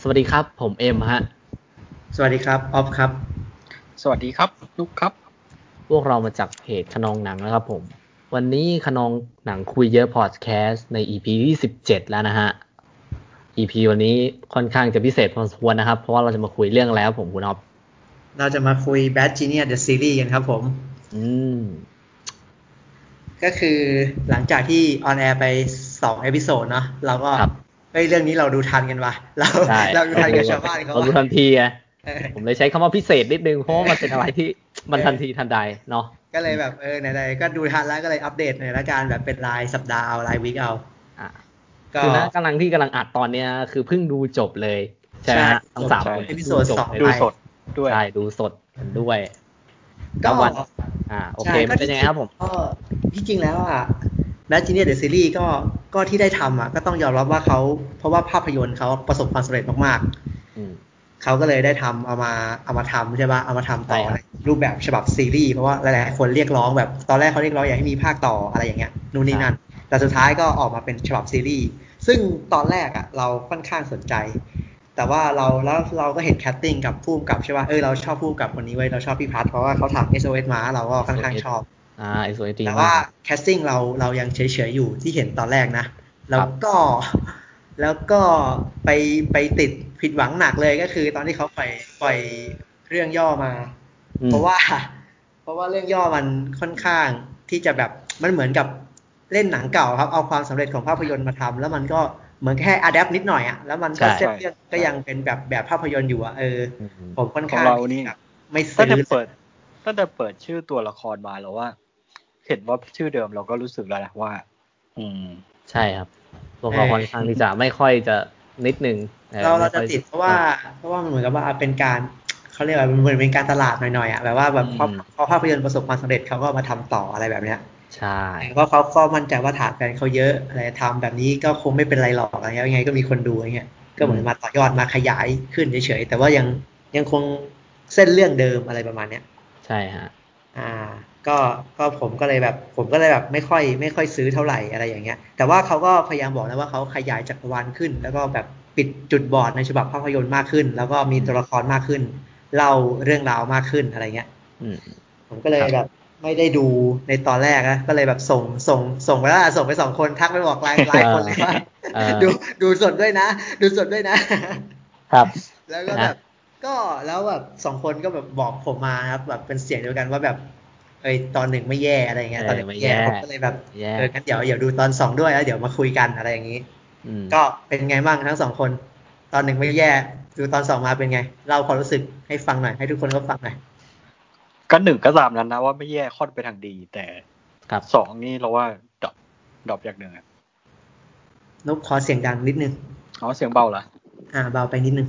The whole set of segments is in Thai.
สวัสดีครับ ผมเอ็มฮะ สวัสดีครับออฟครับ สวัสดีครับลูกครับ พวกเรามาจากเพจขนองหนังนะครับผม วันนี้ขนองหนังคุยเยอะพอดแคสต์ใน EP ที่17 แล้วนะฮะ EP วันนี้ค่อนข้างจะพิเศษพอสมควรนะครับ เพราะว่าเราจะมาคุยเรื่องแล้วผมคุณอ๊อฟ เราจะมาคุย Bad Genius The Series กันครับผม อืม ก็คือหลังจากที่ออนแอร์ไป2เอพิโซดเนาะเราก็ ครับ เฮ้ยเรื่องนี้เราดูทันกันวะเรา ใช่ เราดูทันกับชาวบ้านเขา เราดูทั ว่ะ นทีไง เออ ผมเลยใช้คำว่าพิเศษนิดนึง เพราะว่ามันเป็นอะไรที่ มันทันทีทันใดเนาะ ก็เลยแบบเออไหนๆก็ดูทันแล้วก็เลยอัปเดตหน่อยละกันแบบเป็นรายสัปดาห์เอารายวีคเอา อ่ะ ก็ คือนะกำลังที่กำลังอัดตอนเนี้ย คือเพิ่งดูจบเลย ใช่ไหมฮะ ใช่ ทั้งสาม จบ คน เอพิโซด จบ สอง เลย ดู นะ สดด้วย ใช่ดูสดกันด้วย ก็ แล้ววัน อ่าโอเค ใช่ มันเป็นยังไงครับผม ก็ที่จริงแล้วอ่ะแมจิเนียเดอะซีรีส์ก็ก็ที่ได้ทำอ่ะก็ต้องยอมรับว่าเขาเพราะว่าภาพยนตร์เขาประสบความสำเร็จมากๆ อืม เขาก็เลยได้ทำเอามาเอามาทำใช่ปะเอามาทำต่อ ใช่ครับ รูปแบบฉบับซีรีส์เพราะว่าหลายๆคนเรียกร้องแบบตอนแรกเขาเรียกร้องอยากให้มีภาคต่ออะไรอย่างเงี้ยนู่นนี่นั่นแต่สุดท้ายก็ออกมาเป็นฉบับซีรีส์ซึ่งตอนแรกอะ่ะเราค่อนข้างสนใจ แต่ว่าเราแล้วเราก็เห็นแคสติ้งกับผู้กำกับใช่ปะเออเราชอบผู้กำกับคนนี้ไว้ยเราชอบพี่พัทเพราะว่าเขาทำ SOS มาเราก็ค่อนข้างชอบ อ่าไอโซเอตี แต่ว่าแคสติ้งเราเรายังเฉยๆอยู่ที่เห็นตอนแรกนะ แล้วก็ แล้วก็ไปไปติดผิดหวังหนักเลยก็คือตอนที่เขาปล่อยปล่อยเรื่องย่อมา อืม เพราะว่า เพราะว่าเรื่องย่อมันค่อนข้างที่จะแบบมันเหมือนกับเล่นหนังเก่าครับเอาความสำเร็จของภาพยนตร์มาทำแล้วมันก็เหมือนแค่อัดแอปนิดหน่อยอะแล้วมันก็ ใช่ เส้นเรื่องก็ยังเป็นแบบแบบภาพยนตร์อยู่อะเออ อืม ผมค่อนข้าง ของเรานี่ แบบไม่ ตั้ซื้งแต่ อ เปิดตั้งแต่เปิดชื่อตัวละครมาแล้วว่า เห็นว่าชื่อเดิมเราก็รู้สึกแล้วนะว่า อืม ใช่ครับพวกเรา เอ่อ ค่อนข้างที่จะไม่ค่อยจะนิดนึงออ เราเราจะ ไม่ค่อย ติดเพราะว่าเพราะว่ามันเหมือนกับว่าเป็นการเขาเรียกว่าเหมือนเป็นการตลาดหน่อยๆอ่ะแบบว่าแบบพอ อืม พอภาพยนตร์ประสบความสำเร็จเขาก็มาทำต่ออะไรแบบเนี้ย ใช่ เพราะเขาก็มั่นใจว่าฐานแฟนเขาเยอะอะไรทำแบบนี้ก็คงไม่เป็นไรหรอกอะไรเงี้ยยังไงก็มีคนดูอย่างเงี้ยก็เหมือนมาต่อยอดมาขยายขึ้นเฉยๆแต่ว่ายังยังคงเส้นเรื่องเดิมอะไรประมาณเนี้ย ใช่ฮะ อ่าก็ก็ผมก็เลยแบบผมก็เลยแบบไม่ค่อยไม่ค่อยซื้อเท่าไหร่อะไรอย่างเงี้ย แต่ว่าเขาก็พยายามบอกนะว่าเขาขยายจักรวาลขึ้น แล้วก็แบบปิดจุดบอดในฉบับภาพยนตร์มากขึ้น แล้วก็มีตัวละครมากขึ้น เล่าเรื่องราวมากขึ้นอะไรเงี้ย อืม ผมก็เลยแบบไม่ได้ดูในตอนแรกนะก็เลยแบบส่งส่งส่งไปแล้วอะส่งไปสองคนทักไปบอก ไลน์ไลน์คนเลยว่า เออ ดูดูสดด้วยนะ ดูสดด้วยนะ ครับ แล้วก็ นะ แบ ฮะ บก็แล้วแบบสองคนก็แบบบอกผมมาครับแบบเป็นเสียงเดียวกันว่าแบบเอ้ยตอนหนึ่งไม่แย่อะไรเงี้ยตอนหนึ่งไม่แย่ผมก็เลยแบบ แย่ เอองั้นเดี๋ยวเดี๋ยวดูตอนสองด้วยแล้วเดี๋ยวมาคุยกันอะไรอย่างนี้ อืม ก็เป็นไงบ้างทั้งสองคน ตอนหนึ่งไม่แย่ดูตอนสองมาเป็นไง เราความรู้สึกให้ฟังหน่อยให้ทุกคนก็ฟังหน่อย ก็หนึ่งก็ตามนั้นนะว่าไม่แย่ค่อนไปทางดี แต่ ครับ สองนี่เราว่าดรอปดรอปอย่างหนึ่งอะ นุ๊กขอเสียงดังนิดนึง อ๋อเสียงเบาเหรอ อ่าเบาไปนิดนึง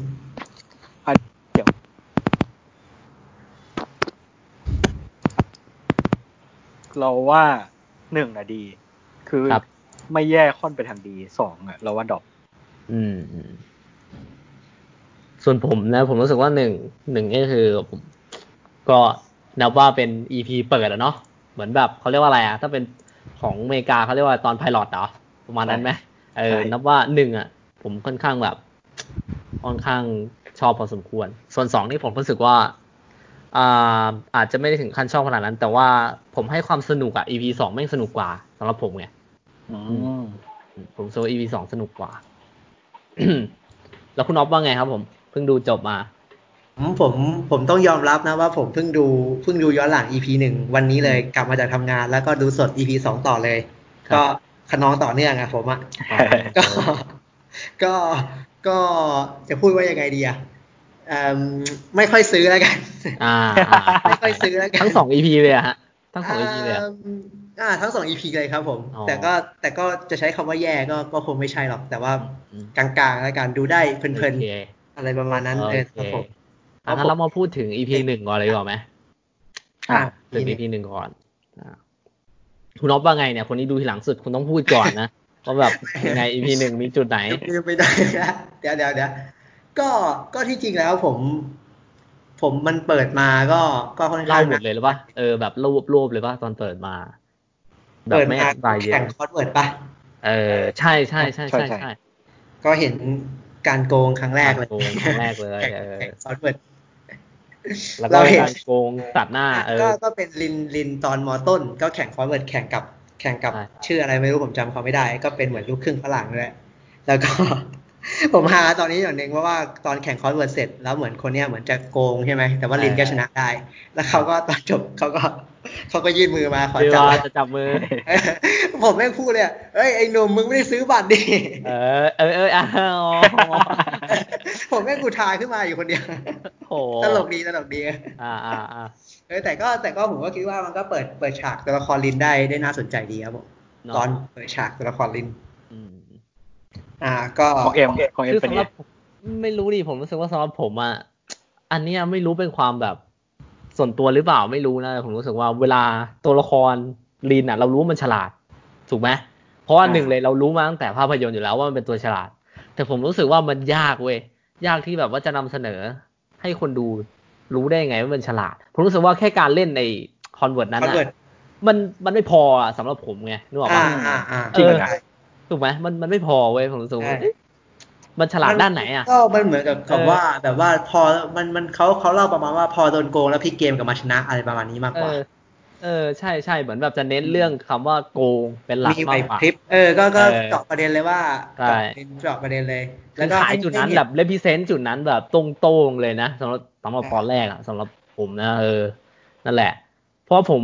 อ่ะเดี๋ยวเราว่าหนึ่งอะดี คือ ครับ ไม่แย่ค่อนไปทางดีสองอะเราว่าดรอป อืมอืมส่วนผมนะ ผมรู้สึกว่าหนึ่งหนึ่งก็คือผมก็นับว่าเป็น EP เปิดอะเนาะเหมือนแบบเขาเรียกว่าอะไรอะถ้าเป็นของอเมริกาเขาเรียกว่าตอนไพลอตเหรอประมาณนั้นไหมเออ ใช่ นับว่าหนึ่งอะผมค่อนข้างแบบ ค่อนข้างชอบพอสมควร ส่วนสองนี่ผมรู้สึกว่าอ่าอาจจะไม่ได้ถึงขั้นชอบขนาดนั้น แต่ว่าผมให้ความสนุกอะ EP สองแม่งสนุกกว่าสำหรับผมไง อืม ผมโซ EP สองสนุกกว่า แล้วคุณอ๊อฟว่าไงครับผม เพิ่งดูจบมา ผมผมผมต้องยอมรับนะว่าผมเพิ่งดูเพิ่งดูย้อนหลัง EP หนึ่งวันนี้เลยกลับมาจากทำงาน แล้วก็ดูสด EP สองต่อเลย ครับ ก็ขนองต่อเนื่องอะผมอะ ก็ ก็ก็จะพูดว่ายังไงดีอะเอิ่มไม่ค่อยซื้อแล้วกัน อ่า ไม่ค่อยซื้อแล้วกัน ทั้งสอง EP เลยอะฮะ ทั้งสอง EP เลยอะ มอ่าทั้งสอง EP เลยครับผม อ๋อ แต่ก็แต่ก็จะใช้คำว่าแย่ก็ก็คงไม่ใช่หรอก แต่ว่า อืม กลางๆแล้วกันดูได้เพ โอ ลิน เค ๆอะไรประมาณนั้นเอ โอเคอครับผม อ่ะงั้นเรามาพูดถึง EP หนึ่งก่อนเลยดีกว่าไหม อ่ะ ถึง EP หนึ่งก่อนอ่ะคุณอ๊อฟว่าไงเนี่ย คนนี้ดูทีหลังสุดคุณต้องพูดก่อนนะ ว่าแบบยังไง EP หนึ่งมีจุดไหน ลืมไปได้นะเดี๋ยวเดี๋ยวเดี๋ยวก็ก็ที่จริงแล้วผม ผมมันเปิดมาก็ก็ค่อน เล่า ข้าง หมดเลยหรือปะเออแบบรวบรวบเลยปะตอนเปิดมา แบบ เปิด ไม่ มา อธิบายเย แข่ง อะ คอร์สเวิร์ดปะ เออใช่ใช่ใช่ใช่ ใช่ใช่ ใช่ ก็เห็น การโกงครั้งแรกเลย การโกงครั้งแรกเลย แข่ง เออ แข่งซอฟต์แวร์ แล้วก็ เราเห็น การโกงตัดหน้า เอ ก็ อ ก็เป็นลินลินตอนมอต้น ก็แข่งฟอร์เวิร์ดแข่งกับแข่งกับ ใช่ ชื่ออะไรไม่รู้ผมจำเขาไม่ได้ ก็เป็นเหมือนลูกครึ่งฝรั่งด้วยแล้วก็ ผมหาตอนนี้อย่างหนึ่งเพราะว่าตอนแข่งคอร์สเวิร์ดเสร็จแล้วเหมือนคนเนี้ยเหมือนจะโกงใช่ไหมแต่ว่าลินก็ชนะได้ แล้วเขาก็ตอนจบ เขาก็เขาก็ยื่นมือมาขอ คือ จับ ว่าจะจับมือ เออผมแม่งพูดเลยอะเอ้ยไอ้หนุ่มมึงไม่ได้ซื้อบัตรดิ เออ เออเอออ้ าว ผมแม่งกูทายขึ้นมาอยู่คนเดียว โอ้โห ตลกดีตลกดี อ่าอ่าอ่า เออแต่ก็แต่ก็ผมก็คิดว่ามันก็เปิดเปิดฉากตัวละครลินได้ได้น่าสนใจดีครับผม เาะ ตอนเปิดฉากตัวละครลิน อืม อ่า ก็ ของเอ็มของเอ็ม คือ เป็น สำห ไง รับไม่รู้ดิผมรู้สึกว่าสำหรับผมอ่ะอันเนี้ยไม่รู้เป็นความแบบส่วนตัวหรือเปล่าไม่รู้นะแต่ผมรู้สึกว่าเวลาตัวละครลีนอ่ะ เรารู้ว่ามันฉลาด ถูกไหมเพราะว่าหนึ่งเลยเรารู้มาตั้งแต่ภาพยนตร์อยู่แล้วว่ามันเป็นตัวฉลาด แต่ผมรู้สึกว่ามันยากเว้ยยากที่แบบว่าจะนำเสนอ ให้คนดูรู้ได้ยังไงว่ามันฉลาด ผมรู้สึกว่าแค่การเล่นในคอนเวิร์ตนั้น คอน อะ เวิร์ต มันมันไม่พออะสำหรับผมไงนึกออก อ่า ปะ อ่าอ่า จริง เข้าใจ ถูกไหมมันมันไม่พอเว้ยผมรู้สึกว่า ใช่ เอ๊ะมันฉลาดด้านไหนอ่ะ ก็มันเหมือนกับกับ เออ ว่าแบบว่าพอมันมันเขาเขาเล่าประมาณว่าพอโดนโกงแล้วพลิกเกมกลับมาชนะอะไรประมาณนี้มาก เอก ว่า อ เออ ใช่ใช่เหมือนแบบจะเน้นเรื่องคำว่าโกงเป็นหลัก มีไหว มากกว่า พริบเออ ก็ก็ เออ เจาะประเด็นเลยว่า ใช่ เจาะประเด็นเลย แล้ แล้ว วก็ ขายจุดนั้น ให้เห็ แบบเลพิเซนต์จุดนั้นแบบตรงตรงๆเลยนะสำหรับสำหรับตอนแรกอะสำหรับผมนะ เออ นั่นแหละ เพราะผม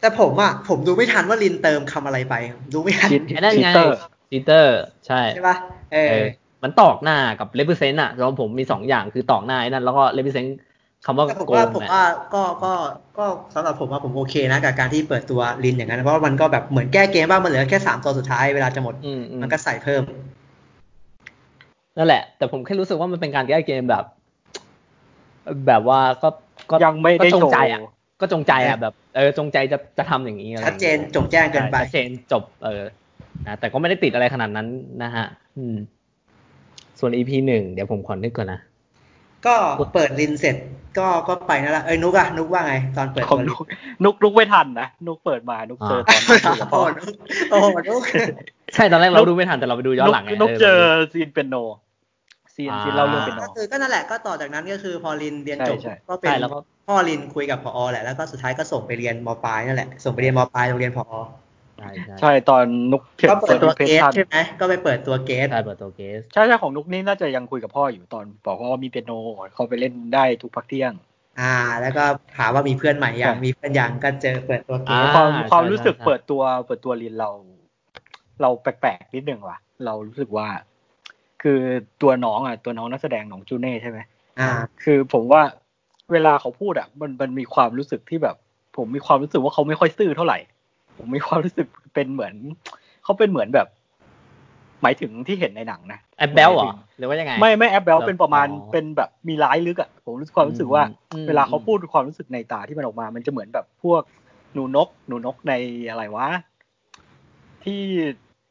แต่ผมอ่ะผมดูไม่ทันว่าลินเติมคำอะไรไป ดูไม่ทัน ชิ ไอ้นั่นไง เตอร์ จีเตอร์ ใช่ ใช่ปะเอ เอ อ อ มันตอกหน้ากับเลพิเซนต์อะสำหรับผมมีสองอย่างคือตอกหน้าไอ้นั่นแล้วก็เลพิเซนต์คำว่า แต่ผม โก ว่าง ผม นะ ว่าก็ก็ก็สำหรับผมว่าผมโอเคนะกับการที่เปิดตัวลินอย่างนั้น เพราะว่ามันก็แบบเหมือนแก้เกมบ้างมันเหลือแค่สามตัวสุดท้ายเวลาจะหมด อืมอืม มันก็ใส่เพิ่ม นั่นแหละ แต่ผมแค่รู้สึกว่ามันเป็นการแก้เกมแบบ แบบว่าก็ก็ ยังไม่ได้ ก็จงใจ โช อ่ะ ว์ ก็จงใจอ่ะ ใช่ แบบ เออจงใจจะจะทำอย่างนี้อะไรอ ชัด ย่าง เจน งี้ย จงแจ้งเกินไป ใช่ชัดเจนจบ เออนะแต่ก็ไม่ได้ติดอะไรขนาดนั้นนะฮะ อืม ส่วน EP หนึ่งเดี๋ยวผมขอนึกก่อนนะ ก็เปิดลินเสร็จ ก็ก็ไปนั่นแหละเอ้ยนุกอะนุกว่าไง ตอนเปิด ของ ตัวลิ นุ น กนุกนุกไม่ทันนะนุกเปิดมานุกเจอตอนนั้นอยู่กับ โอ้ พ่อ โหนุกโอ้โหนุก ใช่ตอนแรกเราดูไม่ทันแต่เราไปดูย้อนหลังไง นุกเจอ ราไป ซีนเป็นโน ซีน อ่า ซีนเล่าเรื่องเป็นโน ก็คือก็นั่นแหละก็ต่อจากนั้นก็คือพอลินเรียนจบ ใช่ใช่ ก็ ดู เป็น ใช่แล้วก็ พ่อลินคุยกับพอแหละแล้วก็สุดท้ายก็ส่งไปเรียนมปลายนั่นแหละส่งไปเรียนมปลายโรงเรียนพอ ใช่ใช่ ใช่ตอนนุก ก็เปิดตัวเก จ ส ทัน ใช่ไหมก็ไปเปิดตัวเกส ใช่เปิดตัวเกส ใช่ใช่ของนุกนี่น่าจะยังคุยกับพ่ออยู่ตอน บอกว่ามีเป็นโนเขาไปเล่นได้ทุกพักเที่ยง อ่า แล้วก็ถามว่ามีเพื่อนใหม่ยัง ใช่ มีเพื่อนยังก็เจอเปิดตัวเก อ่า ม ความความรู้สึก ใช่ เปิดตัวเปิดตัวลินเรา เราแปลกๆนิดนึงว่ะ เรารู้สึกว่า คือตัวน้องอ่ะตัวน้องนักแสดงน้องจูเน่ใช่ไหม อ่า คือผมว่าเวลาเขาพูดอ่ะมันมันมีความรู้สึกที่แบบ ผมมีความรู้สึกว่าเขาไม่ค่อยซื่อเท่าไหร่ ผมมีความรู้สึกเป็นเหมือน เขาเป็นเหมือนแบบ หมายถึงที่เห็นในหนังนะ แอปเบลเหรอหรือว่ายังไง ไม่ไม่แอปเบลเป็นประมาณ อ๋อ เป็นแบบมีร้ายลึกอ่ะผมรู้สึกความรู้สึกว่า อืม เวลาเขาพูดความรู้สึกในตาที่มันออกมา มันจะเหมือนแบบพวกหนูนก หนูนกในอะไรวะที่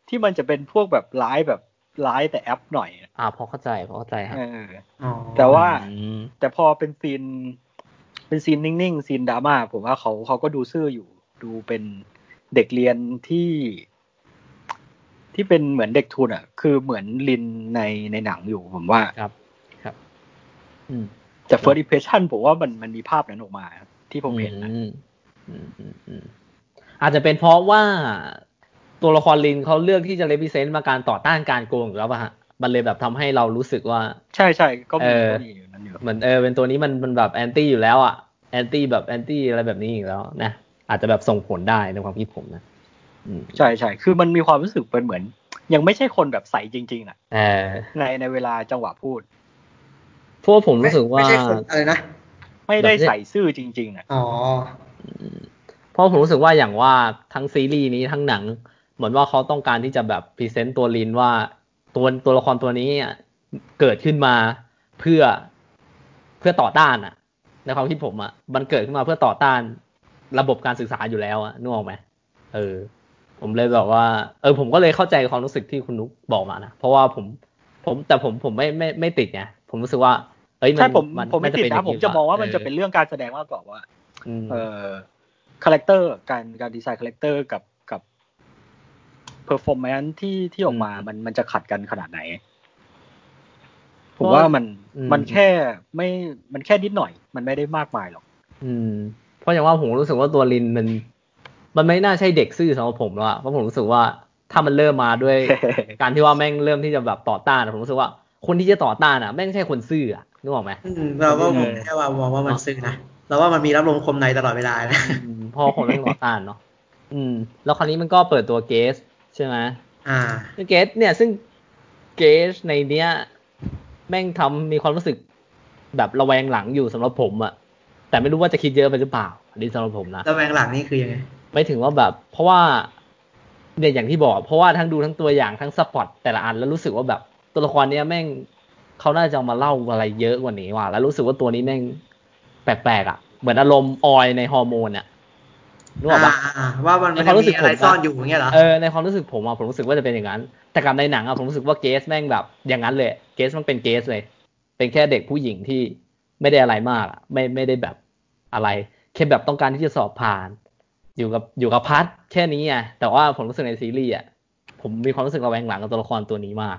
ที่มันจะเป็นพวกแบบร้ายแบบร้ายแต่แอปหน่อยอะ อ่าพอเข้าใจพอเข้าใจครับ เออ อ๋อ แต่ว่า อืม แต่พอเป็นซีน เป็นซีนนิ่งๆ ซีนดราม่าผมว่าเขาเขาก็ดูซื่ออยู่ ดูเป็นเด็กเรียนที่ ที่เป็นเหมือนเด็กทุนอ่ะ คือเหมือนลินในในหนังอยู่ผมว่า ครับ ครับ อืม แต่ first impression ผมว่ามันมันมีภาพนั้นออกมา ที่ผมเห็นนะ อืมอืมอืมอืมอาจจะเป็นเพราะว่าตัวละครลินเขาเลือกที่จะเลพิเซนต์มาการต่อต้านการโกงอยู่แล้วป่ะฮะ มันเลยแบบทำให้เรารู้สึกว่า ใช่ใช่ก็มี เออ ก็มีอยู่นั้นอยู่ เหมือนเออเป็นตัวนี้มันมันแบบแอนตี้อยู่แล้วอะแอนตี้แบบแอนตี้อะไรแบบนี้อยู่แล้วนะอาจจะแบบส่งผลได้ในความคิดผมนะอืม ใช่ใช่คือมันมีความรู้สึกเป็นเหมือน ยังไม่ใช่คนแบบใสจริงๆน่ะ เออ ในในเวลาจังหวะพูด เพราะวกผมรู้สึกว่า ไม่ใช่คนอะไรนะ ไม่ได้ใสซื่อจริงๆน่ะ อ๋อ เพราะผมรู้สึกว่าอย่างว่าทั้งซีรีส์นี้ทั้งหนัง เหมือนว่าเขาต้องการที่จะแบบพรีเซนต์ตัวลินว่าตัวตัวละครตัวนี้อ่ะเกิดขึ้นมาเพื่อเพื่อต่อต้านอ่ะ ในความคิดผมอ่ะมันเกิดขึ้นมาเพื่อต่อต้านระบบการศึกษาอยู่แล้วอ่ะนึกออกไหมเออ ผมเลยแบบว่า เออ ผมก็เลยเข้าใจความรู้สึกที่คุณนุ๊กบอกมานะเพราะว่าผมผมแต่ผมผมไม่ไม่ไม่ติดไงผมรู้สึกว่าเอ้ยน ใช่ผมผมไม่ า ติด เป็อย่ นะ ง ผมจะมองว่ามันจะเป็นเรื่องการแสดงมากกว่าว่า เอ่อคาแรคเตอร์การการดีไซน์คาแรคเตอร์กับกับเพอร์ฟอร์แมนที่ที่ออกมา มันมันจะขัดกันขนาดไหน ผมว่ามัน อืม มันแค่ไม่มันแค่นิดหน่อย มันไม่ได้มากมายหรอก อืม เพราะอย่างว่าผมรู้สึกว่าตัวลินมัน มันไม่น่าใช่เด็กซื่อสำหรับผมแล้วอะเพราะผมรู้สึกว่าถ้ามันเริ่มมา ด้วย การที่ว่าแม่งเริ่มที่จะแบบต่อต้านอะผมรู้สึกว่าคนที่จะต่อต้านอ่ะแม่งไม่ใช่คนซื่ออ่ะนึกออกไหม อืมเราก็ เออ มองแค่ว่ามองว่ามันซื้อนะเราว่ามันมีรับลมคมในตลอดเวลานะ อืมเพราะว่าคนแม่งต่อต้านเนาะ อืม แล้วคราวนี้มันก็เปิดตัวเกส ใช่ไหม อ่า ซึ่งเกสเนี่ยซึ่งเกสในเนี้ย แม่งทำมีความรู้สึกแบบระแวงหลังอยู่สำหรับผมอะแต่ไม่รู้ว่าจะคิดเยอะไปหรือเปล่าอันนี้สำหรับผมนะ แล้วแวงหลังนี่คือยังไง ไม่ถึงว่าแบบ เพราะว่าเนี่ยอย่างที่บอก เพราะว่าทั้งดูทั้งตัวอย่างทั้งสปอตแต่ละอันแล้วรู้สึกว่าแบบตัวละครเนี้ยแม่งเขาน่าจะเอามาเล่าอะไรเยอะกว่านี้ว่ะแล้วรู้สึกว่าตัวนี้แม่งแปลกๆอ่ะ เหมือนอารมณ์ออยในฮอร์โมนอ่ะรู้ป่ะ อ่าว่ามันมัน ในความรู้สึ มี ก อะผไรมนะ ซ่อนอยู่อย่างเงี้ยเหรอ เออในความรู้สึกผมอ่ะผมรู้สึกว่าจะเป็นอย่างนั้น แต่กับในหนังอ่ะผมรู้สึกว่าเกสแม่งแบบ อย่างนั้นเลยเกสมันเป็นเกสเลย เป็นแค่เด็กผู้หญิงที่ไม่ได้อะไรมากอ่ะไม่ไม่ได้แบบอะไร แค่แบบต้องการที่จะสอบผ่าน อยู่กับอยู่กับพัทแค่นี้อ่ะแต่ว่าผมรู้สึกในซีรีส์อ่ะผมมีความรู้สึกระแวงหลังกับตัวละครตัวนี้มาก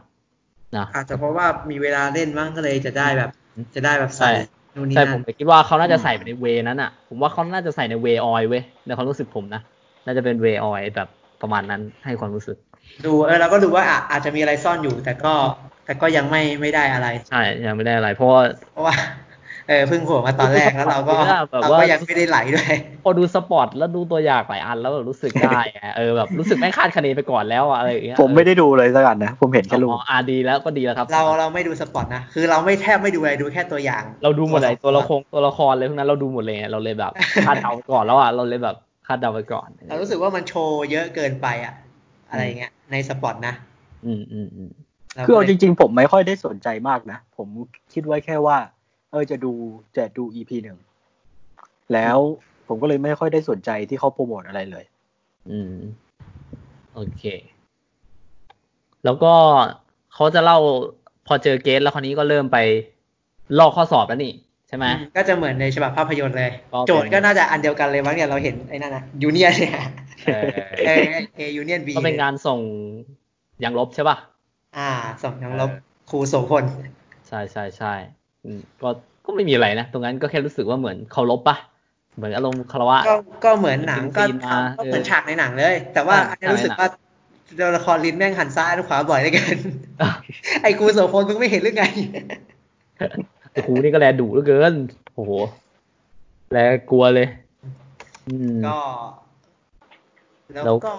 นะ อาจจะเพราะว่ามีเวลาเล่นมั้งก็เลยจะได้แบบ จะได้แบบใส่ ใช่ นู่นนี่ แต่ผ นั่ ม น คิดว่าเขาน่าจะใส่ไปในเวนั้นอ่ะ ผมว่าเขาน่าจะใส่ในเวออยเว้ยในความรู้สึกผมนะน่าจะเป็นเวออยแบบประมาณนั้นให้ความรู้สึก ดูเออเราก็ดูว่าอ่ะอาจจะมีอะไรซ่อนอยู่ แต่ก็แต่ก็ยังไม่ไม่ได้อะไร ใช่ยังไม่ได้อะไร เพราะว่า เพราะว่า เออเพิ่งโผล่มาตอนแรกแล้วเรา ก็ เออแบบว่า เราก็ยังไม่ได้ไหลด้วย พอดูสปอตแล้วดูตัวอย่างหลายอันแล้วแบบรู้สึกได้ไงเออแบบรู้สึกไม่คาดคะเนไปก่อนแล้วอะอะไรอย่างเงี้ย ผมไม่ได้ดูเลยสักอันนะ ผมเห็น จะ แค่รูป อ๋ออ่ะดีแล้วก็ดีแล้วครับ เราเราไม่ดูสปอตนะคือเราไม่แทบไม่ดูอะไรดูแค่ตัวอย่าง เราดูหมดเลยตัวละครตัวละครเลยพวกนั้นเราดูหมดเลยไงเราเลย แบบคาดเดาไปก่อนแล้วอ่ะเราเลยแบบคาดเดาไปก่อน เรารู้สึกว่ามันโชว์เยอะเกินไปอะอะไรอย่างเงี้ยในสปอตนะ อืมอืมอืม เรา คือ ก็ เอา เลย จริงๆ ผมไม่ค่อยได้สนใจมากนะ ผมคิดไว้แค่ว่า เออจะดูจะดู EP หนึ่ง แล้วผมก็เลยไม่ค่อยได้สนใจที่เขาโปรโมทอะไรเลย อืมโอเค แล้วก็เขาจะเล่าพอเจอเกสแล้วคนนี้ก็เริ่มไปลอกข้อสอบแล้วนี่ ใช่ไหม ก็จะเหมือนในฉบับภาพยนตร์เลย ก็เป็น โจทย์ก็น่าจะอันเดียวกันเลยมั้งเนี่ยเราเห็นไอ้นั่นนะยูเนียนเนี่ย เอ เอ อ อเอยูเนียนบี ก็เป็นการส่งอย่างลบใช่ป่ะ อ่าส่งทางลบ เออ ครูโสพล ใช่ใช่ใช่อืมก็ก็ไม่มีอะไรนะ ตรงนั้นก็แค่รู้สึกว่าเหมือนเคารพปะเหมือนอารมณ์คารวะ ก็ก็เหมือนหนังก็ เป็นซีนมา ก็เหมือน เออ ฉากในหนังเลย แต่ว่า ใช่ อันนี้รู้สึกว่าตัวละครลิ้นแม่งหันซ้ายหันขวาบ่อยเหลยกัน อ่ะ ไอ้ครูโสพลมึงไม่เห็นหรือไง โอ้โหนี่ก็แลดุเหลือเกิน โอ้โห แลกลัวเลย อืม ก็ แล้ว แล้ว ก็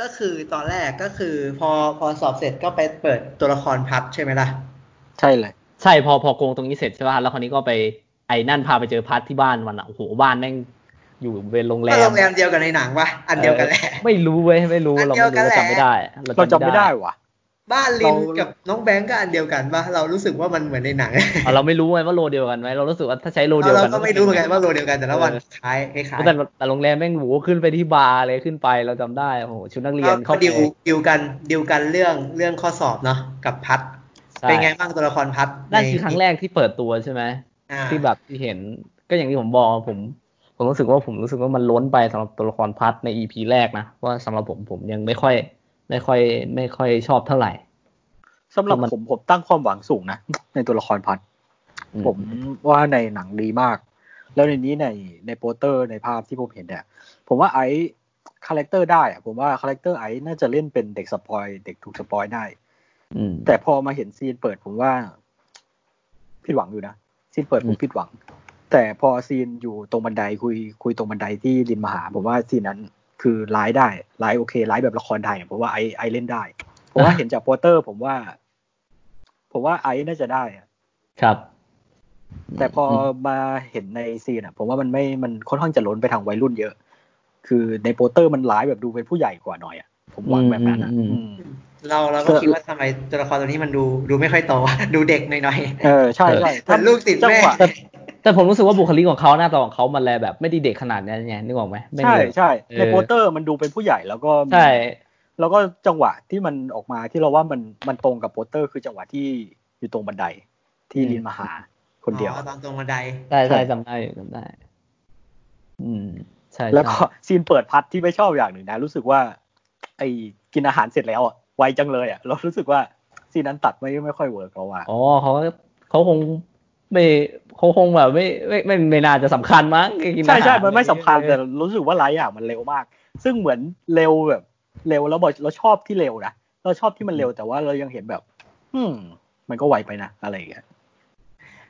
ก็คือตอนแรกก็คือ พอพอสอบเสร็จก็ไปเปิดตัวละครพัดใช่ไหมล่ะ ใช่เลย ใช่พอพอโกงตรงนี้เสร็จใช่ป่ะแล้วคราวนี้ก็ไปไอ้นั่นพาไปเจอพัทที่บ้านมันอ่ะโอ้โหบ้านแม่งอยู่เวรโรงแร ก็ ม โรงแรมเดียวกันในหนังปะอันเดียวกันแหละ ออไม่รู้เว้ยไม่รู้ อัน เรา เดียว ไม่ กัรู้นแหละ จำไม่ได้ เราจำไม่ได้วะ บ้านลิน เรา กับน้องแบงก์ก็อันเดียวกันปะเรารู้สึกว่ามันเหมือนในหนัง อ๋อเราไม่รู้ไงว่าโลเดียวกันไหมเรารู้สึกว่าถ้าใช้โลเดียว เรา กัน ก็ไม่รู้เหมือนกันว่าโลเดียวกันแต่ละวัน เออ คล้ายคล้าย แต่แต่โรงแรมแม่งโหขึ้นไปที่บาร์เลยขึ้นไปเราจำได้โอ้โหชุดนักเรียน เขา เข้า ดิว ไป ดิวกันดิวกันเรื่องเรื่องข้อสอบเนาะกับพัด ใช่ เป็นไงบ้างตัวละครพัด นั่นคือครั้งแรกที่เปิดตัวใช่ไหม อ่า ที่แบบที่เห็นก็อย่างที่ผมบอกผม ผมรู้สึกว่าผมรู้สึกว่ามันล้นไปสำหรับตัวละครพัทในอีพีแรกนะว่าสำหรับผมผมยังไม่ค่อย ไม่ค่อย ไม่ค่อยชอบเท่าไหร่ สำหรับ มัน ผมผมตั้งความหวังสูงนะ ในตัวละครพัน อื ผมว่าในหนังดีมาก แล้วในนี้ในในโปสเตอร์ในภาพที่ผมเห็นเนี่ยผมว่าไอซ์คาแรคเตอร์ได้อะผมว่าคาแรคเตอร์ไอซ์น่าจะเล่นเป็นเด็กสปอยเด็กถูกสปอยได้ อืม แต่พอมาเห็นซีนเปิดผมว่าผิดหวังอยู่นะซีนเปิดผมผิดหวัง แต่พอซีนอยู่ตรงบันไดคุยคุยตรงบันไดที่ริมมหา ผมว่าซีนนั้นคือร้ายได้ร้ายโอเคร้ายแบบละครไทยอะผมว่าไอไอเล่นได้ผมว่าเห็นจากโปสเตอร์ ผมว่า ผมว่าไอน่าจะได้อะ ครับ แต่พอมาเห็นในซีนอะผมว่ามันไม่มันค่อนข้างจะล้นไปทางวัยรุ่นเยอะ คือในโปสเตอร์มันร้ายแบบดูเป็นผู้ใหญ่กว่าหน่อยอะผมหวังแบบนั้นอะอืม เราเราก็คิดว่าทำไมตัวละครตัวนี้มันดูดูไม่ค่อยโต ดูเด็กหน่อยๆ เออใช่ใช่ เหมือนลูกติด จั แม่ งหวะ แต่แต่ผมรู้สึกว่าบุคลิกของเขาหน้าตาของเขามันแลแบบไม่ได้เด็กขนาดนั้นไงนึกออกไหมไม่ ใช่ เลย ใช่ เออ ในโปสเตอร์มันดูเป็นผู้ใหญ่แล้วก็ ใช่ แล้วก็จังหวะที่มันออกมาที่เราว่ามันมันตรงกับโปสเตอร์ คือจังหวะที่อยู่ตรงบันไดที่ลินมาหาคนเดียว อ๋อตอนตรงบันได ใช่ใช่จำได้อยู่จำได้ อืม ใช่ แล้วก็ ใช่ ซีนเปิดพัดที่ไม่ชอบอย่างหนึ่งนะ รู้สึกว่า ไอ้กินอาหารเสร็จแล้วอ่ะไวจังเลยอ่ะเรารู้สึกว่าซีนนั้นตัดไม่ไม่ค่อยเวิร์กเราว่า อ๋อเขาก็ เขาคงไม่เขาคงแบบไม่ไม่ไม่ไม่ไม่น่าจะสำคัญมั้งกิน ใช่ อาหาร ใช่มันไม่สำคัญแต่ เออ รู้สึกว่าหลายอย่างมันเร็วมาก ซึ่งเหมือนเร็วแบบ เร็วแล้วบอกเราชอบที่เร็วนะเราชอบที่มันเร็วแต่ว่าเรายังเห็นแบบ อืม มันก็ไวไปนะอะไรอย่างเงี้ย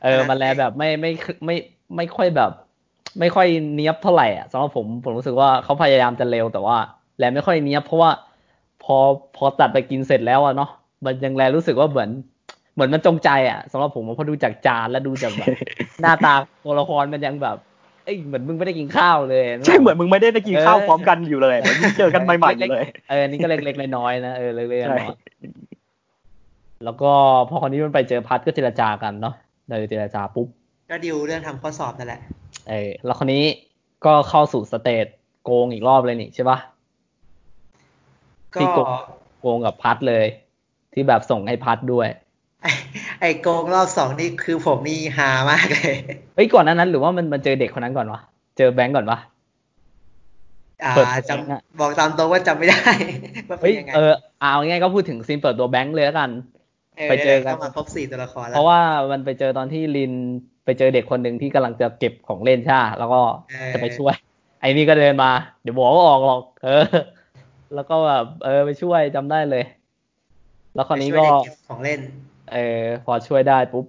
เออมันแลแบบไม่ไม่ไม่ไม่ค่อยแบบ ไม่ค่อยเนี้ยบเท่าไหร่อ่ะสำหรับผมผมรู้สึกว่าเขาพยายามจะเร็วแต่ว่า แลไม่ค่อยเนี้ยบเพราะว่า พอพอตัดไปกินเสร็จแล้วอะเนาะมันยังแลรู้สึกว่าเหมือน เหมือนมันจงใจอ่ะสำหรับผมอะเพอดูจากจานและดูจากแบบ หน้าตาตัวละครมันยังแบบ เอ้ยเหมือนมึงไม่ได้กินข้าวเลย ใช่เหมือนมึงไม่ได้ได้กินข้าวพร้อมกันอยู่เลยเหมือนมึงเจอกันใหม่ๆอยู่เลย เอออันนี่ก็เล็กๆน้อยๆนะ เออเล็กๆ ใช่ น้อยๆแล้วก็พอคนนี้มันไปเจอพัดก็เจรจากันเนาะเออเจรจาปุ๊บ ก็ดิวเรื่องทำข้อสอบนั่นแหละ เออแล้วคนนี้ก็เข้าสู่สเตจโกงอีกรอบเลยนี่ใช่ปะ ก็ ที่กด โกงกับพัดเลย ที่แบบส่งให้พัดด้วย ไอ้ ไอ้โกงรอบสองนี่คือผมนี่ฮามากเลย เอ้ยก่อนหน้านั้นหรือว่ามันมันเจอเด็กคนนั้นก่อนวะ เจอแบงก์ก่อนวะ อ่า เปิด จ เพลงอะ ำบอกตามตรงว่าจำไม่ได้ ว่าเป็ เฮ้ น ย ยังไง เออเอาง่ายๆก็พูดถึงซีนเปิดตัวแบงก์เลยแล้วกัน ไปเจอกัน เข้ามาครบสี่ตัวละคร เพ แล้ว ราะว่ามันไปเจอตอนที่ลินไปเจอเด็กคนหนึ่งที่กำลังจะเก็บของเล่นใช่ปะแล้วก็จะไปช่วย ไอ้นี่ก็เดินมา เดี๋ยวบอกว่าออกหรอก เออ แล้วก็แบบเออไปช่วยจำได้เลย แล้วคราวนี้ ไปช่ ก็ วยเด็เบของเล่น เออพอช่วยได้ปุ๊บ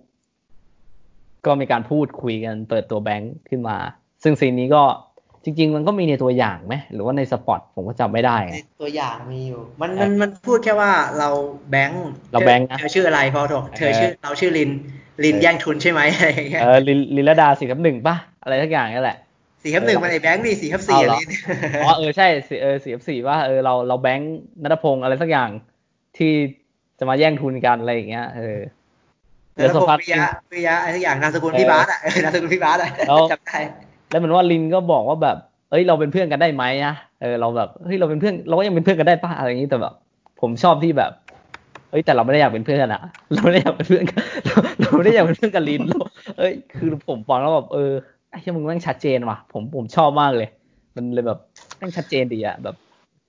ก็มีการพูดคุยกันเปิดตัวแบงค์ขึ้นมา ซึ่งซีนนี้ก็จริง ๆ มันก็มีในตัวอย่างไหมหรือว่าในสปอตผมก็จำไม่ได้ ไง ตัวอย่างมีอยู่ มัน เออ มันมันพูดแค่ว่าเราแบงค์ เราแบงค์นะ เธอชื่ออะไรพอถกเธอ เออ ชื่อเราชื่อลิน ลิน เออ แย่งทุนใช่ไหมอะไรอย่างเงี้ย เออลิลิลลาดาสี่ทับหนึ่งป่ะ อะไรทักอย่างนี่แหละ สี่ทับหนึ่งมันไอ้แบงค์นี่สี่ทับสี่ เอาเหรอ ลิน อ๋อเออใช่สี่เออสี่สี่ว่าเออเราเราแบงค์นัทพงศ์อะไรสักอย่างที่จะมาแย่งทุนกันอะไรอย่างเงี้ยเออ เดี๋ แล้ ยว วสั ก็ กพัก วิยะวิยะอะไรสักอย่างนามสกุลเออบพี่าสอ่ะ เออนามสกุลพี่บาสอ่ะ แล้ว จำได้ แล้วเหมือนว่าลินก็บอกว่าแบบ เอ้ยเราเป็นเพื่อนกันได้ไหมนะเออเราแบบ เฮ้ยเราเป็นเพื่อนเราก็ยังเป็นเพื่อนกันได้ป่ะอะไรอย่างนี้แต่แบบ ผมชอบที่แบบ เอ้ยแต่เราไม่ได้อยากเป็นเพื่อนกันอะเราไม่ได้อยากเป็นเพื่อนกันเรา เราไม่ได้อยากเป็นเพื่อนกับลินเราเอ้ยคือผมฟังแล้วแบบเออไอ้เหี้ยมึงแม่งชัดเจนว่ะ ผมผมชอบมากเลย มันเลยแบบแม่งชัดเจนดีอะแบบ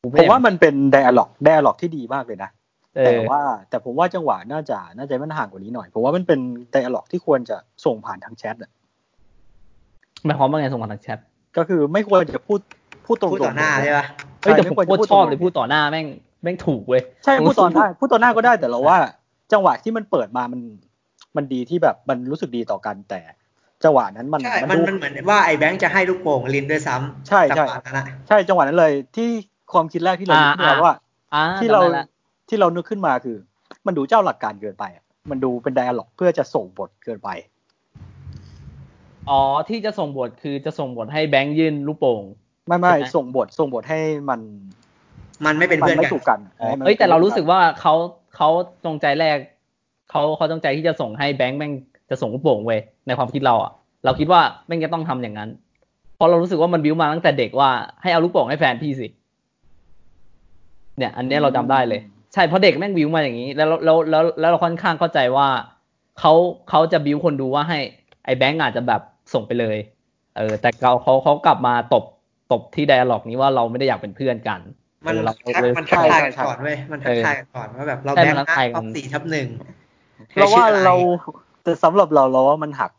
กู ผม ไได้ ว่ามันเป็นไดอะล็อกไดอะล็อกที่ดีมากเลยนะ เอ แต่ อ ว่าแต่ผมว่าจังหวะน่าจะน่าจะมันห่างกว่านี้หน่อยผมว่ามันเป็นไดอะล็อกที่ควรจะส่งผ่านทางแชทอะ หมายความว่าไงสมบัติทางแชท ก็คือไม่ควรจะพูดพูดตรงๆ พูดต่อหน้าใช่ป่ะ เฮ้ยแต่ ใช่ ผม ไควร โคตรจะพูด ชอบเล ตร ย งๆ พูดต่อหน้าแม่งแม่งถูกเว้ย ใช่ ผม พู รู้ ด สึก ตอนหน้าพูดตอนหน้าก็ได้แต่เราว่า จังหวะที่มันเปิดมามันมันดีที่แบบมันรู้สึกดีต่อกันแต่ จังหวะนั้นมัน ใช่ มั มัน นมัดูนเหมือนว่าไอ้แบงค์จะให้ลูกโป่งลินด้วยซ้ำ ใช่ใช่ จังหวะนั้นอะ ใช่จังหวะนั้นเลยที่ความคิดแรกที่เรา อ่า คิดอ่าว่าว่า อ่า ที่เรา จำได้ละ ที่เรานึกขึ้นมาคือ มันดูเจ้าหลักการเกินไปอะมันดูเป็นไดอะล็อกเพื่อจะส่งบทเกินไป อ๋อที่จะส่งบทคือจะส่งบทให้แบงค์ยื่นลูกโป่ง ไม่ไม่ ใช่ไหม ส่งบทส่งบทให้มัน มันไม่เป็น มั เพื่อน ไม่ กัน ถูกกันให้มัน เอ้ยแต่เรารู้ ไม่ สึ ถู กว่าเขาเขาจงใจแรกเขาเขาจงใจที่จะส่งให้แบงค์แม่งจะส่งลูกโป่งเว้ยในความคิดเราอะเราคิดว่าแม่งจะต้องทำอย่างนั้น เพราะเรารู้สึกว่ามันบิวมาตั้งแต่เด็กว่าให้เอาลูกโป่งให้แฟนพี่สิ เนี่ย อันเนี้ยเราจำได้เลย ใช่เพราะเด็กแม่งบิวมาอย่างนี้ แล้วแล้วแล้วแล้วเราค่อนข้างเข้าใจว่าเขาเขาจะบิวคนดูว่าให้ไอ้แบงค์อาจจะแบบส่งไปเลย เออ แต่เขาเขาเขากลับมาตบตบที่ไดอะล็อกนี้ว่าเราไม่ได้อยากเป็นเพื่อนกัน มัน เออเรา ทัก เลย มันทักทายกันก่อนเว้ยมันทักทายกันก่อนว่าแบบเรา ใช่ แบง มัน ค์ ทัก นะ ทายกัน ท็อปสี่ทับหนึ่ง เราว่าเรา ใครชื่ออะไร แต่สำหรับเราเราว่ามันหัก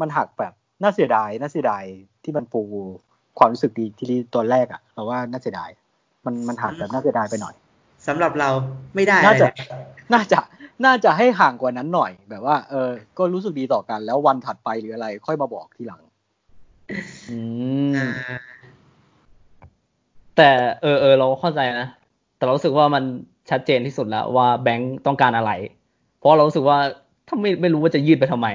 มันหักแบบน่าเสียดายน่าเสียดายที่มันปูความรู้สึกดีที่ดีตอนแรกอะเราว่าน่าเสียดาย มันมันหักแบบน่าเสียดายไปหน่อย สำหรับเราไม่ได้ น่า อะไร จะ เลย น่าจะน่าจะให้ห่างกว่านั้นหน่อย แบบว่า เออ ก็รู้สึกดีต่อกัน แล้ววันถัดไปหรืออะไร ค่อยมาบอกทีหลัง อืม แต่เออเออเราเข้าใจนะ แต่เรารู้สึกว่ามันชัดเจนที่สุดแล้วว่าแบงค์ต้องการอะไร เพราะเรารู้สึกว่าถ้าไม่ไม่รู้ว่าจะยืดไปทำไม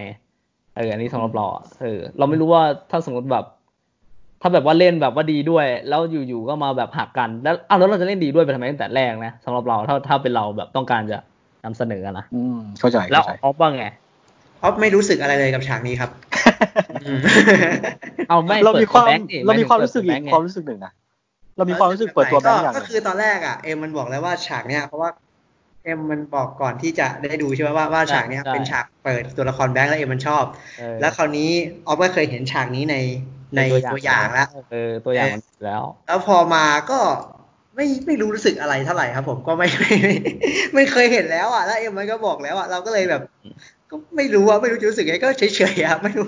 เอออันนี้สำหรับเราอะเออ เราไม่รู้ว่าถ้าสมมติแบบ ถ้าแบบว่าเล่นแบบว่าดีด้วย แล้วอยู่ๆก็มาแบบหักกันแล้วอ้าวแล้วเราจะเล่นดีด้วยไปทำไมตั้งแต่แรกนะสำหรับเราถ้าถ้าเป็นเราแบบต้องการจะนำเสนอนะ อืม เข้าใจ แล้ว เข้าใจ ออฟว่าไง ออฟไม่รู้สึกอะไรเลยกับฉากนี้ครับ เอาไม่ เรา เปิด มี ตั ความ แบงค์ดิ เรามีความ ไถึง รู้สึกอี เปิด ก ตัวแบงค์ไง ความรู้สึกหนึ่งนะเรามีความรู้สึกเปิดตัวแบงค์อย่างห ก็ นึ่ง คือตอนแรกอ่ะเอ็มมันบอกแล้วว่าฉากเนี้ยเพราะว่าเอ็มมันบอกก่อนที่จะได้ดูใช่ไหมว่าว่าฉากเนี้ย ใช่ เป็นฉากเปิดตัวละครแบงค์แล้วเอ็มมันชอบ เออ แล้วคราวนี้ออฟก็เคยเห็นฉากนี้ในในตัวอย่างแล้ว เออตัวอย่างมันแล้ว แล้วพอมาก็ไม่ไม่รู้รู้สึกอะไรเท่าไหร่ครับ ผมก็ไม่ไม่ไม่ไม่เคยเห็นแล้วอ่ะแล้วเอ็มมันก็บอกแล้วอ่ะเราก็เลยแบบ ก็ไม่รู้อะไม่รู้จะรู้สึกไงก็เฉยๆอะไม่รู้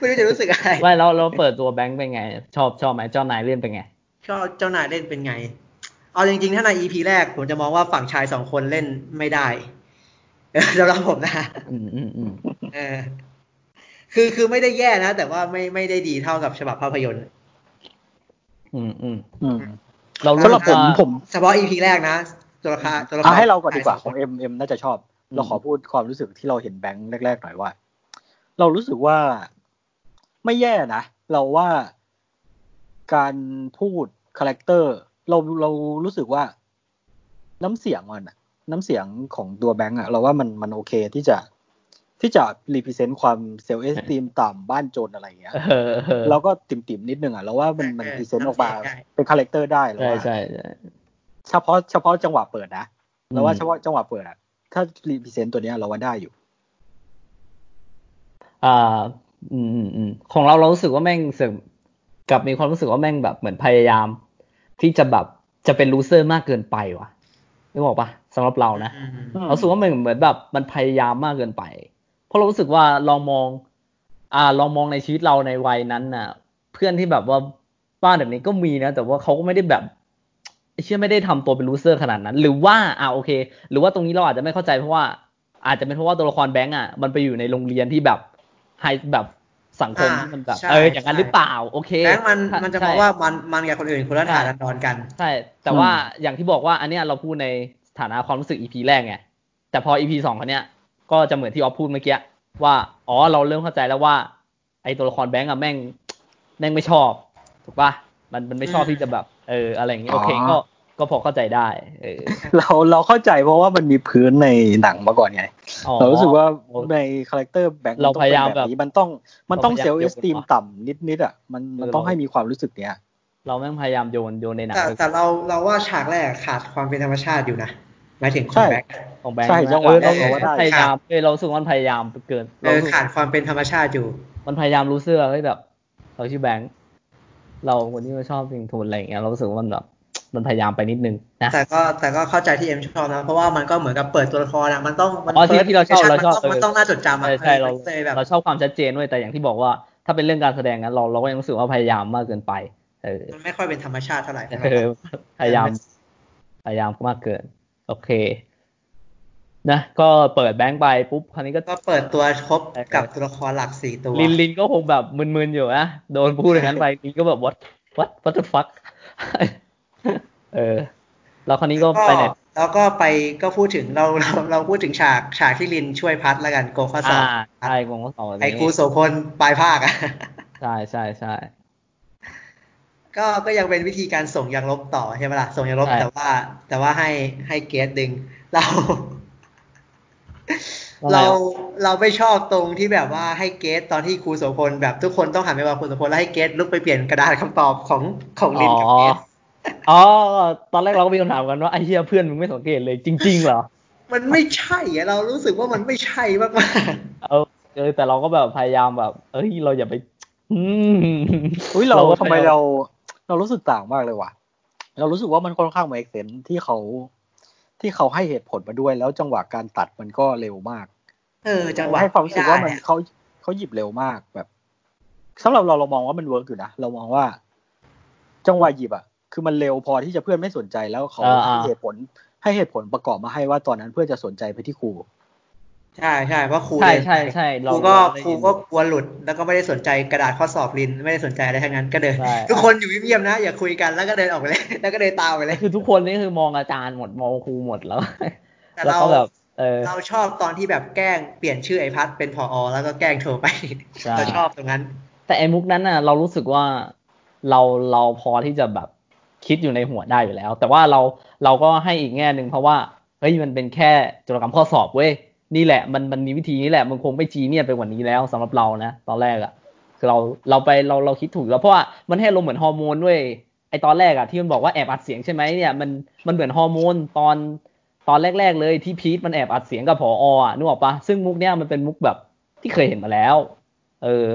ไม่รู้จะรู้สึกอะไร ไม่เราเราเปิดตัวแบงค์เป็นไง ชอบชอบไหมเจ้านายเล่นเป็นไง ชอบเจ้านายเล่นเป็นไง เอาจริงๆ ถ้าใน EP แรกผมจะมองว่าฝั่งชายสองคนเล่นไม่ได้ เออสำหรับผมนะ อืมอืมอืม เออคือคือไม่ได้แย่นะ แต่ว่าไม่ไม่ได้ดีเท่ากับฉบับภาพยนตร์ อืมอืม อืม เรา รู้ สำหรับผม ว่า ผม เฉพาะ EP แรกนะตัวละครตัวละค อ่ะ ร ให้เราก่อนดีกว่า ชยส ข ค อง น เอ็มเอ็มน่าจะชอบ เราขอพูดความรู้สึกที่เราเห็นแบงค์แรกๆหน่อยว่า เรารู้สึกว่าไม่แย่นะ เราว่าการพูดคาแรคเตอร์ เราเรารู้สึกว่า น้ำเสียงมันอะน้ำเสียงของตัวแบงค์อะเราว่ามันมันโอเคที่จะที่จะรีพ e เซนต์ความเซลล์เอสติมต่ำบ้านจนอะไรอย่างเงี้ย เออเออ แล้วก็ติ่มๆนิดนึงอ่ะเราว่ามันมันพรีเซนต์ออกมาเป็นคาแรคเตอร์ได้เรา ใช่ ว่า ใช่ใช่ เฉพาะเฉพาะจังหวะเปิดนะเราว่า อืม เฉพาะจังหวะเปิดอ่ะถ้ารีพรีเซนต์ตัวเนี้ยเราว่าได้ อยู่ อ่า อืมอืมอืมของเราเรารู้สึกว่าแม่งรู้สึกกลับมีความรู้สึกว่าแม่งแบบเหมือนพยายาม ที่จะแบบจะเป็นลูเซอร์มากเกินไปว่ะนึกออกปะสำหรับเรานะ อืม เราสึกว่ามันเหมือนแบบมันพยายามมากเกินไป เพราะเรารู้สึกว่าลองมอง อ่า ลองมองในชีวิตเราในวัยนั้นน่ะ เพื่อนที่แบบว่าบ้านแบบนี้ก็มีนะ แต่ว่าเขาก็ไม่ได้แบบไอ้เชื่อไม่ได้ทำตัวเป็นลูเซอร์ขนาดนั้น หรือว่า อ่าโอเค หรือว่าตรงนี้เราอาจจะไม่เข้าใจเพราะว่า อาจจะเป็นเพราะว่าตัวละครแบงค์อ่ะ มันไปอยู่ในโรงเรียนที่แบบไฮแบบสังคม อ่า ที่มันแบบ ใช่ เออ อย่างนั้นหใช่รือเปล่า โอเค แบงค์มัน ถ้า มันจะ ใช่ มองว่ามันมันกับคนอื่นคนละ ใช่ ฐานะนอนกัน ใช่ แต่ว่าอย่างที่บอกว่าอันเนี้ยเราพูดในฐานะความรู้สึก EP แรกไง แต่พอ EP สองคนเนี้ยก็จะเหมือนที่ออฟพูดเมื่อกี้ว่า อ๋อ เราเริ่มเข้าใจแล้วว่า ไอ้ตัวละครแบงก์อะแม่ง แม่งไม่ชอบ ถูกปะมันมันไม่ชอบ อืม ที่จะแบบ เออ อะไรอย่างเงี้ย อ๋ โอ อ เคก็ก็พอเข้าใจได้ เออ เราเราเข้าใจเพราะว่ามันมีพื้นในหนังมาก่อนไง อ๋อ เรารู้สึกว่าในคาแรคเตอร์แบงค์ เรา ต้อง พยายาม เป็นแบบนี้มันต้องมันต้อง เราพยายาม เซลล์เอสติม ยกมันว่ะ ต่ำนิดนิดๆอ่ะมันมัน เออ ต้อง เรา ให้มีความรู้สึกเนี้ย เราแม่งพยายามโยนโยนในหนัง แต่ เลย แต่เราเราว่าฉากแรกขาดความเป็นธรรมชาติอยู่นะหมายถึงขอใช่งแบงค์ ของแบงก์ ใช่จังหเอวะอเรา แรก เรา ได้ พยายามเออเรารู้สึกว่ามันพยายามเกิน เอ เรา อ รู้สึก ขาดความเป็นธรรมชาติอยู่ มันพยายามรู้เสื้อเฮ้ยแบบ เราชื่อแบงก์เราคนที่ไม่ชอบเพลงทุนอะไรอย่างเงี้ยเรารู้สึกว่ามันแบบ มันพยายามไปนิดนึงนะ แต่ก็แต่ก็เข้าใจที่เอ็มชอบนะ เพราะว่ามันก็เหมือนกับเปิดตัวละครอะมันต้องมั อ๋อที่ first ที่เราชอบเรา impression ชอบ มันต้องมันต้องน่าจดจำอะ ใช่ใช่เรา มันเลยแบบ เราชอบความชัดเจนเว้ยแต่อย่างที่บอกว่า ถ้าเป็นเรื่องการแสดงนั้นเราเราก็ยังรู้สึกว่าพยายามมากเกินไป เออ มันไม่ค่อยเป็นธรรมชาติเท่าไหร่ เออ พยายามพยายามมากเกิน โอเค นะก็เปิดแบงค์ไปปุ๊บคราวนี้ก็ ก็เปิดตัวครบ เออ กับตัวละครหลักสี่ตัว ลินลินก็คงแบบมึนๆอยู่นะโดนพูดอย่างนั้น ไปลินก็แบบ what what what the fuck เออแล้วคราวนี้ก็ไปไหน แล้วก็ไปก็พูดถึงเราเราเราพูดถึงฉากฉากที่ลินช่วยพัดละกันโกข้อสอ อ่า บ ใช่วงก็สอง ไอ้ครูโสพลปลายภาคอะ ใช่ใช่ใช่ ก็ก็ยังเป็นวิธีการส่งยางลบต่อใช่ไหมล่ะส่งยางลบ ใช่ แต่ว่า แต่ว่าให้ให้เกสดึง เรา เราเราไม่ชอบตรงที่แบบว่าให้เกสตอนที่ครูโสพลแบบทุกคนต้องหันไปมางครูโสพลแล้วให้เกสลุกไปเปลี่ยนกระดาษคำตอบของของลินกับเกส อ๋อ ตอนแรกเราก็มีคำถามกันว่าไอ้เหี้ยเพื่อนมึงไม่สังเกตเลยจริง ๆ เหรอ มันไม่ใช่อะเรารู้สึกว่ามันไม่ใช่มาก เออเออแต่เราก็แบบพยายามแบบ เอ้ยเรา อย่าไป อืม อุ้ยเรา ก็ ทำไมเราเรารู้สึกต่างมากเลยว่ะ เรารู้สึกว่ามันค่อนข้างมาเอกเซนที่เขาที่เขาให้เหตุผลมาด้วย แล้วจังหวะการตัดมันก็เร็วมาก ๆเออ จังหวะ ให้ความรู้สึกว่ามัน ไได้อะ เขาเขาหยิบเร็วมากแบบสำหรับเราเรามองว่ามันเวิร์กอยู่นะเรามองว่า จังหวะหยิบอ่ะคือมันเร็วพอที่จะเพื่อนไม่สนใจแล้วเขาให้เหตุผล ให้เหตุผลประกอบมาให้ว่าตอนนั้นเพื่อนจะสนใจไปที่ครู ใช่ใช่เพราะครู ใช่ เดิน ใช่ใช่ ค เรา รูก็ ได้ ครู ยิน ก็กลัวหลุดแล้วก็ไม่ได้สนใจกระดาษข้อสอบลินไม่ได้สนใจอะไรทั้งนั้นก็เดิน ใช่ ทุกคนอยู่เงียบๆนะ อย่าคุยกันแล้วก็เดินออกไปเลย แล้วก็เดินตามไปเลย คือทุกคนนี่คือมองอาจารย์หมดมองครูหมดแล้ว แต่ แล้ว เรา ก็แบบเออ เราชอบตอนที่แบบแกล้งเปลี่ยนชื่อไอพัดเป็นพออแล้วก็แกล้งโทรไป ใช่ เราชอบตรงนั้น แต่ไอ้มุกนั้นน่ะ เรารู้สึกว่าเราเราพอที่จะแบบคิดอยู่ในหัวได้อยู่แล้ว แต่ว่าเราเราก็ให้อีกแง่หนึ่งเพราะว่าเฮ้ยมันเป็นแค่โจทย์กรรมข้อสอบเว้ยนี่แหละมันมันมีวิธีนี้แหละมันคงไม่จีเนียสไปกว่านี้แล้วสำหรับเรานะตอนแรกอะคือเราเราไปเราเราคิดถูกแล้วเพราะว่ามันให้ลมณ์เหมือนฮอร์โมนด้วยไอตอนแรกอะที่มันบอกว่าแอบอัดเสียงใช่ไหมเนี่ยมันมันเหมือนฮอร์โมนตอน ตอนแรก ๆ เลยที่พีทมันแอบอัดเสียงกับผออ่ะนึกออกปะซึ่งมุกเนี้ยมันเป็นมุกแบบที่เคยเห็นมาแล้ว เออ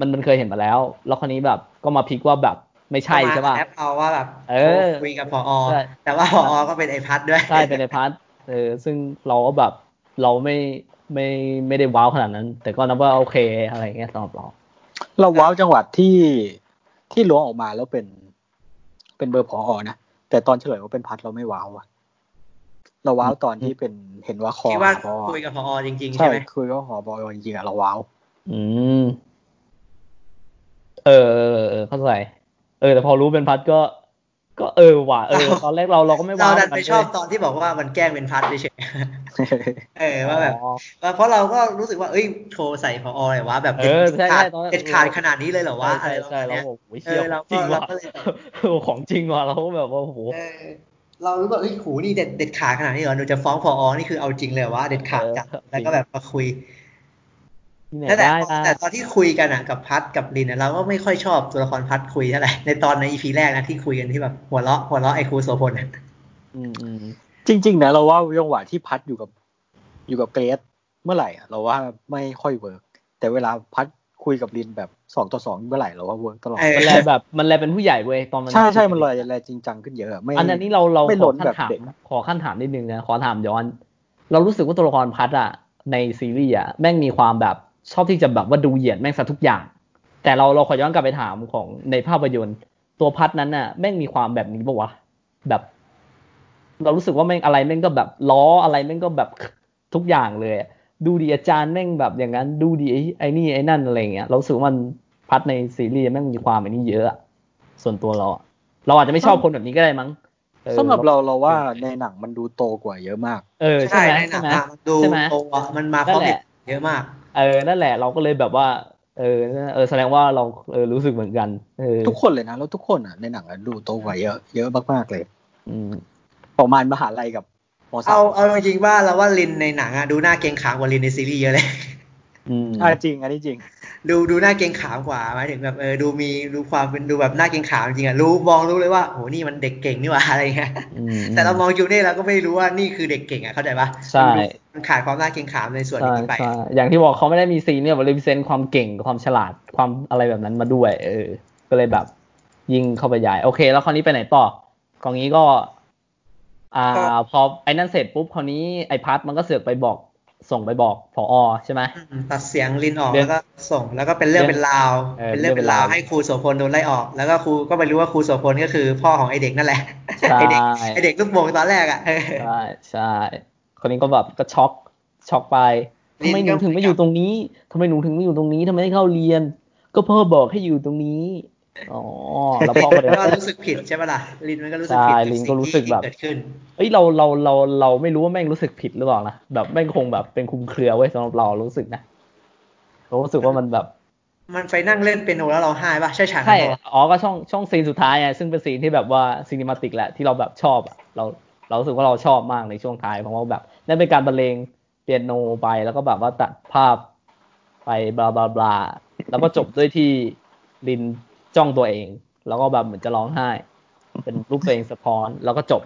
มันมันเคยเห็นมาแล้ว แล้วคราวนี้แบบก็มาพลิกว่าแบบไม่ใช่ใช่ปะ แอปเอาว่าแบบ เออ คุยกับพออ ใช่ แต่ว่าพออก็เป็นไอพัดด้วย ใช่เป็นในพาร์ทเออซึ่งเราก็แบบเราไม่ ไม่ไม่ได้ว้าวขนาดนั้น แต่ก็นับว่าโอเคอะไรอย่างเงี้ยสำหรับเรา เราว้าวจังหวัดที่ที่ล้วงออกมาแล้วเป็น เป็นเบอร์พออนะ แต่ตอนเฉลยว่าเป็นพัดเราไม่ว้าวอะเราว้าวตอนที่เป็นเห็นว่าคอ คิดว่า พอ คุยกับพอจริง ๆ ใช่ ใช่ไหม คุยว่าหอบอยจริงๆอะเราว้าว อืม เออเออเออเออเข้าใจเออ แต่พอรู้เป็นพัดก็ ก็เออว่ะ เออ ตอนแรกเราเราก็ไม่ว้า เรา ว ดันเหไปมืกั ชอบตอนที่บอกว่ามันแกล้งเป็นพัดเฉยๆเอ อว่าแบบ อ๋อ เพราะเราก็รู้สึกว่า เอ้ย โทรใส่พออะไรวะ แบบ เออใช่ใช่ ขาด ตอนนั้น เด็ดขาดขนาดนี้เลยเหรอวะ อะ ใช่ ไร ใช่เราแบบเนี้ย บอกโอ้ยเชี่ย เออเราจก็ริงว่ะ เราก็เลยแบบ โอ้ของจริงว่ะเราก็แบบว่าโอ้โห เออ เรารู้ว่าเอ้ยโหูนี่เด็ดเด็ดขาดขนาดนี้เหรอหนูจะฟ้องพอนี่คือเอาจริงเลยเหรอวะ เด็ดขาดจัด เออ แล้วก็แบบมาคุย ที่ไหน แต่ ได้ แต่ ล่ะ แต่ตอนที่คุยกันอ่ะกับพัดกับลินอะเราก็ไม่ค่อยชอบตัวละครพัดคุยเท่าไห ร่ในตอนในอีพีแรกนะที่คุยกันที่แบบหัวเราะหัวเราะไอ้ครูโสพลอะ อืมอืม จริงๆนะเราว่าจังหวะที่พัดอยู่กับ อยู่กับเกรซเมื่อไหร่อะเราว่าไม่ค่อยเวิร์กแต่เวลาพัดคุยกับลินแบบสองต่อสองเมื่อไหร่เราว่าเวิร์กตลอด เออ มันแลแบบมันแลเป็นผู้ใหญ่เว้ยตอนมัน ใช่ใช่มันลอยแรจริงจังขึ้นเยอะไม่ อันอันนี้เราเรา ไม่ ข หล่ อน ขั้นแบบ ถาม เด็กอะ ขอขั้นถามนิดนึงนะขอถามย้อน เรารู้สึกว่าตัวละครพัดอะในซีรีส์อะแม่งมีความแบบชอบที่จะแบบว่าดูเหยียดแม่งซะทุกอย่าง แต่เราเราขอย้อนกลับไปถามของในภาพยนตร์ ตัวพัดนั้นน่ะแม่งมีความแบบนี้ปะวะแบบ เรารู้สึกว่าแม่งอะไรแม่งก็แบบล้ออะไรแม่งก็แบบ ทุกอย่างเลยอะดูดีอาจารย์แม่งแบบอย่างนั้น ดูดีไอ้ไอ้นี่ไอ้นั่นอะไรอย่างเงี้ยเรารู้สึกว่ามันพัดในซีรีส์แม่งมีความอันนี้เยอะอะส่วนตัวเราอะเราอาจจะไม่ชอบคนแบบนี้ก็ได้มั้งเออ สำหรับเราเราว่าในหนังมันดูโตกว่าเยอะมาก เออใช่ ใช่ ไหม ในหนั ใช่ ง ไหม อะดู ใช่ไหม ตัวมันมาพร้อม นั่นแห เด็ ละ กเยอะมาก เออนั่นแหละ เราก็เลยแบบว่า เออเออแสดงว่าเราเออรู้สึกเหมือนกันเออ ทุกคนเลยนะแล้วทุกคนอ่ะในหนังอะดูโตกว่าเยอะเยอะมากๆเลย อืม ประมาณมหาลัยกับมสา เอา ม เอาจริงๆว่าเราว่าลินในหนังอะดูหน้าเกรงขามกว่าลินในซีรีส์เยอะเลย อืม อ่ะจริงอันนี้จริง ดูดูหน้าเกรงขามกว่าหมายถึงแบบเออดูมีดูความเป็นดูแบบหน้าเกรงขามจริงอะรู้มองรู้เลยว่าโหนี่มันเด็กเก่งนี่หว่า อะไรเงี้ย อืม แต่เรามองจูเน่เราก็ไม่รู้ว่านี่คือเด็กเก่งอะเข้าใจปะ ใช่ มันดูมันขาดความน่าเกรงขามในส่วน ใช่ นี้ไป ใช่อย่างที่บอกเขาไม่ได้มีซีนเนี่ยบริเซนความเก่งความฉลาดความอะไรแบบนั้นมาด้วย เออ ก็เลยแบบ ยิงเข้าไปใหญ่ โอเค แล้วคราวนี้ไปไหนต่อกองนี้ก็ อ่า ก็ พอไอ้นั่นเสร็จปุ๊บคราวนี้ไอ้พัดมันก็เสือกไปบอก ส่งไปบอกผอใช่ไหม อืมตัดเสียงลินออก เรื่อง แล้วก็ส่งแล้วก็เป็นเรื่องเป็นราว เออ เป็นเรื่องเป็นราวให้ครูโสพลโดนไล่ออก แล้วก็ครูก็ไปรู้ว่าครูโสพลก็คือพ่อของไอเด็กนั่นแหละ ใช่ ไอเด็กไอเด็กลูกโป่งตอนแรกอะเออ ใช่ใช่คนนี้ก็แบบก็ช็อกช็อกไป นี่ ทำไมหนู ก็ ถึงไม่อยู่ตรงนี้ทำไมหนูถึงไม่อยู่ตรงนี้ทำไมไม่เข้าเรียน ก็พ่อบอกให้อยู่ตรงนี้อ๋อแล้วพ่อก็เดิน ก็รู้สึกผิดใช่ปะล่ะลินมันก็รู้สึก ใช่ ผิดบ ลินก็ สิ่ง รู้ ที่ สึกแบบ เกิดขึ้น เอ้ยเราเราเราเราไม่รู้ว่าแม่งรู้สึกผิดหรือเปล่านะแบบแม่งคงแบบเป็นคลุมเครือไว้ยสำหรับเรารู้สึกนะเรารู้สึกว่ามันแบบ มันไปนั่งเล่นเปียโนแล้วเราไห้ปะใช่ฉากนั้ ใช่ นปะ อ๋อก็ช่องช่องซีนสุดท้ายไงซึ่งเป็นซีนที่แบบว่าซีนิมาติกแหละที่เราแบบชอบอะเราเรารู้สึกว่าเราชอบมากในช่วงท้ายเพราะว่าแบบนั่นเป็นการบรรเลงเปียโนไปแล้วก็แบบว่าตัดภาพไปบลาบลาบลาแล้วก็จบด้วยที่ลินจ้องตัวเอง แล้วก็แบบเหมือนจะร้องไห้ เป็นรูปตัวเองสะท้อนแล้วก็จบ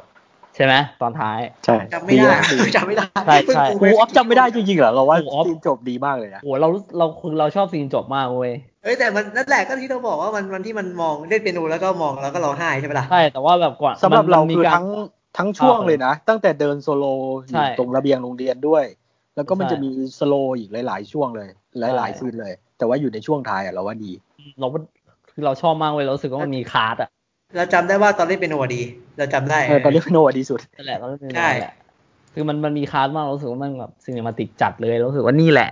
ใช่ไหมตอนท้าย ใช่ จำไม่ได้ มากจริง จำไม่ได้ ใช่ใช่ เพิ่ง โอ้ ดู โหออฟจำไม่ได้จริงๆเหรอเราว่า โอ้โหออฟ ซีนจบดีมากเลยนะ โหเรารู้เราคือเราชอบซีนจบมากเว้ย เอ้ยแต่มันนั่นแหละก็ที่เราบอกว่ามันวันที่มันมองเล่นเปียโนแล้วก็มองแล้วก็ร้องไห้ใช่ปะล่ะ ใช่ แต่ว่าแบบก่อน สำหรับ มัน เราม มี คือ การ ทั้งทั้งช่วงเลยนะ ตั้งแต่เดินโซโลอ ใช่ ยู่ตรงระเบียงโรงเรียนด้วย แล้วก็มัน ใช่ จะมีสโลอีกหลาย ๆ ช่วงเลย หลาย ใช่ ๆซีนเลย แต่ว่าอยู่ในช่วงท้ายอะเราว่าดี เราว่าคือเราชอบมากเว้ยเรารู้สึกว่ามันมีคาร์ดอะ เราจำได้ว่าตอนเล่นเปียโนอะดี เราจำได้ เออต อนเล่นโนอะดีสุด นั่นแหละเราเล่น ใช่ แหละคือมันมันมีคาร์ดมากเรารู้สึกว่ามันแบบซีนิมาติกจัดเลยเรารู้สึกว่านี่แหละ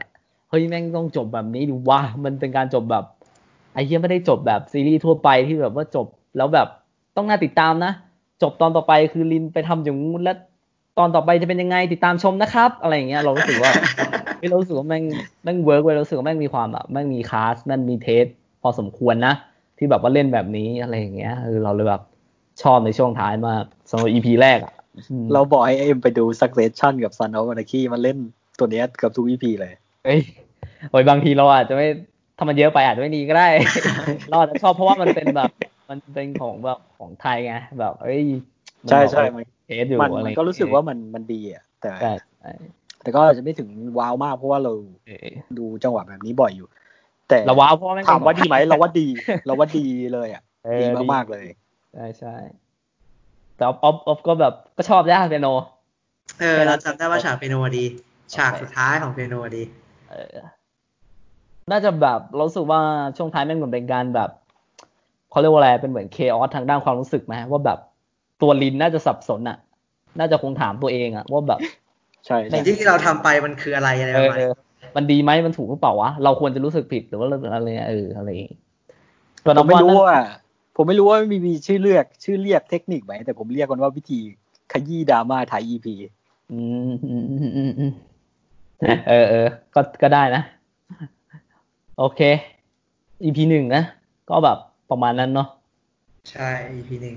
เฮ้ยแม่งต้องจบแบบนี้ดูว่ามันเป็นการจบแบบไอ้เหี้ยไม่ได้จบแบบซีรีส์ทั่วไปที่แบบว่าจบแล้วแบบต้องน่าติดตามนะ จบตอนต่อไปคือลินไปทำอย่างงู้นแล้วตอนต่อไปจะเป็นยังไงติดตามชมนะครับ อะไรอย่างเงี้ยเรารู้สึกว่า เฮ้ยเรารู้สึกว่าแม่งแม่งเวิร์กเว้ยเรารู้สึกว่าแม่งมีความแบบแม่งมีคลาสแม่งมีเทสพอสมควรนะ ที่แบบว่าเล่นแบบนี้อะไรอย่างเงี้ยเออเราเลยแบบชอบในช่วงท้ายมากสำหรับ EP แรกอะอืม เราบอกให้เอ็มไปดู Succession กับ Son of Anarchy มันเล่นตัวเนี้ยเกับทุก EP เลย เอ้ยโอ้ยบางทีเราอาจจะไม่ถ้ามันเยอะไปอาจจะไม่ดีก็ได้ เราอาจจะชอบเพราะว่ามันเป็นแบบ มันเป็นของแบบของไทยไงแบบเอ้ย ใช่ใช่ แบบ มัน เทสอยู่ มัน อะไรอมันย่าง ก็ เงี้ย รู้สึกว่ามันมันดีอ่ะแต่ ใช่ใช่ แต่ก็อาจจะไม่ถึงว้าวมากเพราะว่าเรา เออ ดูจังหวะแบบนี้บ่อยอยู่ แต่ เราว้าวเพราะว่าแม่ง ถามว่าดีไหมเราว่าดี เราว่าดีเลยอ่ะ เออ ดี ดี มากๆเลย ใช่ใช่แต่ออฟออฟก็แบบก็ชอบยากเปียโน เออเราจำได้ว่าฉากเปียโนอะดี ฉากสุดท้ายของเปียโนดี เออน่าจะแบบเรารู้สึกว่าช่วงท้ายมันเหมือนเป็นการแบบเขาเรียกว่าอะไรเป็นเหมือนเคออสทางด้านความรู้สึกไหมว่าแบบตัวลินน่าจะสับสนอะน่าจะคงถามตัวเองอะว่าแบบ ใช่ สิ่ ใช่ งที่เราทำไปมันคืออะไรอะไร เอ ปอระมาณ เอ นี้ อมันดีไหมมันถูกหรือเปล่าวะ เราควรจะรู้สึกผิดหรือว่าอะไรเงี้ยเอออะไรอย่างงี้ก็ ผ นับ มไม่ ว่า รู้ นั่น ว่า ผมไม่รู้ว่ามีมีชื่อเรียกชื่อเรียกเทคนิคไหม แต่ผมเรียกกันว่าวิธีขยี้ดราม่าไทย EP อืมอืมอืมอืมอืมเออเออก็ก็ได้นะ โอเค EP หนึ่งนะ ก็แบบประมาณนั้นเนาะ ใช่ EP หนึ่ง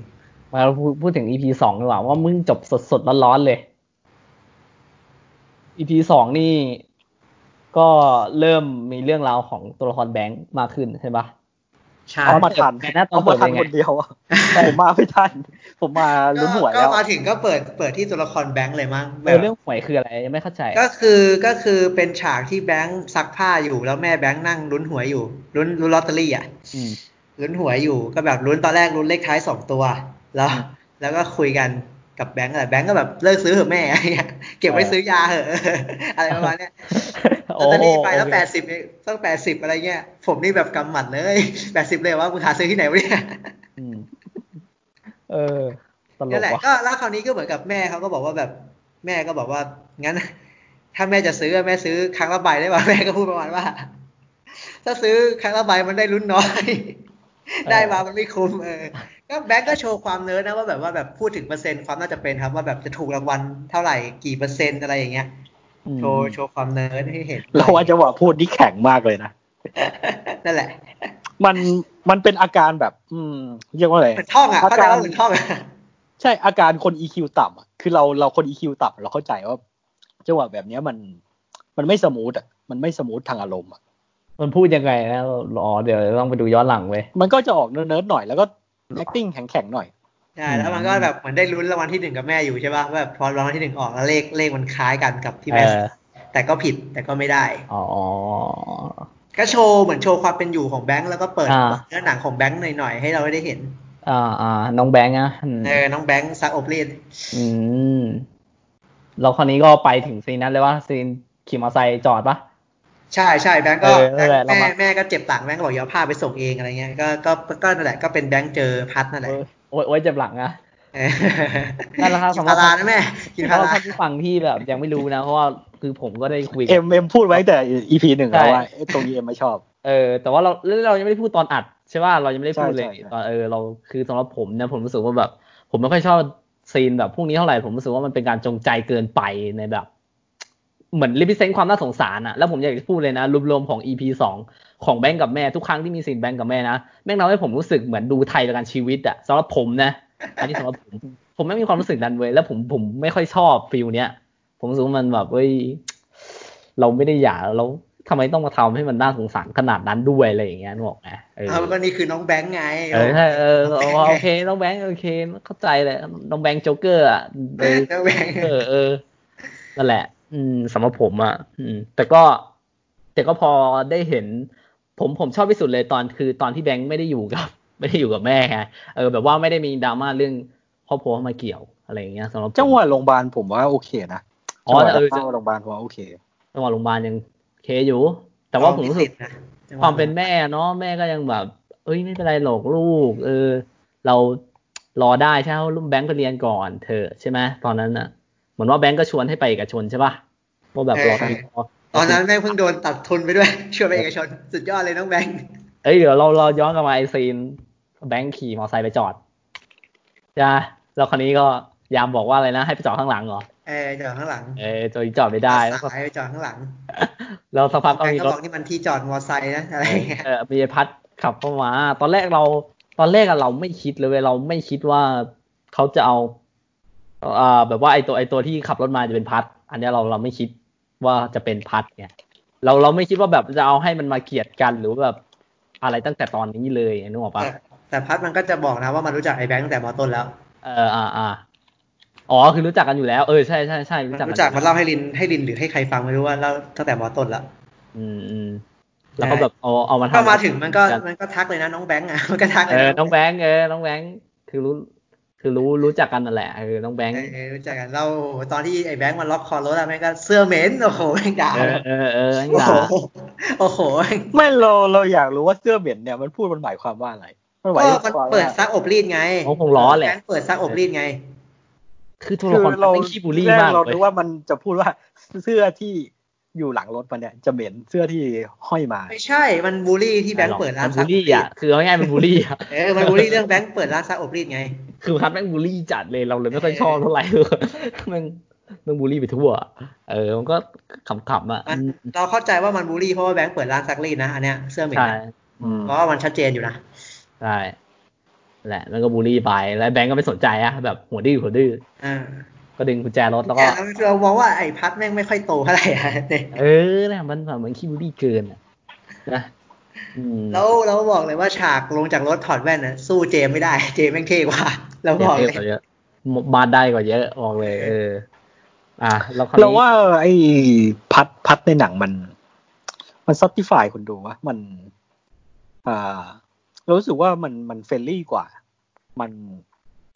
มาเราพูดพูดถึง EP สองดีกว่าว่ามึงจบสดสดๆร้อนๆเลย EP สองนี่ ก็เริ่มมีเรื่องราวของตัวละครแบงค์มากขึ้นใช่ปะ ใช่ เอามาทัน แต่หน้าตอน เอามาทัน เปิดยังไง คนเดียวอะ ผมมาไม่ทัน ผมมาลุ้นหวย ก็ แล้ว มาถึงก็เปิดเปิดที่ตัวละครแบงค์เลยมั้งแบ เอบ อเรื่องหวยคืออะไรยังไม่เข้าใจ ก็คือก็คือเป็นฉากที่แบงค์ซักผ้าอยู่แล้วแม่แบงค์นั่งลุ้นหวยอยู่ลุ้นลุ้นลอตเตอรี่อ่ะ อืม ลุ้นหวยอยู่ก็แบบลุ้นตอนแรกลุ้นเลขท้ายสองตัว แล้ว แล้วก็คุยกันกับแบงค์แหละแบงค์ก็แบบเลิกซื้อเถอะแม่ อะไรเงี้ยเก็บไว้ซื้อยาเถอะ อะไรประมาณเนี้ยลอตเตอรี่ไปแล้วแปดสิบต้องแปดสิบอะไรเงี้ยผมนี่แบบกำหมัดเลย แปดสิบเลยว่ามึงหาซื้อที่ไหนวะเนี่ย อืมเออ ตล นั่น ก แหละ ว่ะ ก็แล้วคราวนี้ก็เหมือนกับแม่เขาก็บอกว่าแบบแม่ก็บอกว่างั้น ถ้าแม่จะซื้อแม่ซื้อครั้งละใบได้ป่ะแม่ก็พูดประมาณว่า ถ้าซื้อครั้งละใบมันได้ลุ้นน้อย ได้มามันไม่คุ้มเออก็แบงก์ก็โชว์ความเนิร์ดนะว่าแบบว่าแบบพูดถึงเปอร์เซ็นต์ความน่าจะเป็นครับ ว่าแบบจะถูกรางวัลเท่าไหร่กี่เปอร์เซ็นต์อะไรอย่างเงี้ย อืม โชว์โชว์ความเนิร์ดให้เห็น เราว่าจะว่าพูดนี่แข็งมากเลยนะ นั่นแหละ มันมันเป็นอาการแบบ อืม เรียกว่าอะไร เหมือนท่องอ่ะ อา เข้าใจ การ ว่าเหมือนท่องอ่ะ ใช่อาการคน EQ ต่ำอะคือเราเราคน EQ ต่ำเราเข้าใจว่าจังหวะแบบเนี้ยมัน มันไม่สมูทอ่ะมันไม่สมูททางอารมณ์อะ มันพูดยังไงนะอ๋อเดี๋ยวต้องไปดูย้อนหลังเว้ย มันก็จะออกเนิร์ดๆหน่อยแล้วก็ acting แข็งๆหน่อย ใช่แล้วมันก็แบบเหมือนได้ลุ้นรางวัลที่หนึ่งกับแม่อยู่ใช่ป่ะว่าแบบพอรางวัลที่หนึ่งออกแล้วเลขเลขมันคล้ายกันกับที่ เอ แม่ อ แต่ก็ผิดแต่ก็ไม่ได้ อ๋อ ก็โชว์เหมือนโชว์ความเป็นอยู่ของแบงค์แล้วก็เปิด อ่า เนื้อหนังของแบงค์หน่อยๆให้เราได้เห็น อ่าอ่าน้องแบงค์นะอืม เออน้องแบงค์ซักอบรีด อืมแล้วคราวนี้ก็ไปถึงซีนนั้นเลยว่าซีนขี่มอเตอร์ไซค์จอดปะ ใช่ใช่แบงค์ก็ เออนั่นแหละ แม่ เรามา แม่ก็เจ็บต่างค์แบงค์บอกอย่าเอาผ้าไปส่งเองอะไรเงี้ยก็ก็ก็นั่นแหละก็เป็นแบงค์เจอพัดนั่นแหละ โอ้ยโอ้ยเจ็บหลังอะ เออ นั่นแหละครับ กิน สำหรั พา บ รานะแม่กิน เพ พา ราะว่า รา ท่านผู้ฟังที่แบบ ยังไม่รู้นะ เพราะว่าคือผมก็ได้คุยกับ เอ็มเอ็มพูดไว้ตั้งแต่ EP หนึ่งแล้วว่า ใช่ เอ๊ะตรงนี้เอ็มไม่ชอบ เออแต่ว่าเราเรายังไม่ได้พูดตอนอัดใช่ป่ะเรายังไม่ได้พูดเลย ใช่ใช่ใช่ ตอนเออเราคือสำหรับผมเนี่ยผมรู้สึกว่าแบบ ผมไม่ค่อยชอบซีนแบบพวกนี้เท่าไหร่ผมรู้สึกว่ามันเป็นการจงใจเกินไปในแบบ เหมือนรีพิเซนต์ความน่าสงสารอะแล้วผมอยากจะพูดเลยนะรวมๆของ EP สองของแบงก์กับแม่ทุกครั้งที่มีซีนแบงก์กับแม่นะแม่งทำให้ผมรู้สึกเหมือนดูไทยประกันชีวิตอะสำหรับผมนะอันนี้สำหรับผม ผมไม่มีความรู้สึกนั้นเว้ยแล้วผมผมไม่ค่อยชอบฟิลเนี้ย ผมรู้สึกว่ามันแบบเว้ย เราไม่ได้หย่าแล้วทำไมต้องมาทำให้มันน่าสงสารขนาดนั้นด้วยอะไรอย่างเงี้ยนึกออกไหมเออ เอาก็นี่คือน้องแบงค์ไง เออใช่เออเอาเอาโอเคน้องแบงค์โอเค เข้าใจเลยน้องแบงค์โจ๊กเกอร์อ่ะเออ น้องแบงค์ เออเออนั่นแหละ อืมสำหรับผมอ่ะอืม แต่ก็ แต่ก็พอได้เห็น ผมผมชอบที่สุดเลยตอนคือตอนที่แบงค์ไม่ได้อยู่กับ ไม่ได้อยู่กับแม่ไงเออ แบบว่าไม่ได้มีดราม่าเรื่องครอบครัวเข้ามาเกี่ยวอะไรอย่างเงี้ยสำหรับผม จังหวะโรงพยาบาลผมว่าโอเคนะ อ๋อ จังหวะ เออ จังหวะโรงพยาบาลผมว่าโอเค จังหวะโรงพยาบาลยังเคอยู่ แต่ว่าผมรู้สึก นะ ความเป็นแม่เนาะแม่ก็ยังแบบ เอ้ยไม่เป็นไรหรอกลูก เออ เรารอได้ใช่ไหมลุ่มแบงก์ก็เรียนก่อนเธอะใช่ไหมตอนนั้นน่ะ เหมือนว่าแบงก์ก็ชวนให้ไปเอกชนใช่ป่ะว่าแบบรอที่ ตอนนั้นแม่งเพิ่งโดนตัดทุนไปด้วยชวนไปเอกชนสุดยอดเลยน้องแบงค์ เอ้ยเดี๋ยวเราเราย้อนกลับมาไอซีนแบงก์ขี่มอเตอร์ไซค์ไปจอดจ้าแล้วคนนี้ก็ยามบอกว่าอะไรนะให้ไปจอดข้างหลังเหรอ เออจอดข้างหลัง เออจอดจอดไม่ได้แล้วก็ สายไปจอดข้างหลัง แล้วสักพักก็ แฟน มี ก็ ร บ ถ อกนี่มันที่จอดมอไซค์นะอะไรอย่างเงี้ย เออมีพัดขับเข้ามา ตอนแรกเรา ตอนแรกอะเราไม่คิดเลยเว้ยเราไม่คิดว่าเขาจะเอาเอ่อแบบว่าไอตัวไอตัวที่ขับรถมาจะเป็นพัด อันเนี้ยเราเราไม่คิดว่าจะเป็นพัดเนี่ยเราเราไม่คิดว่าแบบจะเอาให้มันมาเกลียดกันหรือว่าแบบอะไรตั้งแต่ตอนนี้เลยนึกออกปะ แต่แต่พัดมันก็จะบอกนะว่ามันรู้จักไอ้แบงค์ตั้งแต่มอต้นแล้ว เอออ่าอ่าอ๋อคือรู้จักกันอยู่แล้ว เออใช่ใช่ใช่รู้จัก รู้ กั จัก น มันเล่าให้ลินให้ลินหรือให้ใครฟังไม่รู้ว่าเล่าตั้งแต่มอต้นแล้ว อืมอืมแล้วก็แบบเอาเอามา ก็ ทำ มาถึงมันก็มันก็ทักเลยนะน้องแบงค์อ่ะมันก็ทักเล เอย อ นะ น้องแบงค์เออ น้องแบงค์ คือรู้ คือรู้รู้จักกันนั่นแหละคือน้องแบงค์ เออรู้จักกันเราตอนที่ไอ้แบงค์มันล็อกคอรถอะแม่งก็เสื้อเหม็นโอ้โหแม่งด่า เออเออเออแบงค์ โอ้ ด่า โหโอ้โหแม่ง ไม่เราเราอยากรู้ว่าเสื้อเหม็นเนี่ยมันพูดมันหมายความว่าอะไรมันหมาย ก็ ความ มัน ว่า เปิดซักอบรีดไง เขาคงล้อแห แบ ละ งค์เปิดซักอบรีดไง คือตัว คื ละคร อเรา เป็นขี้บูลลี่ แร มาก เรา เล คิ ย ดว่ามันจะพูดว่าเสื้อที่อยู่หลังรถมันเนี่ยจะเหม็นเสื้อที่ห้อยมา ไม่ใช่มันบูลลี่ที่แบงค์เปิดร้าน มัน ซั บู ก ล อบรี ลี่ ด อ่ะคือเอาง่ายๆเป็นบูลลี่อ่ะ เออมันบูลลี่เรื่องแบงค์เปิดร้านซักอบรีดไง คือพัดแม่งบูลลี่จัดเลยเราเลยไม่ค่อยชอบเท่าไหร่แม่งแม่งบูลลี่ไปทั่ว เออมันก็ขำๆอ่ะ มันเราเข้าใจว่ามันบูลลี่เพราะว่าแบงค์เปิดร้านซักรีดนะอันเนี้ยเสื้อเหม็น ใช่ นะ อืม เพราะว่ามันชัดเจนอยู่นะ ใช่นั่นแหละมันก็บูลลี่ไป แล้วแบงก์ก็ไม่สนใจอะแบบหัวดื้อหัวดื้อ อ่า ก็ดึงกุญแจรถแล้วก็ แต่เราเรามองว่าไอ้พัดแม่งไม่ค่อยโตเท่าไห ร่อะเนี่ย เออนะมันแบบเหมือนขี้บูลลี่เกินอะนะอืม แล้วเราบอกเลยว่าฉากลงจากรถถอดแว่นนะสู้เจมไม่ได้ เจมแม่งเท่กว่าเราบอก เย เล อะกว่าย เยอะมาได้กว่าเยอะบอกเลย เออ อ่ะแล้วคราว เรา นี้ ว่าไอ้พัดพัดในหนังมัน มันซัตติฟายคนดูว่ามัน อ่า เรารู้สึกว่ามันมันเฟรนลี่กว่า มัน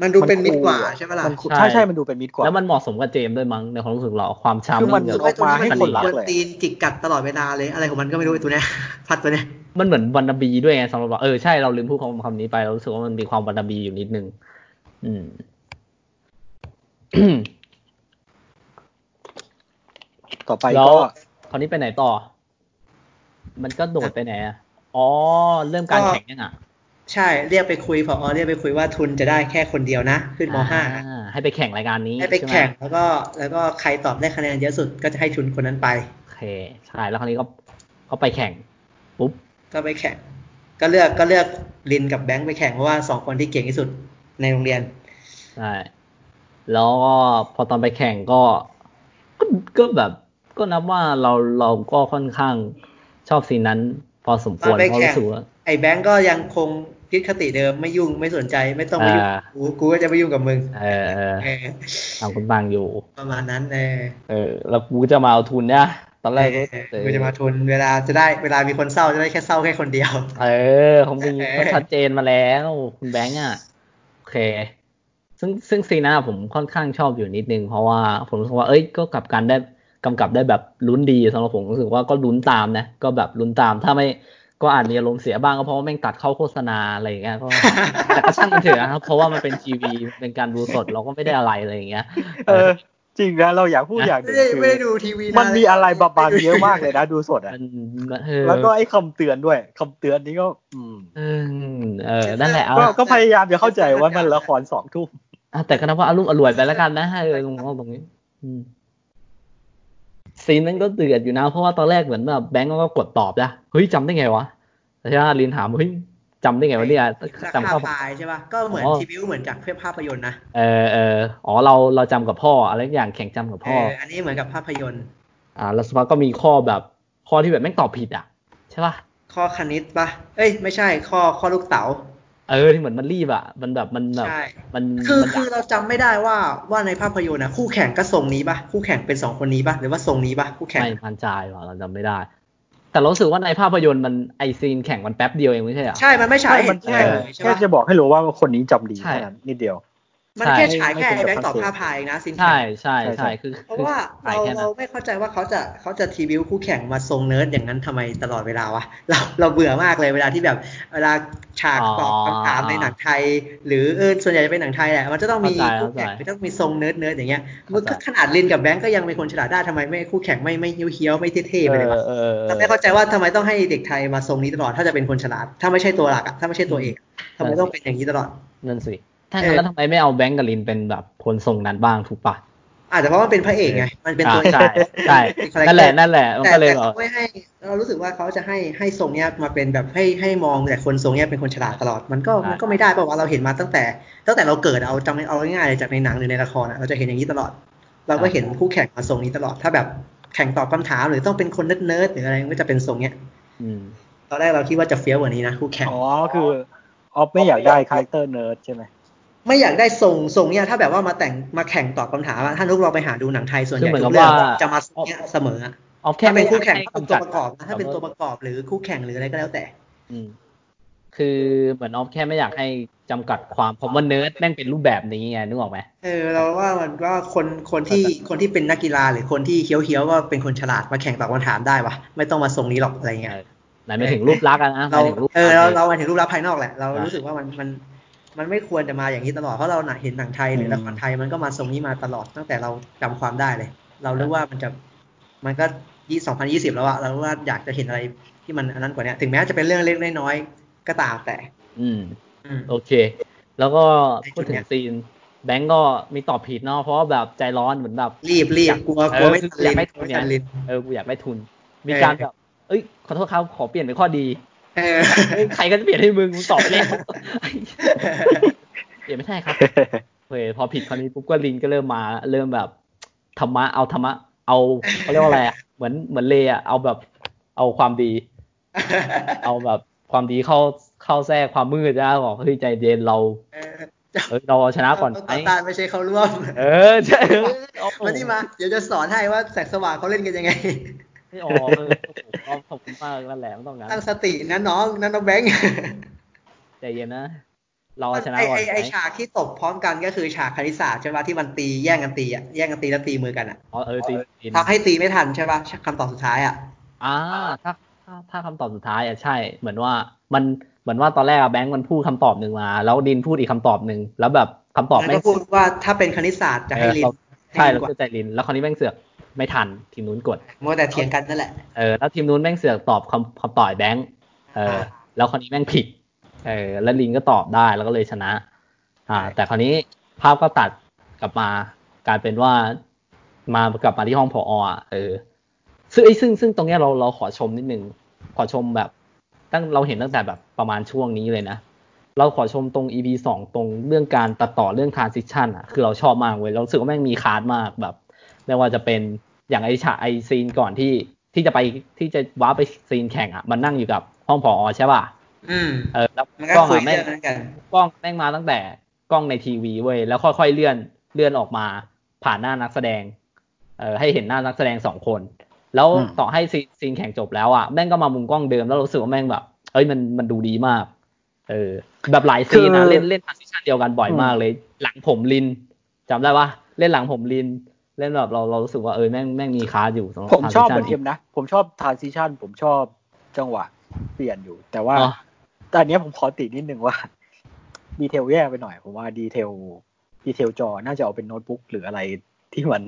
มันดูเป็นมิตร คูล กว่าใช่ไหมล่ะ นคูลใช่ใช่มันดูเป็นมิตรกว่า แล้วมันเหมาะสมกับเจมส์ด้วยมั้งในความรู้สึกเราความช้ำ คือมัน แบ รู้ บ สึกว่าตัวนี้มัน ออกมาให้คนรัก กวน เลย ตีนจิกกัดตลอดเวลาเลย อะไรของมันก็ไม่รู้ไอ้ตัวเนี้ย พัดตัวเนี้ย มันเหมือนวันนาบีด้วยไงสำหรับเราเออใช่เราลืมพูดคำคำนี้ไปเรารู้สึกว่ามันมีความวันนาบีอยู่นิดนึงอืม ต่อไป แล้ว ก็ คราวนี้ไปไหนต่อ มันก็โดดไปไหนอะอ๋อ เริ่มการแข่งเนี่ยน่ะ ใช่เรียกไปคุยพอเรียกไปคุยว่าทุนจะได้แค่คนเดียวนะ ขึ้นมห้านะ อ่าให้ไปแข่งรายการนี้ ให้ไป ใช่หม แข่งแล้วก็แล้วก็ใครตอบได้คะแนนเยอะสุดก็จะให้ทุนคนนั้นไป โอเค ใช่ แล้วคราวนี้ก็ก็ไปแข่ง ปุ๊บ ก็ไปแข่ง ก็เลือกก็เลือกลินกับแบงค์ไปแข่งเพราะว่าสองคนที่เก่งที่สุดในโรงเรียน ใช่ แล้วก็พอตอนไปแข่งก็ก็ ก็แบบ ก็นับว่าเรา เราก็ค่อนข้างชอบซีนนั้น พอสมควร ตอนไป เพราะ แข่ง รู้สึกว่า ไอ้แบงค์ก็ยังคงยึดคติเดิมไม่ยุ่งไม่สนใจไม่ต้องมายุ่ง อ่า กูกูก็จะไม่ยุ่งกับมึง เออเออ เออ ตามคนบางอยู่ ประมาณนั้นเออ เออ แล้วกูจะมาเอาทุนเนี่ย ตอนแรกก็ เออ เออ กูจะมาทนเวลาจะได้เวลามีคนเศร้าจะได้แค่เศร้าแค่คนเดียว เออของมึง เออ ก็ชัดเจนมาแล้วคุณแบงค์อ่ะโอเค ซึ่งซึ่งซีนนั้นอะผมค่อนข้างชอบอยู่นิดนึง เพราะว่าผมรู้สึกว่าเอ้ยก็กลับกันได้กำกับได้แบบลุ้นดีสำหรับผมรู้สึกว่าก็ลุ้นตามนะ ก็แบบลุ้นตาม ถ้าไม่ก็อาจมีอารมณ์เสียบ้างก็เพราะว่าแม่งตัดเข้าโฆษณาอะไรอย่างเงี้ยก็ แต่ก็ช่างมันเถอะนะครับเพราะว่ามันเป็นทีวีเป็นการดูสดเราก็ไม่ได้อะไรอะไรอย่างเงี้ย เออ จริงนะเราอยากพูดอย่างห ไม่ นึ่ได้งคือ ไม่ได้ดูทีวีนาน มันมีอะไรบาบางๆเยอะมากเลยนะดูสดอะ มันมันเออ แล้วก็ไอ้คำเตือนด้วยคำเตือนนี้ก็ อืม เออเออนั่นแหละเอา ก็ ละ ก็พยายามจะเข้าใจว่ามันละครสองทุ่ม อ่ะแต่ก็นับว่าอารมณ์อร่วยไปแล้วกันนะให้เออตรงตรงนี้ อืมซีนนั้นก็เดือดอยู่นะ เพราะว่าตอนแรกเหมือนแบบแบงก์ก็กดตอบนะเฮ้ยจำได้ไงวะแต่ใช่ไหมลินถามเฮ้ยจำได้ไงวะเนี่ย จาก จำ ภา เข้า พไฟล์ใช่ป่ะก็เหมือน อ๋อ ทีวีเหมือนจากเพื่อภาพยนตร์นะ เออเอออ๋อเราเราจำกับพ่อ อะไรสักอย่างแข่งจำกับ เอ พ่อ ออันนี้เหมือนกับภาพยนตร์ อ่า แล้วสกพักก็มีข้อแบบ ข้อที่แบบแม่งตอบผิดอ่ะ ใช่ป่ะ ข้อคณิตป่ะเอ้ยไม่ใช่ข้อข้อลูกเต๋า เออที่เหมือนมันรีบอ่ะ มันแบบมันแบบ ใช่ มัน คือ มัน คือเราจำไม่ได้ว่าว่าในภาพยนตร์นะคู่แข่งก็ทรงนี้ปะคู่แข่งเป็นสองคนนี้ปะหรือว่าทรงนี้ปะคู่แข่ง ไม่มั่นใจว่ะเราจำไม่ได้ แต่เรารู้สึกว่าในภาพยนตร์มันไอซีนแข่งมันแป๊บเดียวเองไม่ใช่เหรอ ใช่ มันไม่ฉายให้ มั เห็นนแค่ แค่เลยใช่ แค่ ปะ จะบอกให้รู้ว่าคนนี้จำดี ใช่ แค่นั้นนิดเดียว มันแค่ ใช่ ฉายแค่ ไม่ ไอ้แบเกี่ยวกับงค์ตอบภาภาพพพายเองนะซิง ใช่ แข่ง ใช่ ใช่ ใช่คือ เพราะว่า คือ เรา ขยแค่นั้ เรา น ไม่เข้าใจว่าเขาจะเขาจะทีวิวคู่แข่งมาทรงเนิร์ดอย่างนั้นทำไมตลอดเวลาวะ เราเราเบื่อมากเลยเวลาที่แบบเวลาฉากตอบคำถามในหนังไทย หรือเออส่วนใหญ่จะเป็นหนังไทยแหละมันจะต้องมีคู่แข่งมันจะต้องมีทรงเนิร์ดเนิร์ดอย่างเงี้ยมันก็ขนาดลินกับแบงก์ก็ยังเป็นคนฉลาดได้ทำไมไม่คู่แข่งไม่ไม่เหี้ยวๆไม่เท่ๆไปเลยวะ เออเออ แต่ไม่เข้าใจว่าทำไมต้องให้เด็กไทยมาทรงนี้ตลอด ถ้าจะเป็นคนฉลาด ถ้าไม่ใช่ตัวหลักอะถ้าไม่ใช่ตัวเอกอะทำไมต้องเป็นอย่างนี้ตลอด นั่นสิถ้า เอ งั้น อ แล้วทำไมไม่เอาแบงก์กับลินเป็นแบบคนทรงนั้นบ้างถูกปะ อาจจะเพราะมันเป็นพระเอกไง มันเป็นตัวเอ อ่าก ใช่ใช่ เป็ character นั่นแหละนั่นแหละ มัน แต่ ก็เลย แต่ แบบ เขาไม่ให้ เรารู้สึกว่าเขาจะให้ให้ทรงเนี้ยมาเป็นแบบให้ให้มองแต่คนทรงเนี้ยเป็นคนฉลาดตลอด มันก็มันก็ไม่ได้เพราะว่าเราเห็นมาตั้งแต่ ตั้งแต่เราเกิดอะเอาจำเอาง่ายๆเลยจากในหนังหรือในละครอะเราจะเห็นอย่างนี้ตลอด เราก็เห็นคู่แข่งมาทรงนี้ตลอด ถ้าแบบแข่งตอบคำถามหรือต้องเป็นคนเนิร์ดๆหรืออะไรมันก็จะเป็นทรงเนี้ย อืม ตอนแรกเราคิดว่าจะเฟี้ยวกว่านี้นะคู่แข่ง อ๋อคือออฟไม่อยากได้คาแรคเตอร์เนิร์ดใช่ไหม ไม่อยากได้ทรงทรงเนี่ยถ้าแบบว่ามาแต่งมาแข่งตอบคำถามอะถ้านุกเราไปหาดูหนังไทยส่วนใหญ่ทุกเรื่องจะมาทรงเนี่ยเสมออะ ออฟแค่ ถ้าเป็นคู่แข่ง ให้ ถ้าเป็น กำ ตัดวประกอบนะถ้าเป็นตัวประกอบหรือคู่แข่งหรืออะไรก็แล้วแต่ อืมคือเหมือนออฟแค่ไม่อยากให้ จำกัดความคำว่าเนิร์ดแม่งเป็นรูปแบบนี้ไงนึกออกไหม เออเราว่ามันว่าคนคนที่คนที่เป็นนักกีฬาหรือคนที่เคี้ยวเคี้ยวๆก็เป็นคนฉลาดมาแข่งตอบคำถามได้วะไม่ต้องมาทรงนี้หรอกอะไรเงี้ย เออไหนไม่ถึงรูปลักษณ์อะนะห เรา มายถึงรูป เออ ลั เรา กษณ์ เราหมายถึงรูปลักษณ์ภายนอกแหละ เรารู้สึกว่ามันมันมันไม่ควรจะมาอย่างนี้ตลอดเพราะเราน่ะเห็นหนังไทยหรือละครไทยมันก็มาทรงนี้มาตลอดตั้งแต่เราจำความได้เลย เรารู้ว่ามันจะมันก็ยี่สองพันยี่สิบแล้วอะเรารู้ว่าอยากจะเห็นอะไรที่มันอันนั้นกว่าเนี้ยถึงแม้จะเป็นเรื่องเล็กๆน้อยๆก็ตามแต่ อืม อืม โอเค แล้วก็พูดถึงไอ้จุดเนี้ย ซีน แบงก์ก็มีตอบผิดเนาะเพราะว่าแบบใจร้อนเหมือนแบบ รีบรีบกลัวกลัวไม่ทัน เออยากลิน ได้ ก ทุ ลัวน ไม่ เนี่ ทั ย นลิน เออกูอยากได้ทุน มี เออ การแบบเอ้ยขอโทษครับขอเปลี่ยนเป็นข้อดี เออ เอ้ยใครก็จะเปลี่ยนให้มึงมึงตอบไปแล้วเปลี่ยนไม่ใช่ครับ เฮ้ยพอผิดคราวนี้ปุ๊บก็ลินก็เริ่มมาเริ่มแบบธรรมะเอาธรรมะเอาเขาเรียกว่าอะไรอะเหมือนเหมือนเลอะเอาแบบเอาความดี เอาแบบความดีเข้าเข้าแทรกความมืดนะบอกเฮ้ยใจเย็นเรา เออ เฮ้ยเราเอาชนะก่อน เรา ไหม ต่อต้านไม่ใช่เขา ร่วม เออใช่เออเอ มานี่มาเดี๋ยวจะสอนให้ว่าแสงสว่างเขาเล่นกันยังไง ไม่ออกเออโอ้โหขอบคุณมากนั่นแหละไม่ต้องงั้น ตั้งสตินะน้องนะน้องแบงค์ ใจเย็นนะเราเอาชนะ ไอ ก่อน ไอ ไห ไอ ม ฉากที่ตบพร้อมกันก็คือฉากคณิตศาสตร์ใช่ป่ะที่มันตีแย่งกันตีอ่ะแย่งกันตีแล้วตีมือกันอ่ะ อ๋อเออตีตีน ทำให้ตีไม่ทันใช่ป่ะคำตอบสุดท้ายอ่ะ อ่าถ้าถ้าถ้าคำตอบสุดท้ายอ่ะใช่ เหมือนว่ามันเหมือนว่าตอนแรกอะแบงค์มันพูดคำตอบหนึ่งมา แล้วดินพูดอีกคำตอบหนึ่งแล้วแบบคำตอบ แล้ว ไม่ ก็พูดว่าถ้าเป็นคณิตศาสตร์จะเออให้ลิน เรา ใช่ ห้ลิ เรา นกว่า เชื่อใจลิน แล้วคราวนี้แม่งเสือกไม่ทันทีมนู้นกด มัวแต่เถียงกันนั่นแหละ เออแล้วทีมนู้นแม่งเสือกตอบคำคำตอบไอ้แบงค์เออ อ่า แล้วคราวนี้แม่งผิด เออ แล้วลินก็ตอบได้แล้วก็เลยชนะ อ่า ใช่ แต่คราวนี้ภาพก็ตัดกลับมากลายเป็นว่ามากลับมาที่ห้องผออ่ะเออ ซึ่งไอ้ยซึ่งซึ่งตรงเนี้ยเราเราขอชมนิดนึงขอชมแบบ ตั้งเราเห็นตั้งแต่แบบประมาณช่วงนี้เลยนะ เราขอชมตรง EP สองตรงเรื่องการตัดต่อเรื่อง transition อ่ะ คือเราชอบมากเว้ยเรารู้สึกว่าแม่งมีคาร์ดมากแบบ ไม่ว่าจะเป็นอย่างไอฉากไอซีนก่อนที่ที่จะไปที่จะว้าร์ปไปซีนแข่งอ่ะมันนั่งอยู่กับห้องผอใช่ป่ะ อืม เออแล้ว มันก็ กล้อง คุย อ่ะแม่ เรื่อง งนั้นกัน กล้องแม่งมาตั้งแต่กล้องในทีวีเว้ยแล้วค่อยๆเลื่อนเลื่อนออกมา ผ่านหน้านักแสดงเออให้เห็นหน้านักแสดงสองคน แล้ว อืม ต่อให้ซีนซีนแข่งจบแล้วอ่ะแม่งก็มามุมกล้องเดิมแล้วรู้สึกว่าแม่งแบบเอ้ยมันมันดูดีมาก เออ แบบหลายซีนนะเล่นเล่นพาร์ติชันเดียวกันบ่อยมากเลย หลังผมลินจำได้ปะเล่นหลังผมลิน เล่นแบบเราเรารู้สึกว่าเออแม่งแม่งมีคลาสอยู่สำหรับ ผมชอบ transition เหมือนเอ็มนะ ผมชอบทา n ซิชันผมชอบจังหวะเปลี่ยนอยู่ แต่ว่า อ๋อ แต่อันเนี้ยผมขอตินิดนึงว่า ดีเทลแย่ไปหน่อย ผมว่าดีเทลดีเทลจอน่าจะเอาเป็นโน้ตบุ๊กหรืออะไรที่มัน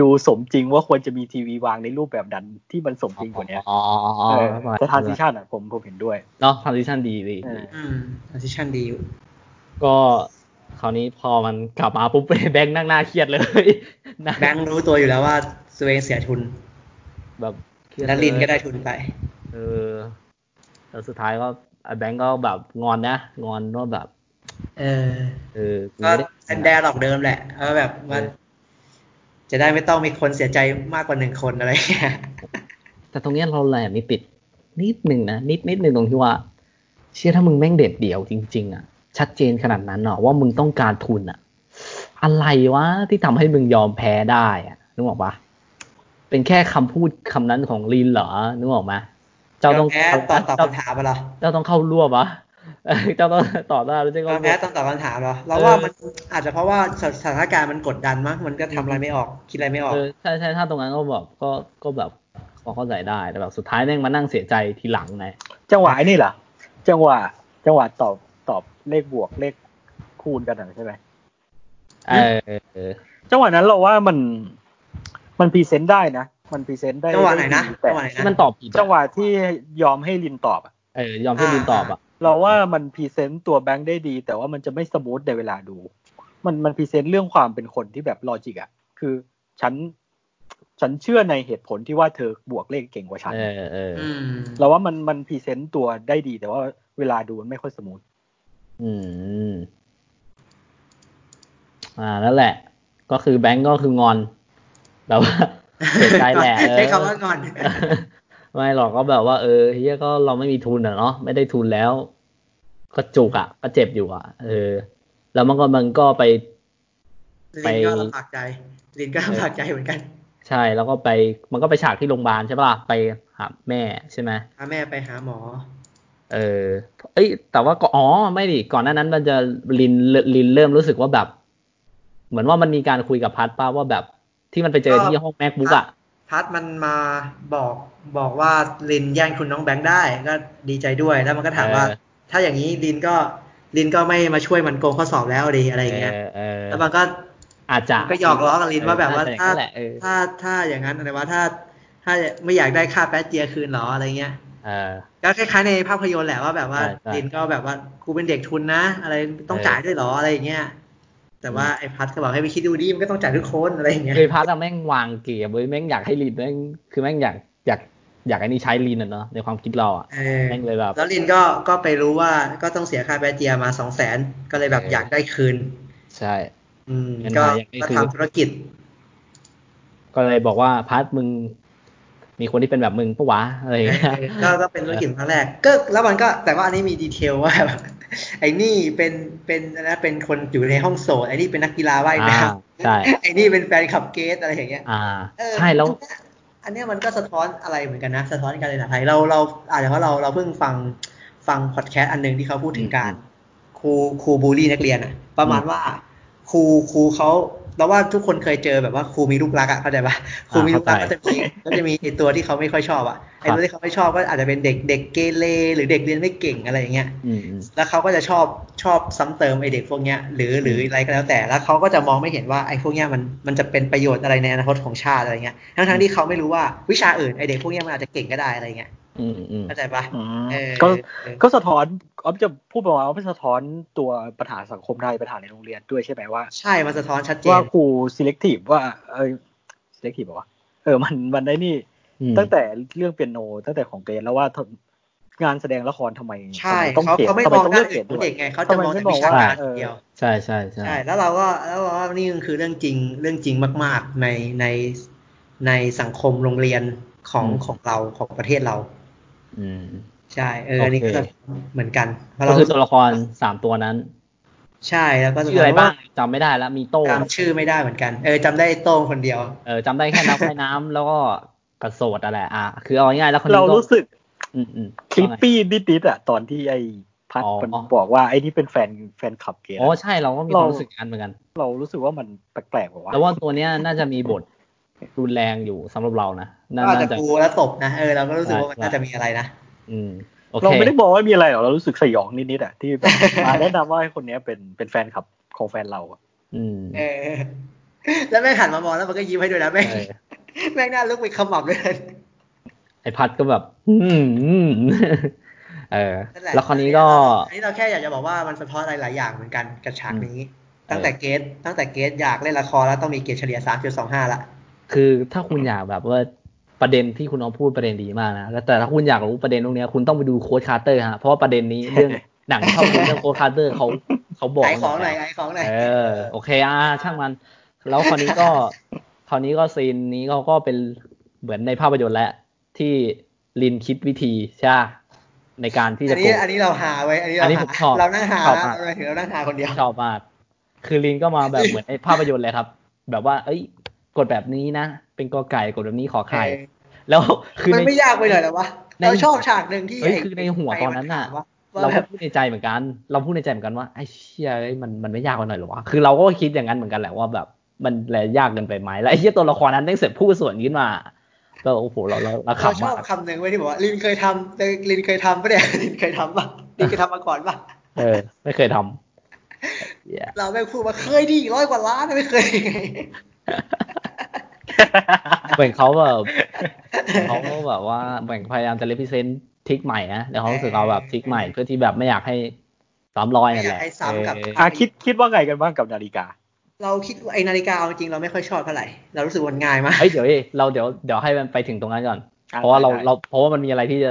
ดูสมจริงว่าควรจะมีทีวีวางในรูปแบบดันที่มันสมจริงกว่าเนี้ย อ๋ออ๋อ เออ อ๋อ แต่ทา n ซิชันอ่ะผมผมเห็นด้วย เนาะ transition ดีดี เอ ดี อ อืม transition ดีอยู่ ก็คราวนี้พอมันกลับมาปุ๊บ แบงค์นั่งหน้าเครียด เลยนะ แบงค์รู้ตัวอยู่แล้วว่าตัวเองเสียทุน แบบเครียด แล้วลินก็ได้ เย ทุนไป เออแล้วสุดท้ายก็แบงค์ก็แบบงอนนะงอนว่าแบบ เออ เออกู ก็ ไม่ได้ เป็นแดร์หลอกเดิมแหละว่าแบบว่า เออ จะได้ไม่ต้องมีคนเสียใจมากกว่าหนึ่งคนอะไรอย่างเงี้ย แต่ตรงเนี้ยเราแหละมีติดนิดหนึ่งนะนิดนิดหนึ่งตรงที่ว่า เชื่อถ้ามึงแม่งเด็ดเดี่ยวจริง ๆ อ่ะ ชัดเจนขนาดนั้นเนาะว่ามึงต้องการทุนอ่ะ อะไรวะที่ทำให้มึงยอมแพ้ได้อ่ะนึกออกปะเป็นแค่คำพูดคำนั้นของลินเหรอนึกออกไหมเจ้าต้อง ยมแพ้ตอบตอบ เจ้า คำถามอะเหรอ เจ้าต้องเข้าร่วมวะ เออเจ้าต้องต่อหน้าแล้วเจ้าย ก็ อมแพ้ตอบตอบคำถามเหรอเรา เออ ว่ามันอาจจะเพราะว่าสสถานการณ์มันกดดันมั้งมันก็ทำอะไรไม่ออกคิดอะไรไม่ออก เออใช่ใช่ถ้าตรงนั้นก็แบบก็ก็แบบพอเข้าใจได้แต่แบบสุดท้ายแม่งมานั่งเสียใจทีหลังไง จังหวะไอ้นี่เหรอจังหวะจังหวะตอบตอบเลขบวกเลขคูณกันอะใช่ไหม เออ จังหวะนั้นเราว่ามันมันพรีเซนต์ได้นะ มันพรีเซนต์ได้ จังหวะไหนนะ ด้ดีแต่ จังหวะไหน มั นะ นตอบผิดอะ จังหวะที่ยอมให้ลินตอบอะ เออยอมให้ลินตอบอ่ะ เราว่ามันพรีเซนต์ตัวแบงค์ได้ดี แต่ว่ามันจะไม่สมูทในเวลาดู มันมันพรีเซนต์เรื่องความเป็นคนที่แบบลอจิกอ่ะ คือฉัน ฉันเชื่อในเหตุผลที่ว่าเธอบวกเลขเก่งกว่าฉัน เออเออ อืม เราว่ามันมันพรีเซนต์ตัวได้ดี แต่ว่าเวลาดูมันไม่ค่อยสมูท อืม อ่านั่นแหละ ก็คือแบงก์ก็คืองอนแบบ ว่า เสียใจแหละเออ ใช้คำว่าก่อน ไม่หรอกก็แบบว่าเออเฮียก็เราไม่มีทุนอ่ะเนาะไม่ได้ทุนแล้ว ก็จุกอ่ะ ก็เจ็บอยู่อ่ะ เออ แล้วมันก็มันก็ไป ไป ลินก็ลำบากใจลินก็ลำบากใจเหมือนกัน ใช่แล้วก็ไป มันก็ไปฉากที่โรงพยาบาลใช่ปะล่ะไปหาแม่ใช่ไหม พาแม่ไปหาหมอ เออ เอ้ย แต่ว่าก็อ๋อ ไม่ดิ ก่อนหน้านั้นมันจะลินลินเริ่มรู้สึกว่าแบบ เหมือนว่ามันมีการคุยกับพัทป้าว่าแบบ ที่มันไปเจอที่ห้องแม็กบุ๊กอะ พัทมันมาบอกบอกว่าลินแย่งคุณน้องแบงค์ได้ก็ดีใจด้วยแล้วมันก็ถามว่า ถ้าอย่างนี้ลินก็ลินก็ไม่มาช่วยมันโกงข้อสอบแล้วดีอะไรอย่างเงี้ยแล้วมันก็ อาจจะ ก็หยอกล้อกับลินว่าแบบว่าถ้า เออ ถ้าถ้าอย่างนั้นอะไรว่าถ้า ถ้าไม่อยากได้ค่าแป๊ดเจียคืนหรออะไรเงี้ย เออ ก็คล้ายๆในภาพยนตร์แหละว่าแบบว่า ใช่ใช่ ลินก็แบบว่ากูเป็นเด็กทุนนะ อะไรต้อง เออ จ่ายด้วยหรออะไรอย่างเงี้ยแต่ว่าไอ้พัทก็บอกให้ไปคิดดูดิมันก็ต้องจ่ายทุกคนอะไรอย่างเงี้ย คือพัทอะแม่งวางเกียบเว้ยแม่งอยากให้ลินแม่งคือแม่งอยากอยากอยากไอ้นี่ใช้ลินอะเนาะในความคิดเราอะ เออ แม่งเลยแบบ แล้วลินก็ก็ไปรู้ว่าก็ต้องเสียค่าแบตเจียมาสองแสนก็เลยแบบ เออ อ อ ยากได้คืน ใช่ อืม เห็นไหม ก็ อยากได้ ก็ คืน ทำธุร กิจ ก็เลยบอกว่าพัทมึง มีคนที่เป็นแบบมึงปะวะอะไรอย่างเงี้ย เออก็ก็เป็นธุรกิจครั้งแรกก็แล้วมันก็แต่ว่าอันนี้มีดีเทลว่า แบบไอ้นี่เป็นเป็นอะไรนะเป็นคนอยู่ในห้องโสดไอ้นี่เป็นนักกีฬาว่ายน้ อ่าใช่ ำไอ้นี่เป็นแฟนขับเกสอะไรอย่างเงี้ย อ่า เออ ใช่แล้ว อันเนี้ยมันก็สะท้อนอะไรเหมือนกันนะ สะท้อนการเรียนรู้ไทยเราเราอาจจะเพราะเราเราเพิ่งฟังฟังพอดแคสต์อันหนึ่งที่เขาพูดถึงการ ครูครูบูลลี่นักเรียนอะประมาณว่าครูครูเขาเราว่าทุกคนเคยเจอแบบว่าครูมีลูกรักอะเข้าใจปะครูมีลูกรักก็ เข้าใจ จะมีก็จะมีไอตัวที่เขาไม่ค่อยชอบอะไอ ครับ ตัวที่เขาไม่ชอบก็อาจจะเป็นเด็กเด็กเกเรหรือเด็กเรียนไม่เก่งอะไรอย่างเงี้ย อืมอืม แล้วเขาก็จะชอบชอบซ้ำเติมไอเด็กพวกเนี้ยหรือหรืออะไรก็แล้วแต่แล้วเขาก็จะมองไม่เห็นว่าไอพวกเนี้ยมันมันจะเป็นประโยชน์อะไรในอนาคตของชาติอะไรเงี้ยทั้งทั้งๆที่เขาไม่รู้ว่าวิชาอื่นไอเด็กพวกเนี้ยมันอาจจะเก่งก็ได้อะไรเงี้ย อืมอืม เข้าใจปะ อืม เออ ก็ เออ ก็สะท้อนอ๊อฟจะพูดประมาณว่ามันสะท้อนตัวปัญหาสังคมไทยปัญหาในโรงเรียนด้วยใช่ไหมว่า ใช่ มันสะท้อนชัดเจ ว่าน ครู selective ว่าเออ selective บอกว่าเออมันมันได้นี่ อืม ตั้งแต่เรื่องเปียโน ตั้งแต่ของเกรนแล้วว่าทำงานแสดงละครทำไม ใช่ ทำไมต้เขาเขาไม่มองเกรดทำไม อง ต้อง ด้า เลือน กเกร อื่นขดองด้วย เด็กไงเขาจะมองแต่วิชา ทำไม การ ไม่มอง เดียว ใช่ใช่ใช่ ใช่ แล้วเราก็แล้วเราว่านี่คือเรื่องจริงเรื่องจริงมาก ๆในในในสังคมโรงเรียนของ อืม ของเราของประเทศเรา อืม ใช่เอออันนี้ โอ ก็ เค เหมือนกันเพราะ ก็ เรา คือตัวละครสามตัวนั้น ใช่แล้วก็ ชื่ออะไรบ้างจำไม่ได้แล้วมีโต้ จำชื่อไม่ได้เหมือนกัน เออจำได้โต้งคนเดียว เออจำได้แค่นักว่ายน้ำแล้วก็กระโสดอะไรอ่ะคือเอาง่ายๆแล้วคน เรา นี้ก็ รู้สึก อืมอืม คลิป ว่าไง ปี้นิดๆอะตอนที่ไอ้พัด อ๋อ มันบอกว่าไอ้นี่เป็นแฟนแฟนขับเกรน อ๋อใช่เราก็มีความรู้สึกอันเหมือนกัน เรารู้สึกว่ามันแปลกๆแบบว่า แล้วว่าตัวเนี้ยน่าจะมีบทรุนแรงอยู่สำหรับเรานะน่า ก็อาจจะ น่าจะ กูแล้วตบนะเออเราก็รู้สึกว่ามัน ใช่ น่าจะมีอะไรนะ อืมโอ เรา เค ไม่ได้บอกว่ามีอะไรหรอกเรารู้สึกสยองนิดๆอะที่แบบ มาแนะนำว่าให้คนเนี้ยเป็นเป็นแฟนขับของแฟนเราอะ อืม เออ แล้วแม่งหันมามองแล้วมันก็ยิ้มให้ด้วยนะแม่ง เออ แม่งหน้าลุกไปขมับเลย ไอพัดก็แบบ อืมอืม เออ นั่นหะ แล้วคราวนี้ก็ อันนี้เราแค่อยากจะบอกว่ามันสะท้อนอะไรหลายอย่างเหมือนกันกับฉากนี้ อ ตั้งแต่เกตตั้งแต่เกตอยากเล่นละครแล้วต้องมีเกตเฉลี่ย 3.25 ละ คือถ้าคุณอยากแบบว่าประเด็นที่คุณน้องพูดประเด็นดีมากนะแล้วแต่ถ้าคุณอยากรู้ประเด็นตรงเนี้ยคุณต้องไปดูโค้ดคาร์เตอร์ฮะเพราะว่าประเด็นนี้ เรื่องหนังที่เข้าคุณเรื่องโค้ดคาร์เตอร์เขาเขาบอก ขายของหน่อยขายของหน่อย เออโอเคอ่าช่างมัน แล้วคราวนี้ก็คราวนี้ก็ซีนนี้เขาก็เป็นเหมือนในภาพยนตร์แหละที่ลินคิดวิธีใช่ปะในการที่ อั จะ นนี้ โกง อันนี้เราหาไว้อันนี้ อั เรา นนี้ผหามชอบ เรานั่งหา ชอบมาก เราถึงเรานั่งหาคนเดียว ชอบมากคือลินก็มาแบบเหมือนในภาพยนตร์เลยครับ แบบว่า เอ้ย กดแบบนี้นะ เป็นกอไก่กดแบบนี้ขอไข่ เออ แล้วคือ มัน ใน ไม่ยากไปหน่อยเหรอวะ ใน เราชอบฉากหนึ่งที่ เฮ้ย ไ คือในหัว ไ ตอนนั้นน่ะ มัถามว่า เรา ว่าแบ ก็ บ พูดในใจเหมือนกัน เราพูดในใจเหมือนกันว่าไอ้เชี่ยเอ้ยมันมันไม่ยากกว่าหน่อยเหรอวะ คือเราก็คิดอย่างนั้นเหมือนกันแหละว่าแบบมันแหละยากเกินไปไหมแล้วไอ้เชี่ยตัวละครนั้นได้เสร็จพูดส่วนนี้ขึ้นมาก็โอ้โหเราเราเรา เรา ขำ ชอ มา บ ก คำหนึ่งไว้ยที่บอกว่าลินเคยทำแต่ลินเคยทำปะเนี่ย ลินเคยทำปะลินเคยทำมาก่อนปะ เออ ไม่เคยทำเหี้ย เราไม่งพูดว่าเคยดิร้อยกว่าล้านไม่ เคย เหมือนเขาแบบเขาก็แบบว่าเหมือนพยายามจะเลพิเซนต์ทิกใหม่นะแต่เขารู้สึกเอาแบบทิกใหม่เพื่อที่แบบไม่อยากให้ซ้ำรอยนั่นแหละ ไม่อยากให้ซ้ำกับ เออ อ่ะคิดคิดว่าไงกันบ้างกับนาฬิกา เราคิดว่าไอนาฬิกาเอาจริงเราไม่ค่อยชอบเท่าไหร่ เรารู้สึกมันง่ายมาก เฮ้ยเดี๋ยวดิเราเดี๋ยวเดี๋ยวให้มันไปถึงตรงนั้นก่อน อ่ะ เพราะว่าเรา ได้ได้ เราเพราะว่ามันมีอะไรที่จะ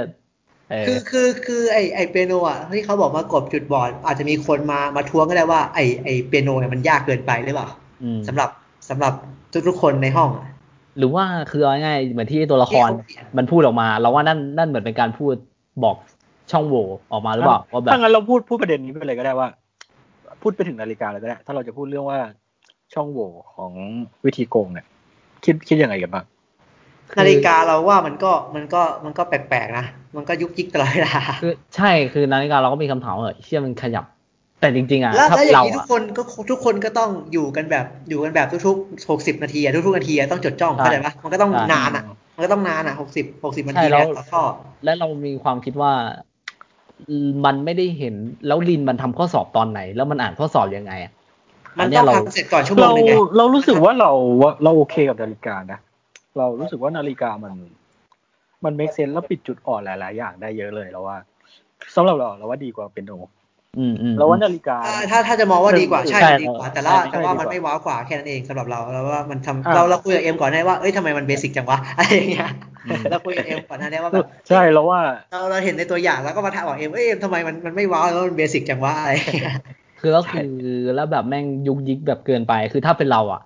เออ คือคือคือไอไอเปียโนอ่ะที่เขาบอกว่ากบจุดบอดอาจจะมีคนมามาทวงก็ได้ว่าไอไอเปียโนเนี่ยมันยากเกินไปหรือเปล่า อืม สำหรับสำหรับทุกทุกๆคนในห้องอะ หรือว่าคือเอาง่ายๆเหมือนที่ตัวละคร ที่เขาเขียน มันพูดออกมา เราว่านั่นนั่นเหมือนเป็นการพูดบอกช่องโหว่ออกมาหรือเปล่าว่าแบบ ถ้างั้นเราพูดพูดประเด็นนี้ไปเลยก็ได้ว่า พูดไปถึงนาฬิกาเลยก็ได้ ถ้าเราจะพูดเรื่องว่าช่องโหว่ของวิธีโกงเนี่ยคิดคิดยังไงกันบ้าง นาฬิกาเราว่ามันก็มันก็มันก็แปลกๆนะ มันก็ยุกยิกตลอดเวลา คือใช่คือนาฬิกาเราก็มีคำถามว่าเออเชี่ยมันขยับ แต่จริง ๆอ่ะ แล้ว ถ้า แล้วอย่า เรา งนี้ทุ อะ กคนก็ทุกคนก็ต้องอยู่กันแบบอยู่กันแบบทุกๆหกสิบนาทีอะทุกๆนาทีอะต้องจดจ้อง ใช่ เข้าใจปะมันก็ต้อง ใช่ นานอะมันก็ต้องนานอะหกสิบหกสิบนา ใช่ ที แล้ แล้ว วแล้วก็ และเรามีความคิดว่ามันไม่ได้เห็นแล้วลินมันทำข้อสอบตอนไหน แล้วมันอ่านข้อสอบยังไงอ่ะ มัน นเนี้ ต้อย ง เรา ทำเสร็จก่อนชั่วโมง เรา หนึงไง เรารู้สึกว่าเราเราโอเคกับนาฬิกานะ เรารู้สึกว่านาฬิกามัน มันเมคเซนแล้วปิดจุดอ่อนหลาย ๆ อย่างได้เยอะเลยเราว่าสำหรับเราเราว่าดีกว่าเป็นโน อืมอืม เราว่านาฬิกา ถ้าถ้าถ้าจะมองว่าดีกว่าใช่ ใช่ มันดีกว่า แต่ละ ใช่ แต่ว่า ใช่ดีกว่ามั มันไม่ว้าวกว่าแค่นั้นเองสำหรับเราแล้วว่ามันทำ อ่า เราเราคุยกับเอ็มก่อนได้ว่าเอ้ยทำไมมันเบสิกจังวะอะไรอย่างเงี้ย อืม เราคุยกับเอ็มก่อนหน้านี้ว่าแบบ ใช่เราว่า เราเราเห็นในตัวอย่างแล้วก็มาถามบอกเอ็มเอ้ยเอ็มทำไมมันมันไม่ว้าวแล้วมันเบสิกจังวะอะไรอย่างเงี้ย คือแล้วคือแล้วแบบแม่งยุกยิกแบบเกินไป คือถ้าเป็นเราอ่ะ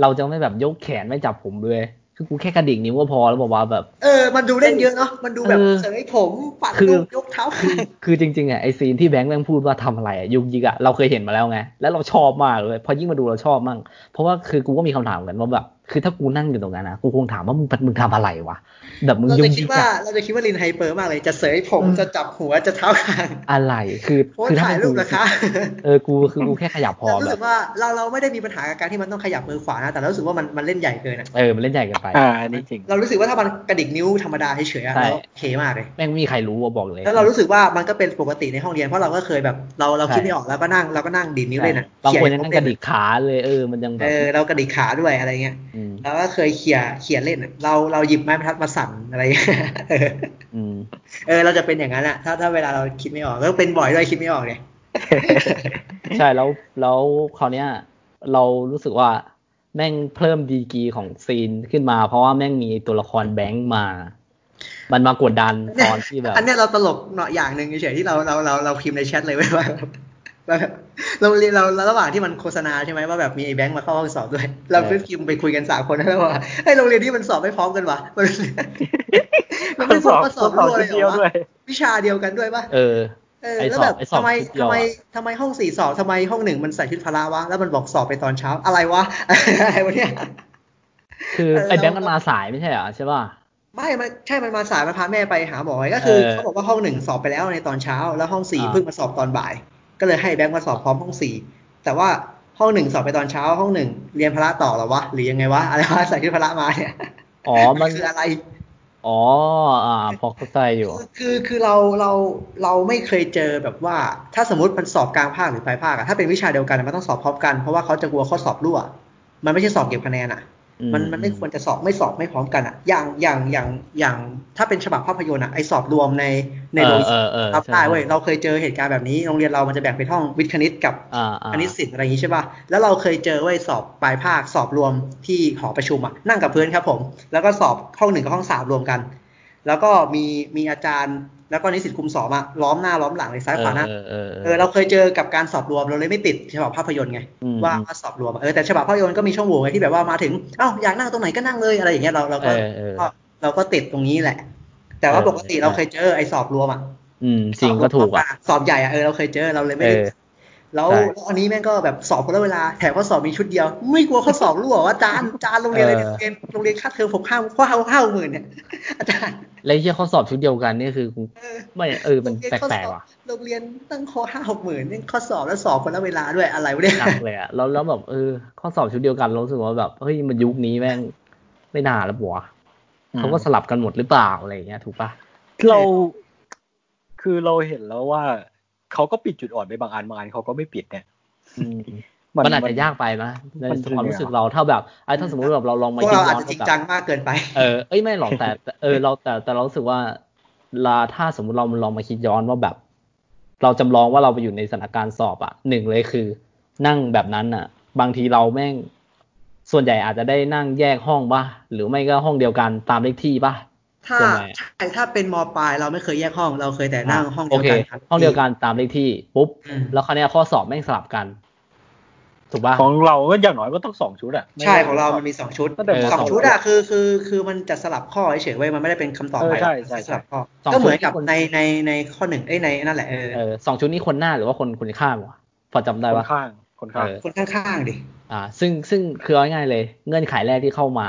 เราจะไม่แบบยกแขนไม่จับผมเลยคือกูแค่กระดิกนิ้วก็พอแล้วบอกว่าแบบ เออ มันดูเล่นเยอะเนาะมันดูแบบ เออ เสยผมปัด คือ ลูกยกเท้า คือคือจริงๆอ่ะไอซีนที่แบงค์แม่งพูดว่าทำอะไรอะยุกยิกอ่ะเราเคยเห็นมาแล้วไงแล้วเราชอบมากเลยพอยิ่งมาดูเราชอบมั่งเพราะว่าคือกูก็มีคำถามเหมือนกันว่าแบบคือถ้ากูนั่งอยู่ตรงนั้นนะกูคงถามว่ามึงมึงทำอะไรวะแบบมึง เรา ยุ จะ ก คิ ยิ ด ก ว่า อะ เราจะคิดว่าลินไฮเปอร์มากเลยจะเสยผมจะจับหัวจะเท้าคาง อะไรคือ โพส คื ต์ถ่ายรูป กู นะคะ เออกูคือกูแค่ขยับพอ เรารู้ แบ สึ บ กว่าเราเราไม่ได้มีปัญหากับการที่มันต้องขยับมือขวานะแต่เรารู้สึกว่ามันมันเล่นใหญ่เกินอะ เออมันเล่นใหญ่เกินไป อ่าอันนี้จริง เรารู้สึกว่าถ้ามันกระดิกนิ้วธรรมดาเฉยๆอะ ใช่ เราโอเคมากเลย แม่งไม่มีใครรู้อะบอกเลย แล้วเรารู้สึกว่ามันก็เป็นปกติในห้องเรียนเพราะเราก็เคยแบบเราเรา ใช่ คิดไม่ออกเราก็นั่งเราก็นั่งดีดนิ้วเล่นอะ บางคน เขี่ ยังยว นั่งกเล่น ระดิกขาเลยเออมันยังแบ เอบอเรากระดิกขาด้วยอะไรเงี้ย ม แล้วก็เคยเขี่ยเขี่ยเล่นอะเราเราหยิบไม้บรรทัดมาสั่นอะไรอย่างเงี้ย เออ อืม เออเราจะเป็นอย่างนั้นอะถ้าถ้าเวลาเราคิดไม่ออกแล้วเป็นบ่อยด้วยคิดไม่ออกเนี่ย ใช่แล้วแล้วคราวเนี้ย เรารู้สึกว่าแม่งเพิ่มดีกรีของซีนขึ้นมา เพราะว่าแม่งมีตัวละครแบงค์มา มันมากดดันตอนที่แบบ อันเนี้ยเราตลกเนาะอย่างหนึ่งเฉยๆที่เราเราเราเราพิมพ์ในแชทเลยไว้ ว่าเราเราเรียนเราเราระหว่างที่มันโฆษณาใช่ไหมว่าแบบมีไอ้แบงค์มาเข้าห้องสอบด้วย เราเพิ่งพิมพ์ไปคุยกันสามคนแล้วว่าไอ้ยโรงเรียนที่มันสอบไม่พร้อมกันวะ มันมันไม่พร้อมมาสอบ สอ ด้ บ วย ชุเหดเดี ร ยว อ ด้ว วะ ย วิชาเดียวกันด้วยปะ เออ เออ ไอ้ แล้ว สอบ แบบ ไอ้สอบ ทำไม ชุดเดียว ทำไม อะ ทำไมห้องสี่สอบทำไมห้องหนึ่งมันใส่ชุดพละวะแล้วมันบอกสอบไปตอนเช้าอะไรวะ อะไรวะเนี่ย คือ เออ ไอ้แบงค์ เรามั มันมาสายไม่ใช่เหรอใช่ป่ะ ไม่มันใช่มันมาสายมันพาแม่ไปหาหมอไงก็คือ เออ เขาบอกว่าห้องหนึ่งสอบไปแล้วในตอนเช้า แล้วห้องสี่ อ่า เพิ่งมาสอบตอนบ่าย ก็เลยให้แบงค์มาสอบพร้อมห้องสี่แต่ว่าห้องหนึ่งสอบไปตอนเช้า ห้องหนึ่งเรียนพละต่อเหรอวะหรือยังไงวะอะไรวะใส่ชุดพละมาเนี่ย อ๋อมัน คืออะไร อ๋ออ่าพอเข้าใจอยู่ คือคือเราเราเราไม่เคยเจอแบบว่า ถ้าสมมติมันสอบกลางภาคหรือปลายภาคอะถ้าเป็นวิชาเดียวกันอะมันต้องสอบพร้อมกันเพราะว่าเขาจะกลัวข้อสอบรั่ว มันไม่ใช่สอบเก็บคะแนนอะ อืม มันมันไม่ควรจะสอบไม่สอบไม่พร้อมกันอะอย่างอย่างอย่างอย่างถ้าเป็นฉบับภาพยนตร์อะไอสอบรวมในในโรง เออเออเออ รับ ใช่ ได้เว้ยเราเคยเจอเหตุการณ์แบบนี้โรงเรียนเรามันจะแบ่งเป็นห้องวิทย์คณิตกับ อ่าอ่า คณิตศิลป์อะไรอย่างนี้ใช่ป่ะ แล้วเราเคยเจอไว้ยสอบปลายภาคสอบรวมที่หอประชุมอะนั่งกับพื้นครับผม แล้วก็สอบห้องหนึ่งกับห้องสามรวมกัน แล้วก็มีมีอาจารย์ แล้วก็นิสิตคุมสอบอะล้อมหน้าล้อมหลังเลยซ้ายขวาหน้า เออเออเออ เออเราเคยเจอกับการสอบรวมเราเลยไม่ติดฉบับภาพยนตร์ไง อืม ว่าว่าสอบรวมอะเออแต่ฉบับภาพยนตร์ก็มีช่องโหว่ไงที่แบบว่ามาถึงเอ้าอยากนั่งตรงไหนก็นั่งเลยอะไรอย่างเงี้ยเราเราก็ เออเออ ก็เราก็ติดตรงนี้แหละ แต่ว่า เออ ปกติเราเคยเจอไอ้สอบรวมอะ อืมจริงก็ถูกอ่ะ สอบใหญ่อะเออเราเคยเจอเราเลยไม่ได้ เออ แล้ว ใช่ แล้วอันนี้แม่งก็แบบสอบคนละเวลาแถมข้อสอบมีชุดเดียว ไม่กลัวข้อสอบรั่วว่าอาจารย์อาจารย์โรงเรียนอะไรเนี่ยโรงเรียนโรงเรียนค่าเทอมผมห้าข้อห้าห้าหมื่นเนี่ยอาจารย์ และไอ้เฮียข้อสอบชุดเดียวกันนี่คือกู เออ ไม่เออมัน โรงเรีย แป ข้อ ลก สอบ ๆว่ะ โรงเรียนตั้งข้อห้าหกหมื่นเนี่ยข้อสอบแล้วสอบคนละเวลาด้วยอะไรวะเนี่ย หนักเลยอะแล้วแล้วแบบเออ ข้อสอบชุดเดียวกันเรารู้สึกว่าแบบเฮ้ยมันยุคนี้แม่งไม่น่าแล้วบัวะ อืม เขาก็สลับกันหมดหรือเปล่าอะไรอย่างเงี้ยถูกปะ เราคือเราเห็นแล้วว่าเขาก็ปิดจุดอ่อนไปบางอันบางอันเขาก็ไม่ปิดเนี่ย อืมมันอาจจะยากไปนะใน มัน ความรู้สึกเราถ้าแบบไอ้ถ้าสมมติแบบเราลองมา พวกเราอาจ น จะจริง แบบ จังมากเกินไป เออเอ้ยไม่หรอกแต่แต่เออเราแต่แต่เรารู้สึกว่าลาถ้าสมมติเราลองมาคิดย้อนว่าแบบ เราจำลองว่าเราไปอยู่ในสถานการณ์สอบอะหนึ่งเลยคือ นั่งแบบนั้นอะบางทีเราแม่ง ส่วนใหญ่อาจจะได้นั่งแยกห้องป่ะหรือไม่ก็ห้องเดียวกันตามเลขที่ป่ะ ถ้า ส่วนใหญ่อะ ใช่ถ้าเป็นมปลายเราไม่เคยแยกห้องเราเคยแต่นั่งห้องเดี โอ ยว เค กันครับ ห้องเดียวกันตามเลขที่ปุ๊บ อืม แล้วคราวเนี้ยข้อสอบแม่งสลับกัน ถูกป่ะ ของเราก็อย่างน้อยก็ต้องสองชุดอ่ะ ใช่ของเรามันมีสองชุด ตั้งแต่ สอง มสอง ชุดอะคือคือคือมันจะสลับข้อเฉยๆเว้ยมันไม่ได้เป็นคำตอบ เออ ใหม่หรอก ใช่สใช่ลับข้อ สอง ก็เหมือนกับ ชุด ในในในข้อหนึ่งเอ้ยในนั่นแหละเออ เออสองชุดนี้คนหน้าหรือว่าคนคนข้างวะพอจำได้ ค ปะ นข้างคนข้าง เออ คนข้างๆดิ อ่า ซึ่งซึ่งคือเอาง่ายๆเลย เงื่อนไขแรกที่เข้ามา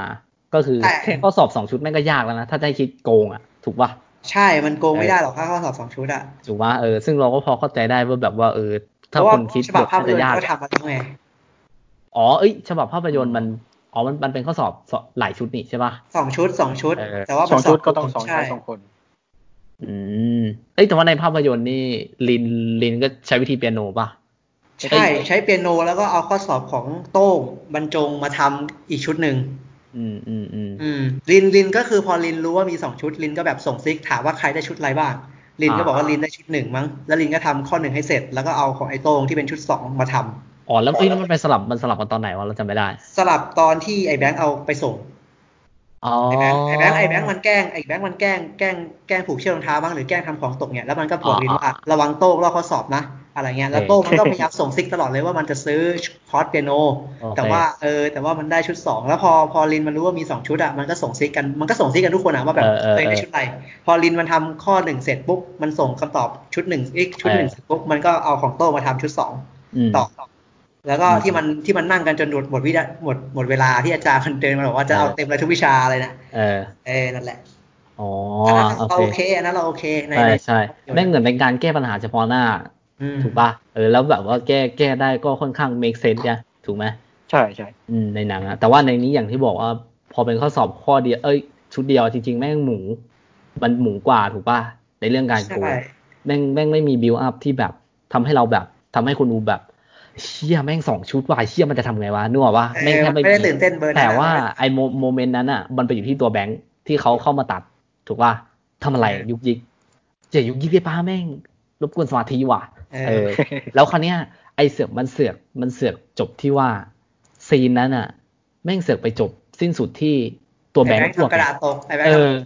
ก็คือ แต่ แค่ข้อสอบสองชุดแม่งก็ยากแล้วนะ ถ้าจะให้คิดโกงอ่ะ ถูกปะ ใช่มันโกงไม่ได้หรอกค่าข้อสอบสองชุดอะ ถูกว่าเออซึ่งเราก็พอเข้าใจได้ว่าแบบว่าเออ เพ ถ้า ราะว่า คนคิด ฉบับ แบบ ภาพยนต จะยากร์ก็ทำมาแล้วไง อ๋อเอ้ยฉบับภาพยนตร์มันอ๋อมันมันเป็นข้อสอบสอบหลายชุดนี่ใช่ปะ สองชุดสองชุด เออ แต่ว่า สองชุดก็ มัน ต้องสอง ใช่ ชายสองคน อืมเอ้ยแต่ว่าในภาพยนตร์นี่ลินลินก็ใช้วิธีเปียโนปะ ใช่ใช้เปียโนแล้วก็เอาข้อสอบของโต้งบรรจงมาทำอีกชุดหนึ่ง อืมอืมอืม อืมลินลินก็คือพอลินรู้ว่ามีสองชุดลินก็แบบส่งซิกถามว่าใครได้ชุดอะไรบ้างลินก็ อ่า บอกว่าลินได้ชุดหนึ่งมั้งแล้วลินก็ทำข้อหนึ่งให้เสร็จ แล้วก็เอาของไอ้โต้งที่เป็นชุดสองมาทำ อ๋อแล้วเอ้ยแล้วมันไปสลับมันสลับกันตอนไหนวะเราจำไม่ได้ สลับตอนที่ไอ้แบงค์เอาไปส่ง อ๋อ ไอ้แบงค์ไอ้แบงค์ไอ้แบงค์มันแกล้งไอ้แบงค์มันแกล้งแกล้งแกล้งผูกเชือกรองเท้าบ้างหรือแกล้งทำของตกเนี่ยแล้วมันก็บอกลินว่าระวังโต้งลอกข้อสอบนะอะไรเงี้ยแล้วโต้งมันก็พยายามส่งซิกตลอดเลยว่ามันจะซื้อคอร์สเปียโน แต่ว่าเออแต่ว่ามันได้ชุดสองแล้วพอพอลินมันรู้ว่ามีสองชุดอ่ะมันก็ส่งซิกกันมันก็ส่งซิกกันทุกคนอ่ะว่าแบบตัวเองได้ชุดอะไรพอลินมันทำข้อหนึ่งเสร็จปุ๊บมันส่งคำตอบชุดหนึ่งอีกชุดหนึ่งเสร็จปุ๊บมันก็เอาของโต้มาทำชุดสอง ม ต่ออแล้วก็ อืม ที่มันที่มันนั่งกันจนหมดหมดวิดาหมดหมดเวลาที่อาจารย์มันเดินมาบอกว่าจะเอา เออ เต็มเลยทุกวิชาอะไรนะ เออ เออนั่นแหละ อ๋อ อันนั้น โอ เรา เค โอเคอันนั้นเราโอเคใน ใช่ ใน ใช่แม่งเหมือนเป็นการแก้ปัญหาเฉพาะหน้า อืม ถูกปะเออแล้วแบบว่าแก้แก้ได้ก็ค่อนข้าง make sense นะถูกไหม ใช่ใช่ อืมในหนังอะแต่ว่าในนี้อย่างที่บอกว่า พอเป็นข้อสอบข้อเดียวเอ้ย ชุดเดียวจริง ๆ แม่งหมู มันหมูกว่าถูกป่ะในเรื่องการโกง ใช่ แม่งแม่งไม่มีบิวอัพที่แบบทำให้เราแบบทำให้คนดูแบบเชี่ยแม่งสองชุดว่ะเชี่ยมันจะทำไงวะนึกออกปะ เออ แม่งแค่ มันไม่ได้ตื่นเต้นเบอร์นั้น แต่ อะ ว่าไอ้โมเมนต์นั้นอะมันไปอยู่ที่ตัวแบงค์ที่เขาเข้ามาตัด ถูกป่ะทำอะไรยุกยิกอย่ายุกยิกได้ป้าแม่งรบกวนสมาธิว่ะ เอ เอออแล้วคราวเนี้ยไอเสือกมันเสือกมันเสือกจบที่ว่าซีนนั้นอ่ะ แม่งเสือกไปจบสิ้นสุดที่ตัวแบง ไอ้ ค์อ้วก ทำกระดาษตกไอ้แบง เอ ค์อทำ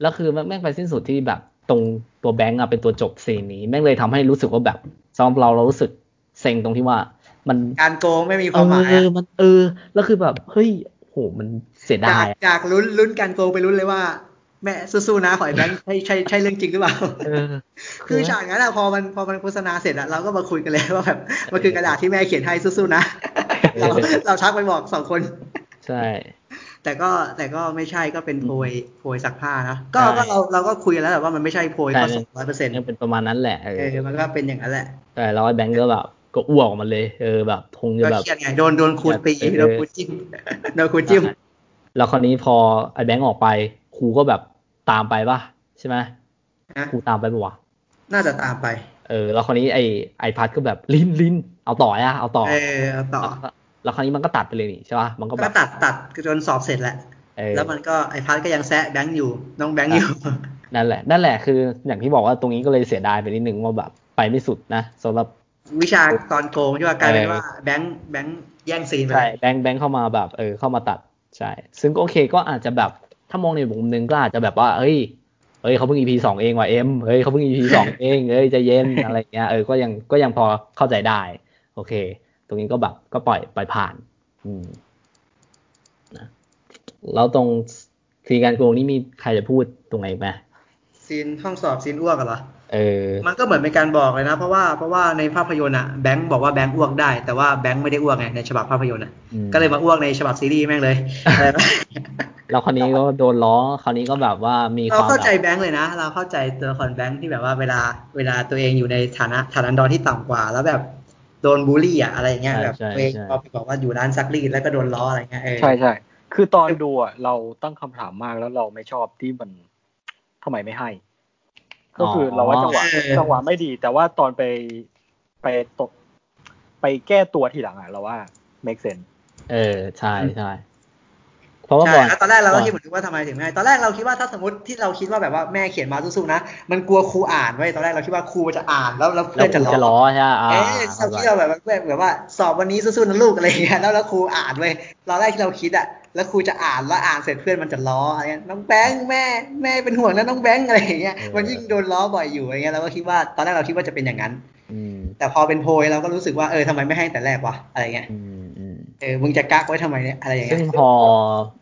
แล้วคือแม่งไปสิ้นสุดที่แบบตรงตัวแบงค์อ่ะเป็นตัวจบซีนนี้ แม่งเลยทำให้รู้สึกว่าแบบสำหรับเราเรารู้สึกเซ็งตรงที่ว่า มัน การโกงไม่มีค เอ วามหมายอะ อมันเออ แล้วคือแบบเฮ้ยโหมันเสีย จา ดาก ยอะ จากลุ้นลุ้นการโกงไปลุ้นเลยว่า แม่สู้ๆนะขอไอ้แบงค์ใช่ใช่ใช่เรื่องจริงหรือเปล่า เออ คือฉากนั้นอะพอมันพอมันโฆษณาเสร็จอะเราก็มาคุย กันแล้วว่าแบบมันคือกระดาษที่แม่เขียนให้สู้ๆนะ เอ เรา อ เราทักไปบอกสองคน ใช่ แต่ก็แต่ก็ไม่ใช่ก็เป็นโพยโพยซักผ้านะ ใช่ ก็ก็เราเราก็คุยกันแล้วแหละว่ามันไม่ใช่โพย ใช่ ข้อสอบร้อยเปอร์เซ็นต์ ยังเป็นประมาณนั้นแหละเอ เอ อ อมันก็เป็นอย่างนั้นแหละ แต่เราไอ้แบงค์ก็แบบก็อ้วกออกมาเลยเออแบบคงจะ ก็ แบบ เครียดไงโดนโดนครูตี เออ โดนครูจิ้ม โดนครูจิ้ม แล้วคราวนี้พอไอ้แบงค์ออกไปครูก็แบบตามไปป่ะใช่ไหม ฮะ ครูตามไปปะวะ น่าจะตามไป เออแล้วคราวนี้ไอ้ไอพัดก็แบบลิ้นลิ้นเอาต่ออะเอาต่อ เออเอาต่อ แล้วแล้วคราวนี้มันก็ตัดไปเลยนี่ใช่ป่ะมันก็แบ ก็ บ ตัดตัดจนสอบเสร็จแหละ เออ แล้วมันก็ไอพัทก็ยังแซะแบงค์อยู่ น้องแบงค์อยู่ นั่นแหละ นั่นแหละคืออย่างที่บอกว่าตรงนี้ก็เลยเสียดายไปนิดนึงว่าแบบไปไม่สุดนะสำหรับ วิชาตอนโกงที่ว่ากลายเป็น เออ ว่าแบงค์แบงค์แย่งซีนไป ใช่แบงค์แบงค์เข้ามาแบบเออเข้ามาตัดใช่ซึ่งก็โอเคก็อาจจะแบบถ้ามองในมุมหนึงก็อาจจะแบบว่าเฮ้ยเฮ้ยเขาเพิ่ง EP สองเองว่ะเอ็มเฮ้ยเขาเพิ่ง EP สองเองเฮ้ยใจเย็น อะไรเงี้ยเออก็ยังก็ยังพอเข้าใจได้ โอเค ตรงนี้ก็แบบก็ปล่อยปล่อยผ่าน อืมนะแล้วตรงซีนการโกงนี่มีใครจะพูดตรงไหนอีกไหม ซีนห้องสอบซีนอ้วกอะเหรอ เออ มันก็เหมือนเป็นการบอกเลยนะ เพราะว่าเพราะว่าในภาพยนตร์อะแบงค์บอกว่าแบงค์อ้วกได้ แต่ว่าแบงค์ไม่ได้อ้วกไงในฉบับภาพยนตร์อะ อืม ก็เลยมาอ้วกในฉบับซีรีส์แม่งเลย เออ แล้วคราวนี้ก็โดนล้อคราวนี้ก็แบบว่ามีค เรา วาม เข้า แบ ใจ บ แบงค์เลยนะ เราเข้าใจตัวละครแบงค์ที่แบบว่าเวลาเวลาตัวเองอยู่ในฐานะฐานะดอนที่ต่ำกว่า แล้วแบบโดนบูลลี่อะอะไรอย่างเงี้ย ใช่ แบบ ใช่ ตัวเอง ใช่ พอไปบอกว่าอยู่ร้านซักรีดแล้วก็โดนล้ออะไรเงี้ยเออ ใช่ใช่คือตอนดูอ่ะเราตั้งคำถามมากแล้วเราไม่ชอบที่มันทำไมไม่ให้ ก็คือเราว่าจังหวะ เออ จังหวะไม่ดี แต่ว่าตอนไปไปตกไปแก้ตัวทีหลังอ่ะเราว่า make sense เออใช่ใช่เพราะว่า ใช่ ก่อน แล้วตอนแรกเราก็คิดเหมือนกันว่าทำไมถึงไม่ให้ตอนแรกเราคิดว่าถ้าสมมติที่เราคิดว่าแบบว่าแม่เขียนมาสู้ๆนะ มันกลัวครูอ่านไว้ยตอนแรกเราคิดว่าครูจะอ่านแล้วแล้วเพื่ แล้ อ วน จะ จะ ล้อจะล้ล้อ อใช่ไหมอ่า เอ๊ะสับที่เราแบบว่าแบบว่าสอบวันนี้สู้ๆนะลูกอะไรอย่างเงี้ยแล้วแล้วครูอ่านไว้ยตอนแรกที่เราคิดอะแล้วครูจะอ่านแล้วอ่านเสร็จเพื่อนมันจะล้ออะไรเงี้ยน้องแบงค์แม่แม่เป็นห่วงนะน้องแบงค์อะไรอย่างเงี้ยมันยิ่งโดนล้อบ่อยอยู่อะไรเงี้ยเราก็คิดว่าตอนแรกเราคิดว่าจะเป็นอย่างนั้น อืม แต่พอเป็นโพยเราก็รู้สึกว่าเออทำไมไม่ให้แต่แรกวะอะไรเงี้ย อืมอืม เออมึงจะกักไว้ทำไมเนี่ยอะไรอย่างเงี้ ซึ่ ย งพอ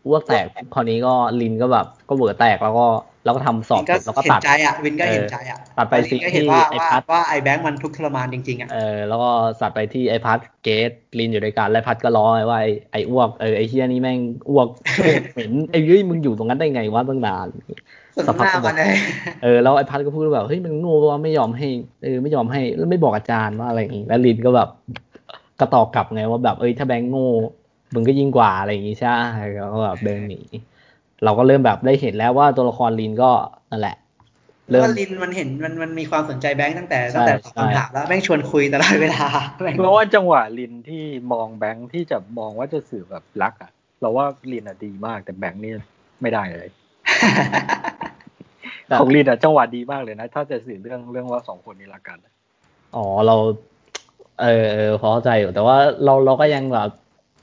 อ้วกแตกคราวนี้ก็ลินก็แบบก็เวอร์แตกแล้วก็แล้วก็ทำสอบ วิน เสร็จแล้วก็ เห็ ตั น ด ใจอ่ะวินก็เห็นใจอ่ะ ตัดไป แล้ววินก็เห็น สิ่งที่ ว่า ไอ้ ว่า พัด ว่าไอ้แบงค์มันทุกข์ทรมานจริงๆอ่ะ เออแล้วก็สัตว์ไปที่ไอพัดเกตลินอยู่ด้วยกันไอพัดก็ร้องไอ้ว่าไอ้ไออ้วกเออไอเฮียนี่แม่งอ้วก เหม็นไอเฮ้ยมึงอยู่ตรงนั้นได้ไงวะตั้งนาน สนทนามันเลย เออแล้วไอพัดก็พูดว่าแบบเฮ้ยมันโง่ว่าไม่ยอมให้เออไม่ยอมให้แล้วไม่บอกอาจารย์ว่าอะไรอย่างงี้แล้วลินก็แบบกระตอกกลับไงว่าแบบเอ้ยถ้าแบงค์โง่มึงก็ยิ่งกว่าอะไรอย่างงี้ใช่แล้วก็แบบเดินหนีเราก็เริ่มแบบได้เห็นแล้วว่าตัวละครลินก็นั่นแหละ แล้ เริ่ ว ม ลินมันเห็นมันมันมีความสนใจแบงค์ตั้งแต่ ใช่ ตั้งแต่ตอบ ใช่ คำถามแล้วแม่งชวนคุยตลอดเวลา แม่ง เพราะว่าจังหวะลินที่มองแบงค์ที่จะมองว่าจะสื่อแบบรักอ่ะ เราว่าลินอ่ะดีมากแต่แบงค์นี่ไม่ได้เลย แต่ ของลินอ่ะจังหวะดีมากเลยนะ ถ้าจะสื่อเรื่องเรื่องว่าสองคนนี้รักกันอะ อ๋อเรา เออเออพอเข้าใจอยู่แต่ว่าเราเราก็ยังแบบ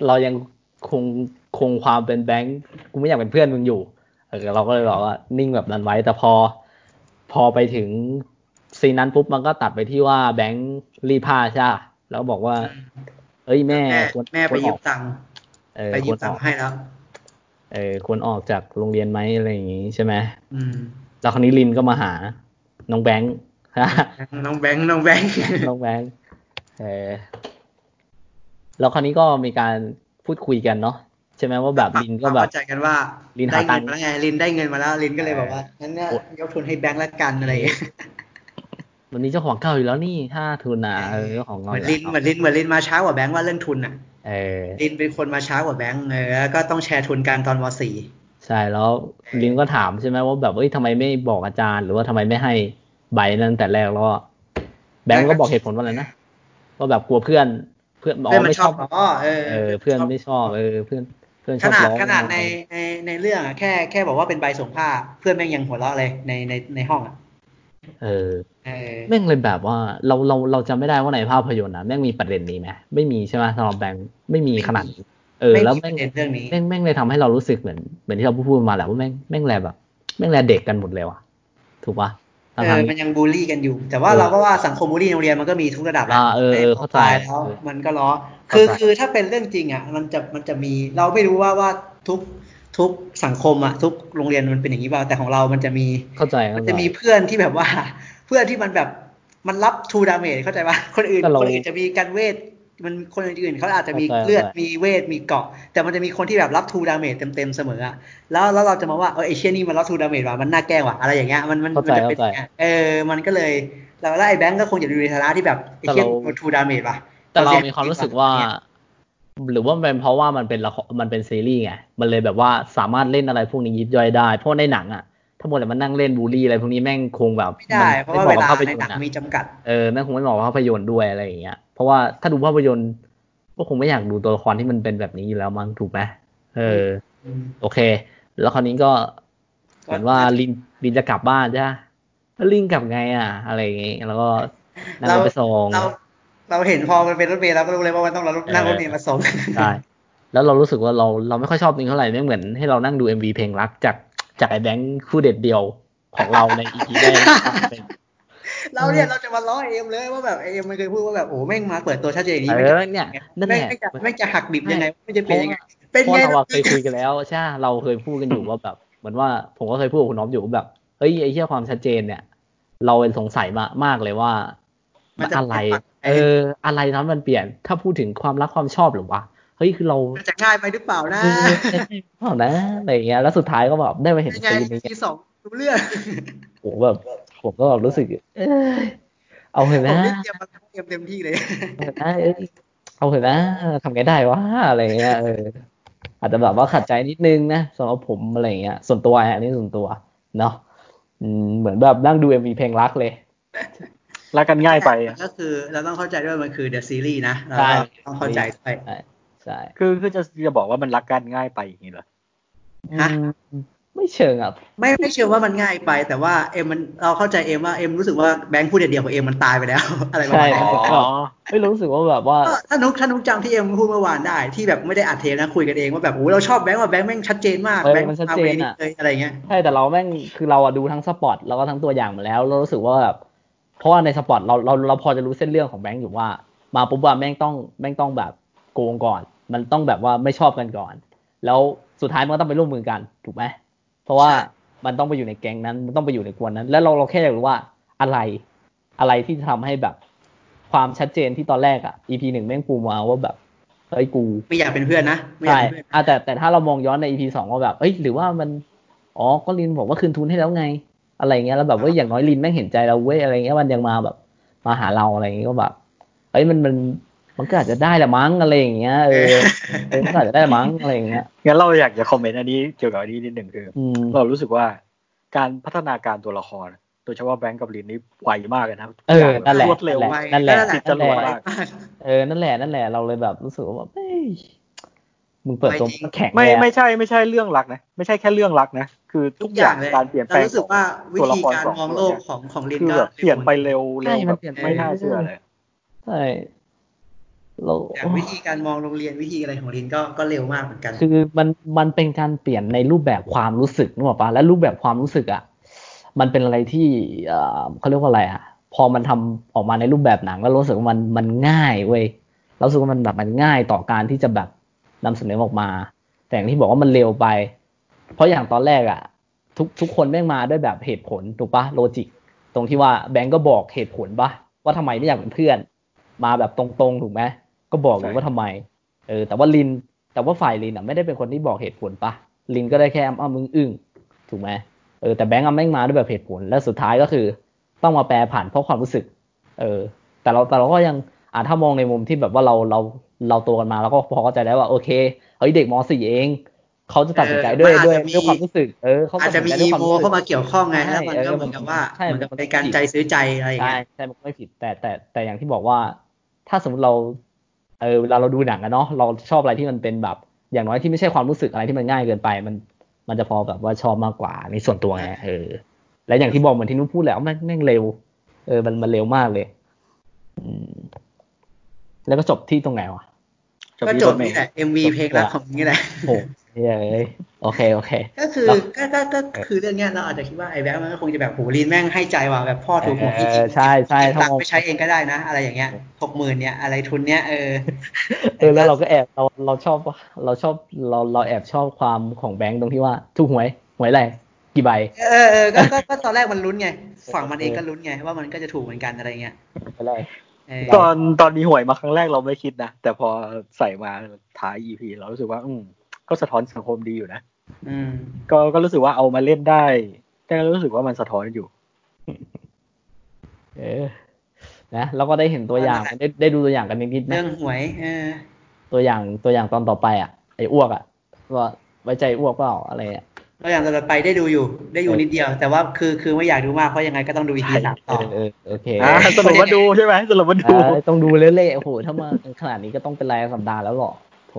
เรายังคงคงความเป็นแบงค์กูไม่อยากเป็นเพื่อนมึงอยู่เออเราก็เลยบอกว่านิ่งแบบนั้นไว้ แต่พอ พอไปถึงซีนนั้นปุ๊บมันก็ตัดไปที่ว่าแบงค์รีบผ้าใช่ปะแล้วก็บอกว่า เอ้ยแม่ แม่ ควร แม่ไป ควรอ ยื อ ม ก ตังค์ เออ ไป ค ยื ว ม ร ตั อง อก ค์ให้แล้ว เออควรออกจากโรงเรียนไหมอะไรอย่างงี้ใช่ไหม อืม แล้วคราวนี้ลินก็มาหาน้องแบงค์ น้องแบงค์น้องแบงค์ น้องแบงค์เออแล้วคราวนี้ก็มีการพูดคุยกันเนาะใช่ไหมว่าแบบ ลินก็แบบ เข้าใจกันว่า ลิน ได้ หาตั เงิ งค์ นมาแล้วไงลินได้เงินมาแล้วลินก็เลย เออ บอกว่างั้นเนี่ยยกทุนให้แบงค์ละกันอะไรอย่างเงี้ย มันมีเจ้าของเก่าอยู่แล้วนี่ห้าทุนนะเออเจ้าของ เห เก่า มื อ อน ยู่ ลินเหมื แล้วนอลินเหมือนลินมาช้ากว่าแบงค์ว่าเรื่องทุนอ่ะ เออ ลินเป็นคนมาช้ากว่าแบงค์เออแล้วก็ต้องแชร์ทุนกันตอนมสี่ ใช่แล้วลินก็ถามใช่ไหมว่าแบบเอ้ยทำไมไม่บอกอาจารย์ หรือว่าทำไมไม่ให้ใบนั้นแต่แรกแล้วก็แบงค์ก็บอกเหตุผลว่าอะไรนะว่าแบบกลัวเพื่อน เพื่อนอ๋ เพื่ออนมัน ไม่ชชอ อ บบ ล้อเออ เออ เพื่อนไม่ชอบเออเพื่อนเพื่อนช ข อบ นาด ร้อง ขนาดในในในเรื่องอะแค่แค่บอกว่าเป็นใบส่งผ้า เพื่อนแม่งยังหัวเราะเลยในในในห้องอะ เออ เออ แม่งเลยแบบว่าเราเราเราจำไม่ได้ว่าในภาพยนตร์นะแม่งมีประเด็นนี้ไหมไม่มีใช่ไหมสำหรับแบงค์ไม่มีขนาดนี้เออ แล้ว ไม่ แม่ง คิดประเด็นเรื่องนี้ แม่งแม่งเลยทำให้เรารู้สึกเหมือนเหมือนที่เราพูดมาแหละว่าแม่งแม่งแลแบบ แม่งแลเด็กกันหมดเลยว่ะถูกปะ เอ ทั้ อง มัน ๆ ยังบูลลี่กันอยู่ แต่ว่า เออ เราก็ว่าสังคมบูลลี่ในโรงเรียนมันก็มีทุกระดับแหละ อ่าเออเออเข้าใจ ปลยแล้ว เออ มันก็ล้อคือ เข้าใจ คือถ้าเป็นเรื่องจริงอ่ะมันจะมันจะมีเราไม่รู้ว่าว่าทุกทุกสังคมอ่ะทุกโรงเรียนมันเป็นอย่างนี้เปล่าแต่ของเรามันจะมี เข้าใจ มัน เข้าใจ จะมีเพื่อนที่แบบว่า เพื่อนที่มันแบบมันรับทูดาเมจเข้าใจป่ะ คนอื่น ก็เรา คนอื่นจะมีการเวทมันคนอื่นเขาอาจจะมี เข้าใจ เลือด เข้าใจ มีเวทมีเกราะ แต่มันจะมีคนที่แบบรับทูดาเมจเต็มๆเสมออะแล้วแล้วเราจะมาว่าเออไอเชี่ยนี่มันรับทูดาเมจว่ะมันน่าแกล้งว่ะอะไรอย่างเงี้ยมันมัน เข้า มั ใจ จะเป็น เข้าใจ เออมันก็เลยเราแล้วไอ้แบงก์ก็คงจะดูในฐานะที่แบบไอ้เชี่ย แต่เรา โดนทูดาเมจว่ะ แต่เรา สีย มีความรู้สึกว่า หรือว่ามันเป็นเพราะว่ามันเป็นละครมันเป็นซีรีส์ไงมันเลยแบบว่าสามารถเล่นอะไรพวกนี้ยิบย่อยได้เพราะในหนังอะถ้าหมดแต่มันนั่งเล่นบูลลี่อะไรพวกนี้แม่งคงแบบ ไม่ได้ มัน เพราะว่า ไม่หมกัเวบ ลา ภพ ใน ยนต หนัง อะ มีจำกัด เออแม่งคงไม่เหมาะกับภาพยนตร์ด้วยอะไรอย่างเงี้ย เพราะว่าถ้าดูภาพยนตร์ก็คงไม่อยากดูตัวละครที่มันเป็นแบบนี้อยู่แล้วมั้งถูกไหมเออ โอเค แล้วคราวนี้ก็เหมือนว่าลินลินจะกลับบ้านใช่ไหมแล้วลินกลับไงอ่ะ อะไรอย่างเงี้ยแล้วก็นั่งรถไปส่ง เราเราเห็นพอมันเป็นรถเมล์เราก็รู้เลยว่ามันต้องเรานั่งรถเมล์มาส่ง ใช่แล้วเรารู้สึกว่าเราเราไม่ค่อยชอบลิงเท่าไหร่ไม่เหมือนให้เรานั่งดู MV เพลงรักจากจากไอ้แบงค์คู่เด็ดเดียวของเราใน EP แรกนะครับเป็น เราเนี่ยเราจะมาล้อเอ็มเลยว่าแบบเอ็มมันเคยพูดว่าแบบโอ้แม่งมาเปิดตัวชัดเจนอย่างนี้ เอ แม่งอจะเนี่ยนั่นแห แม่ง ละ จะแม่งจะหักดิบยังไงแม่งจะเป็นยังไง เพ เป็น ราะ ไง เราอะ ล่ะ เคยคุยกันแล้วใช่ เราเคยพูดกันอยู่ว่าแบบ เหมือนว่าผมก็เคยพูดกับคุณน้อมอยู่ว่าแบบเฮ้ยไอ้เหี้ยความชัดเจนเนี่ย เราเป็นสงสัยมามากเลยว่า มันอะไร เออ อะไรทำให้มันเปลี่ยน ถ้าพูดถึงความรักความชอบหรือวะเฮ้ยคือเรา มันจะง่ายไปหรือเปล่านะ เออเปล่านะอะไรอย่างเงี้ยแล้วสุดท้ายก็แบบได้มาเห็น ยังไง ซีนนี้ ทีสองรู้เรื่อง โอ้โหแบบผมก็แบบรู้สึก เอ้ยเอาเห็น ผ นะ มเล่นเตรียมมาล้อเอ็มเต็มที่เลย เอาเถอะนะเอ้ยเอาเถอะนะทำไงได้วะอะไรเงี้ยเอออาจจะแบบว่าขัดใจนิดนึงนะสำหรับผมอะไรเงี้ย ส่วนตัวอะอันนี้ส่วนตัวเนาะอืมเหมือนแบบนั่งดูเอ็มวีเพลงรักเลย รักกันง่ายไปอะ ก็คือเราต้องเข้าใจด้วยมันคือเดอะซีรีส์นะเรา ใช่ ต้องเข้าใจด้วย ใช่ใช่ คือคือจะจะบอกว่ามันรักกันง่ายไปอย่างนี้เหรอ ฮะ ไม่เชิงอ่ะ ไม่ไม่เชื่อว่ามันง่ายไป แต่ว่าเอ็มมันเราเข้าใจเอ็มว่าเอ็มรู้สึกว่าแบงค์พูดเดียวๆของเอ็มมันตายไปแล้ว อะไรประ ใช่ผมาณนั้น มก็ไม่รู้สึกว่าแบบว่า ก็ถ้านุกถ้านุกจำที่เอ็มพูดเมื่อวานได้ ที่แบบไม่ได้อัดเทปนะคุยกันเองว่าแบบโอ้เราชอบแบงค์ว่าแบงค์แม่งชัดเจนมาก เออ แบงค์ มันชัด มา เจ เวน นี้ อะ เลยอะไรเงี้ย ใช่แต่เราแม่งคือเราอะดูทั้งสปอตแล้วก็ทั้งตัวอย่างมาแล้วเรารู้สึกว่าแบบเพราะว่าในสปอตเราเราเราพอจะรู้เส้นเรื่องของแบงค์อยู่ว่า มาปุ๊บว่าแม่งต้องแม่งต้องแบบโกงก่อน มันต้องแบบว่าไม่ชอบกันก่อน แล้วสุดท้ายมันก็ต้องไปร่วมมือกันถูกไหมเพราะว่ามันต้องไปอยู่ในแก๊งนั้น มันต้องไปอยู่ในกวนนั้น แล้วเราเราแค่อยากรู้ว่าอะไรอะไรที่ทำให้แบบความชัดเจนที่ตอนแรกอะ EP หนึ่งแม่งปูมาว่าแบบเฮ้ยกู ไม่อยากเป็นเพื่อนนะไม่อยา ใช่ กเป็นเพื่อน อ่ะแต่แต่ถ้าเรามองย้อนใน EP สองว่าแบบ เอ้ย หรือว่ามัน อ๋อ ก็ลินบอกว่าคืนทุนให้แล้วไง อะไรเงี้ย แล้วแบบว่าอย่างน้อยลินแม่งเห็นใจเราเว้ย อะไรเงี้ย มันยังมาแบบ มาหาเราอะไรเงี้ยก็แบบ เอ้ย มันมัน มันก็อาจจะได้แหละมั้งอะไรอย่างเงี้ย เออเออมันก็อาจจะได้แหละมั้งอะไรอย่างเงี้ย งั้นเราอยากจะคอมเมนต์อันนี้เกี่ยวกับอันนี้นิดหนึ่งคือ อืม เรารู้สึกว่าการพัฒนาการตัวละคร โดยเฉพาะแบงก์กับลินนี่ไวมากเลยนะ เออนั่นแหละ รวดเร็ว นั่นแหละ มาก ไว้ นั่นแหละ นั่นแหละ ติดจรวดมาก มาก เออ นั่นแหละ นั่นแหละ เราเลยแบบรู้สึกว่าแบบเอ้ย มึงเปิดตัวมันก็แข็ง ไม่ แล้ว ไม่ใช่ไม่ใช่เรื่องรักนะ ไม่ใช่แค่เรื่องรักนะ คือทุ ทุ ก กอย่อา ย่าง งเลย การเปลี่ยนแปลง รารู้สึกว่าวิธีการมองโลกของของลิน คือ ก็ แบบเปลี่ยนไปเร็วเร็ ใช่ วแบ มัน บ เปลี่ยนป ไม่น่าเชื่อเลย ใช่เรา จากวิธีการมองโรงเรียนวิธีอะไรของลินก็ก็เร็วมากเหมือนกัน คือมันมันเป็นการเปลี่ยนในรูปแบบความรู้สึกนึกออกปะและรูปแบบความรู้สึกอะ่ะมันเป็นอะไรที่เอ่อเขาเรียกว่าอะไรอะ่ะ พอมันทำออกมาในรูปแบบหนังแล้วรู้สึกว่ามันมันง่ายเว้ยเรารู้สึกว่ามันแบบมันง่ายต่อการที่จะแบบนำเสนอออกมา แต่อย่างที่บอกว่ามันเร็วไป เพราะอย่างตอนแรกอะ่ะ ทุกทุกคนแม่งมาด้วยแบบเหตุผลถูกปะโลจิก ตรงที่ว่าแบงก์ก็บอกเหตุผลปะว่าทำไมไม่อยากเป็นเพื่อน มาแบบตรงๆถูกไหมก็บอกอยู่ ใช่ ว่าทำไม เออแต่ว่าลินแต่ว่าฝ่ายลินอ่ะไม่ได้เป็นคนที่บอกเหตุผลปะลินก็ได้แค่อ้ำอ้ำมึงอึ้งๆถูกไหมเออแต่แบงก์อะแม่งมาด้วยแบบเหตุผลและสุดท้ายก็คือ ต้องมาแปลผ่านเพราะความรู้สึก เออ แต่เราแต่เราก็ยังอ่าถ้ามองในมุมที่แบบว่าเราเราเราโตกันมาแล้วก็พอเข้าใจได้ว่าโอเคเฮ้ยเด็กมสี่เอง เขาจะตัดสินใจด้วยด้วยด้วยความรู้สึก เออเขาตัอาจ ด จะ สิน มี ใจด้ว อี ยความ โม รู้สึก เข้ามาเกี่ยวข้องไง ใช่ แล้วมันก็เหมือนกับว่า ใช่ เหมือนกับ มันก็ เป็นการใจซื้อใจอะไรอย่าง ใช่ เงี้ย ใช่มันก็ไม่ผิด แต่แต่แต่อย่างที่บอกว่า ถ้าสมมติเรา เออเวลาเราดูหนังอะเนาะเราชอบอะไรที่มันเป็นแบบ อย่างน้อยที่ไม่ใช่ความรู้สึกอะไรที่มันง่ายเกินไป มัน มันจะพอแบบว่าชอบมากกว่าในส่วนตัวไงเออ และอย่างที่บอกเหมือนที่นุ่นพูดแหล้วาแม่งแม่งเร็ว เออมันมันเร็วมากเลย อืม แล้วก็จบที่ตรงไหนวะ ก็จบนี่แหละ MV เพลงรักของนี่แหละ โอ้เหี้ยเอ้ยโอเคโอเค ก็คือ ครับ ก็ก็ก็ก็คือเรื่องเนี้ยเราอาจจะคิดว่าไอ้แบงค์มันก็คงจะแบบโหลินแม่งให้ใจว่ะแบบพ่อถูกหวย เออใช่ใช่ เก็บ ถ้า ตัง ม ค์ อง ไปใช้เองก็ได้นะ อะไรอย่างเงี้ยหกหมื่นเนี่ยอะไรทุนเนี่ยเออ เออแล้วเราก็แอบเราเราชอบเราชอบเราเราแอบชอบความของแบงค์ตรงที่ว่าถูกหวยหวยอะไรกี่ใบ เออเออก็ก็ก็ตอนแรกมันลุ้นไงฝั่งมันเองก็ลุ้นไงว่ามันก็จะถูกเหมือนกันอะไรเงี้ย ไปเลย เออ ตอนตอนมีหวยมาครั้งแรกเราไม่คิดนะ แต่พอใส่มาท้าย EP เรารู้สึกว่า อืมก็สะท้อนสังคมดีอยู่นะ อืม ก็ก็รู้สึกว่าเอามาเล่นได้ แต่ก็รู้สึกว่ามันสะท้อนอยู่ เออ นะเราก็ได้เห็นตัวอย่าง นั่นแหละ ได้ได้ดูตัวอย่างกันนิดๆนะ เรื่องหวยเออ ตัวอย่างตัวอย่างตอนต่อไปอ่ะไอ้อ้วกอ่ะว่าไว้ใจอ้วกเปล่าอะไรอ่ะ ตัวอย่างตอนต่อไปได้ดูอยู่ ได้อยู่ เออ นิดเดียว แต่ว่าคือคือไม่อยากดูมากเพราะยังไงก็ต้องดูอีพีสาม เอ ต่อ อเออโอเค อ่าสรุปว่าดูใช่ไหมสรุปว่าดู อ่าต้องดูเละๆโอ้โหถ้ามาขนาดนี้ก็ต้องเป็นรายสัปดาห์แล้วหรอโถ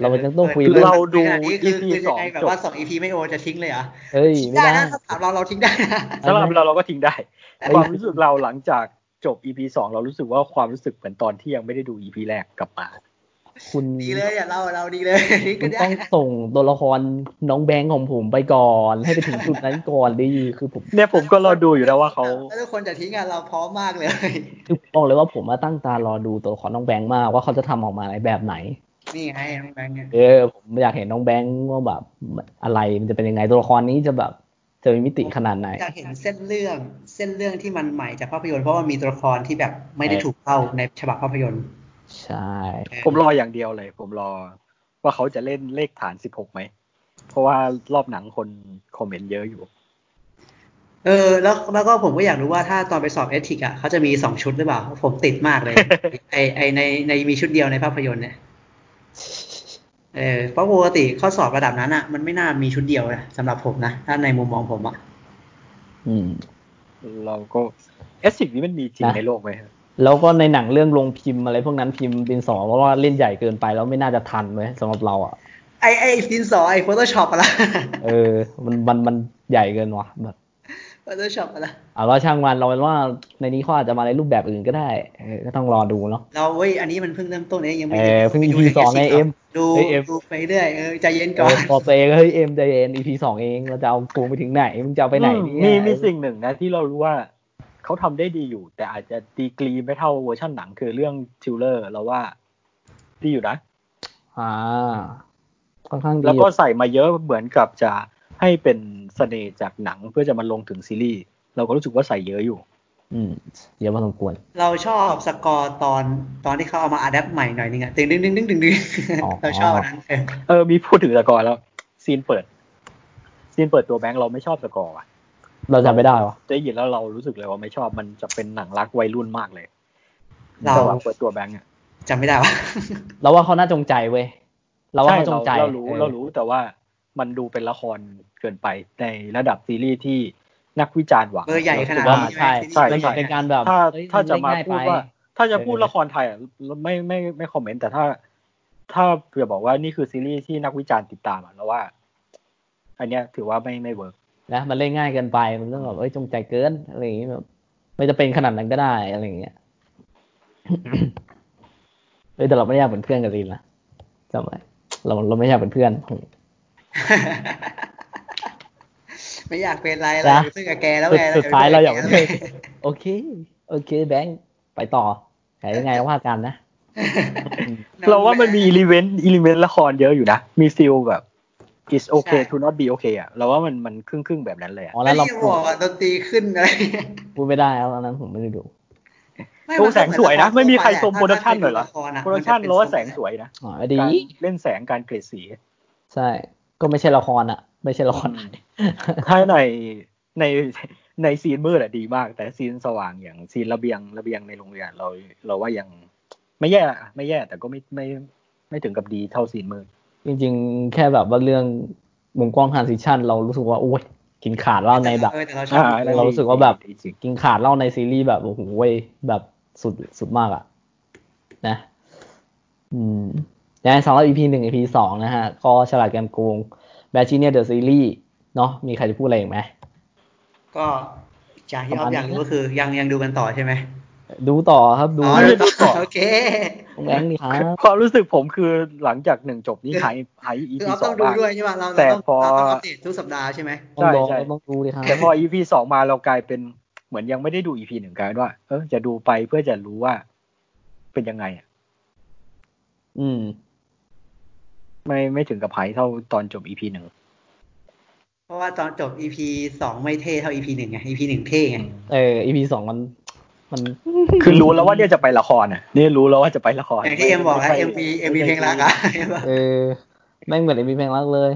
เรามันยังต้องคุย เออ เรื่อง เราดู ขนานี้คือ EP คือ ส ยั อง ไงแบบ จบ ว่าสองอีพีไม่โอจะทิ้งเลยเหรอ เฮ้ย ทิ้ง ไม่ ได้ ได้ นะถ้าถามเราเราทิ้งได้นะ สำหรับเราเราก็ทิ้งได้ เออ ความรู้สึกเราหลังจากจบ EP สองเรารู้สึกว่าความรู้สึกเหมือนตอนที่ยังไม่ได้ดู EP แรกกลับมา คุณ ดีเลยอ่ะเราเราดี เลยทิ้ง คุ ก็ ณ ได้ ต้องส่งตัวละครน้องแบงค์ของผมไปก่อน ให้ไปถึงจุดนั้นก่อนดีคือผม เนี่ยผมก็รอดูอยู่นะว่าเขา ถ้าทุกคนจะทิ้งอ่ะเราพร้อมมากเลย คือบอกเลยว่าผมมาตั้งตารอดูตัวละครน้องแบงค์มากว่าเขาจะทำออกมาในแบบไหน นี่ไงน้องแบงค์เนี่ย เออผมอยากเห็นน้องแบงค์ว่าแบบอะไรมันจะเป็นยังไงตัวละครนี้จะแบบจะมีมิติขนาดไหน อยากเห็นเส้นเรื่องเส้นเรื่องที่มันใหม่จากภาพยนตร์เพราะว่ามีตัวละครที่แบบไม่ได้ถูกเข้าในฉบับภาพยนตร์ ใช่ เออ ผมรออย่างเดียวเลย ผมรอว่าเขาจะเล่นเลขฐานสิบหกไหม เพราะว่ารอบหนังคนคอมเมนต์เยอะอยู่ เออแล้วแล้วก็ผมก็อยากรู้ว่าถ้าตอนไปสอบเอทิกอ่ะเขาจะมีสองชุดหรือเปล่าเพราะผมติดมาก เลย ไอไอในในมีชุดเดียวในภาพยนตร์เนี่ยเออเพราะปกติข้อสอบระดับนั้นอ่ะมันไม่น่ามีชุดเดียวนะสำหรับผมนะถ้าในมุมมองผมอ่ะ อืม เราก็เอสิกนี้มันมีจริง นะ ในโลกไหมครับ แล้วก็ในหนังเรื่องลงพิมพ์อะไรพวกนั้นพิมพ์ดินสอเพราะว่าเล่นใหญ่เกินไปแล้วไม่น่าจะทันเลยสำหรับเราอ่ะ ไอไอดินสอไอโฟโต้ช็อปอะไร เออ มันมันมันใหญ่เกินว่ะแบบ โฟโต้ช็อปอะไร เอาว่าช่างมันเราเป็นว่าในนี้เขาอาจจะมาในรูปแบบอื่นก็ได้เออก็ต้องรอดูเนาะ เราเว้ยอันนี้มันเพิ่งเริ่มต้นเองยังไม่ เออเพิ่ง ไปดู EP สองไง Netflix เอ็ม ดู เฮ้ยเอ็ม ดูไปเรื่อยเออใจเย็น เอ ก่อน อบอกตัวเองเฮ้ยเอ็มใจเย็น EP สองเองเราจะเอากูไปถึงไหนมึงจะเอาไปไหน อืม เนี่ย มีมีสิ่งหนึ่งนะที่เรารู้ว่าเขาทำได้ดีอยู่ แต่อาจจะดีกรีไม่เท่าเวอร์ชันหนังคือเรื่องทิวเลอร์เราว่า ดีอยู่นะ อ่าค่อนข้างดี แล้วก็ใส่มาเยอะเหมือนกับจะให้เป็นเสน่ห์จากหนังเพื่อจะมาลงถึงซีรีส์เราก็รู้สึกว่าใส่เยอะอยู่ อืมเยอะพอสมควร เราชอบสกอร์ตอนตอนที่เขาเอามาอัดแอปใหม่หน่อยนึงอะตึงดึงดึงดึงดึงดึง อ๋อ เราชอบอันนั้นเออ เออ มีพูดถึงสกอร์แล้ว ซีนเปิด ซีนเปิดตัวแบงค์เราไม่ชอบสกอร์อ่ะ เราจำไม่ได้วะ ได้ยินแล้วเรารู้สึกเลยว่าไม่ชอบมันจะเป็นหนังรักวัยรุ่นมากเลย เรา จังหวะเปิดตัวแบงค์อ่ะ จำไม่ได้ว่า เราว่าเขาน่าจงใจเว้ยเราว่า ใช่ เขาจ เรา งใจ เรารู้ ออ เรารู้แต่ว่ามันดูเป็นละครเกินไปในระดับซีรีส์ที่นักวิจารณ์หวัง เบอร์ใหญ่ขนาด ว่า นี้ ใช่ ใช่ มันเหมือน ใช่ เป็นการแบบ ถ้า เอ้ย ถ้าจะ เล่น มา ง่ย พูด ไป ว่า ถ้าจะพูด เออ ละครไทยอ่ะไม่ไม่ไม่คอมเมนต์แต่ถ้า ถ้าจะบอกว่านี่คือซีรีส์ที่นักวิจารณ์ติดตามอ่ะแล้วว่า อันเนี้ยถือว่าไม่ไม่เวิร์ก นะมันเล่นง่ายเกินไปมันต้องแบบเอ้ยจงใจเกินอะไรอย่างเงี้ยแบบไม่จะเป็นขนาดนั้นก็ได้อะไรอย่างเงี้ย เอ้ยแต่เราไม่ได้อยากเป็นเพื่อนกับลีนนะจำไว้เราเราไม่อยากเป็นเพื่อน ไม่อยากเป็นไรเรา นะ ซึ่งกับแกแล้ว สุด ไง สุดท้ายเราอยาก เป็ เป็น น เพื่ เพื่ อ อน น กับแกแล้ว โอเค โอเค แบงค์ไปต่อแต่ยังไงว่ากันนะ เราว่ามันมีอีเวนต์อีเวนต์ละครเยอะอยู่นะ มีซีลแบบ is okay to not be okay อ่ะเราว่ามันมันครึ่งครึ่งๆแบบนั้นเลยอ่ะ อ๋อ แล้ แล้ว ว เรา เรา หัวาดนตรีขึ้นอะไร พูดไม่ได้แล้วอันนั้นผมไม่ได้ดู ไม่ โอ้แสงสวยนะไม่มีใครชมโปรดักชันเลยเหรอ ถ้าเป็ละ โปรดักชัน มัจะเป็ เราว่าแสงสวยนะ อ๋อดี การเล่นแสงการเกรดสี ใช่ ก็ไม่ใช่ละครอ่ะ ไม่ใช่ละคร อืม ถ้าในในในซีนมืดอะดีมาก แต่ซีนสว่างอย่างซีนระเบียงระเบียงในโรงเรียนเราเราว่ายังไม่แย่อะไม่แย่แต่ก็ไม่ไม่ไม่ถึงกับดีเท่าซีนมืด จริงๆ แค่แบบว่าเรื่องมุมกล้องทรานซิชันเรารู้สึกว่าโอ้ยกินขาดเล่าในแบบ เออแต่เราช อ่ อบ เรารู้สึกว่าแบบ ดีจริง กินขาดเล่าในซีรีส์แบบโอ้โหเว้ยแบบสุดสุดมากอะนะ อืมยังไงสำหรับ EP หนึ่ง EP สองนะฮะ ก็ฉลาดแกมโกงแบชชีเนียเดอะซีรีส์เนาะมีใครจะพูดอะไรอีกไหม ก็จากที่อ ประ อ มาณฟอยาก นี้นะรู้ก็คือยังยังดูกันต่อใช่ไหม ดูต่อครับดู อ๋อ เรื่ ดู อง ต่อโอเค ของแบงค์นี่ครับ ความรู้สึกผมคือหลังจากหนึ่งจบนี้หายหายอี คืออพีอฟ ส ต้ อ อง งดู มาก ด้วยใช่ป่ะเรา แต่ เราต้อง พอ เราต้องอัปเดตทุกสัปดาห์ใช่ไหม ต้องลอง ใช่ใช่ ต้องดูดิครับ แต่พออีพีสองมาเรากลายเป็นเหมือนยังไม่ได้ดูอีพีหนึ่งกลายเป็นว่าเออจะดูไปเพื่อจะรู้ว่าเป็นยังไงอะ อืม ไม่ไม่ถึงกับหายเท่าตอนจบอีพีหนึ่ง เพราะว่าตอนจบ EP สองไม่เท่เท่า EP หนึ่งไง EP หนึ่งเท่ไง เออ EP สองมัน มัน คือรู้แล้วว่าเนี่ยจะไปละครอ่ะเนี่ยรู้แล้วว่าจะไปละคร อย่างที่เอ็มบอกแล้ว ไใช่ MV MV เพลงรักอะ เออ แม่งเหมือน MV เพลงรักเลย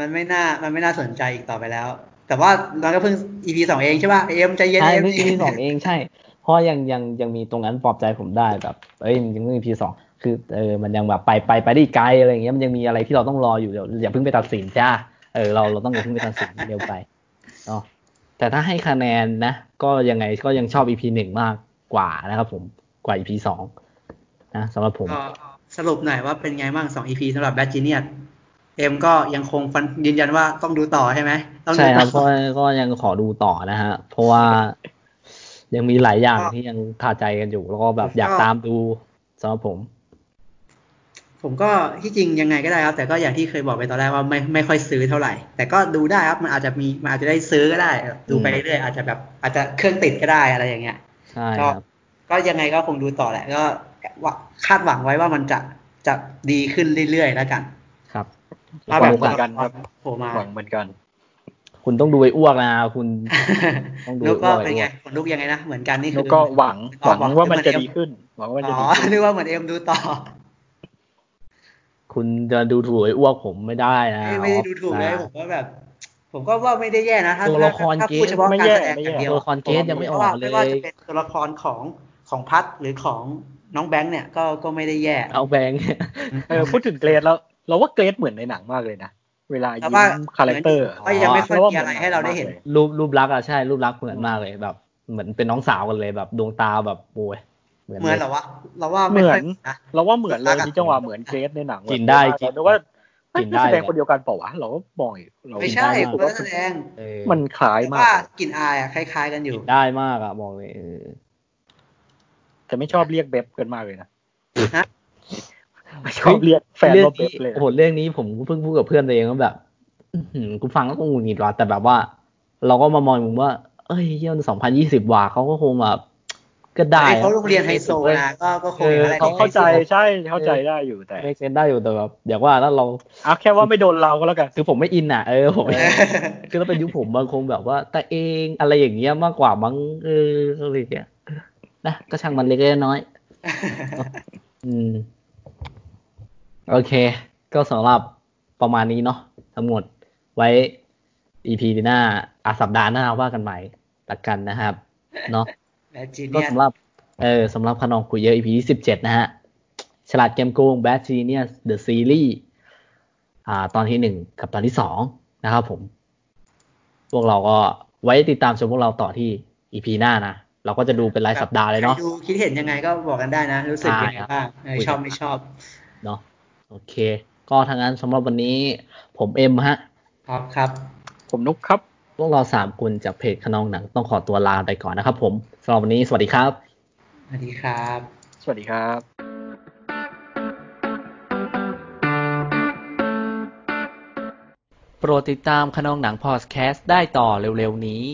มันไม่น่ามันไม่น่าสนใจอีกต่อไปแล้ว แต่ว่าเราก็เพิ่ง EP สองเองใช่ป่ะเอ็มใจเย็น ใช่ เอ็ม เพิ่ง EP สองเองใช่ เพราะยังยังยังมีตรงนั้นปลอบใจผมได้แบบเอ้ยมันยังไม่มี EP สองคือเออมันยังแบบไปไปไปได้อีกไกลอะไรอย่างเงี้ยมันยังมีอะไรที่เราต้องรออยู่เดี๋ยวอย่าเพิ่งไปตัดสินจ้าเออเราเราต้องอย่าเพิ่งไปตัดสินเร็วไปเนาะแต่ถ้าให้คะแนนนะ ก็ยังไงก็ยังชอบ EP หนึ่งมากกว่านะครับผมกว่า EP สองนะสำหรับผม ก็สรุปหน่อยว่าเป็นไงบ้างสอง EP สำหรับแบทจีเนียเอ็มก็ยังคงฟันยืนยันว่าต้องดูต่อใช่ไหมต้องดู ใช่ค ต่ รับ อ ก็ก็ยังขอดูต่อนะฮะ เพราะว่ายังมีหลายอย่างที่ยังคาใจกันอยู่ แล้วก็แบบอยากตามดูสำหรับผม ผมก็ที่จริงยังไงก็ได้ครับ แต่ก็อย่างที่เคยบอกไปตอนแรกว่าไม่ไม่ค่อยซื้อเท่าไหร่ แต่ก็ดูได้ครับมันอาจจะมีมันอาจจะได้ซื้อก็ได้ ดูไปเรื่อยๆอาจจะแบบอาจจะเครื่องติดก็ได้อะไรอย่างเงี้ย ใช่คก็รับ ก็ยังไงก็คงดูต่อแหละก็หวังคาดหวังไว้ว่ามันจะจะดีขึ้นเรื่อยๆแล้วกัน ครับ ถ้า ห แบ วั บ งเหมือนกันครับ โผล่มา ห วังเหมือนกัน คุณต้องดูไอ้อ้วกนะคุณ ต้องดู นุกก็ ว่าอะไร เป็นไง วะ ผลลูกยังไงนะเหมือนกันนี่คื แล้ อ วก็หวัง อ๋ ห อ วังว่ามันจะดีขึ้น หวังว่ามันจะ อ๋อ ดีขึ้น นึกว่าเหมือนเอ็มดูต่อ คุณจะดูถูกไอ้อ้วกผมไม่ได้นะ เอ้ยไม่ได้ดูถูกเลย นะ ผมว่าแบบ ผมก็ว่าไม่ได้แย่นะถ้า ตัวละคร ถ้า เกม พูดเฉพาะ ไม่ การ แย่ แสดง ไม่ อย่างแย่เดียว ตัวละครเกสยังไม่ออกเล ไม่ว่าจะ ย เป็นตัวละครของของพัทหรือของน้องแบงค์เนี่ยก็ก็ไม่ได้แย่ เอาแบงค์ เออพูดถึงเกรดแล้ว เราว่าเกรดเหมือนในหนังมากเลยนะ เวลา แต่ ยิ้ ว่าม คาแรคเตอร์ ก็ยังไม่ค่อยมีอะไร ง ให้เราได้เห็น มกลย รูปรูปลักษณ์อะใช่ รูปลักษณ์เหมือนมากเลยแบบ เหมือนเป็นน้องสาวกันเลยแบบดวงตาแบบโอ้ยเหมือน เหมือนเห เล รอย วะเราว่า เห ไม่ มือ ค่อย น นะ เราว่าเหมือนเลย รูปลักษณ์อะ มีจังหวะเหมือนเกรดในหนัง กินได้กิน แต่ว่าเอ้ย กิน นัก ได้ แสดง เลย คนเดียวกันเปล่าวะเราก็มองอยู่เรา ไม่ใช่ ผ คน ม ละแสดง เออ มันคล้าย แต่ มา ว่าก กลิ่นอายอะคล้ายๆกันอยู่ ได้มากอะบอกเลยเออ แต่ไม่ชอบเรียกเบบกันมากเลยนะ ฮะ ไม่ชอบเรียกแฟน เรื่อง ว่าเบบ นี้ เลยนะ โอ้โหเรื่องนี้ผมเพิ่งพูดกับเพื่อนตัวเองว่าแบบ อื้อหือกูฟังแล้วก็หงุดหงิดว่ะแต่แบบว่า เราก็มามองมุมว่า เอ้ยเยี่ยมสองพันยี่สิบว่าเขาก็คงแบบ ก็ได้ เขาโรงเรียนไฮโซนะก็ก็คงอย่างนั้นแหละ เขาเข้าใจ ด็กไฮโซ ใช่เข้าใจได้อยู่แต่ เมคเซนได้อยู่แต่แบบอยากว่าแล้วเรา อ่ะแค่ว่าไม่โดนเราก็แล้วกัน คือผมไม่อินอ่ะเออผมไม่คือถ้าเป็นยุคผมมันคงแบบว่าแต่เองอะไรอย่างเงี้ยมากกว่ามั้งเอออะไรอย่างเงี้ยนะก็ช่างมันเล็กๆน้อยๆอืม โอเค ก็สำหรับประมาณนี้เนาะทั้งหมดไว้ EP หน้าอาสัปดาห์หน้าว่ากันใหม่ละกันนะครับ เนาะ แมจิ ก็ เนียส สำหรับ เออสำหรับขนองคุยเยอะ EP ที่สิบเจ็ดนะฮะ ฉลาดเกมโกง Bad Genius The Series อ่า ตอนที่หนึ่งกับตอนที่สองนะครับผม พวกเราก็ไว้ติดตามชมพวกเราต่อที่ EP หน้านะ เราก็จะดูเป็นรายสัปดาห์เลยเนาะ ใครดูคิดเห็นยังไงก็บอกกันได้นะ รู้สึกยังไงบ้างเออชอบไม่ชอบ เนาะ โอเค ก็ทางนั้นสำหรับวันนี้ ผมเอ็มฮะ ครับครับ ผมนุกครับ พวกเราสามคนจากเพจขนองหนังต้องขอตัวลาไปก่อนนะครับผมสำหรับวันนี้สวัสดีครับ สวัสดีครับ สวัสดีครับ โปรดติดตามขนองหนังพอดแคสต์ได้ต่อเร็วๆนี้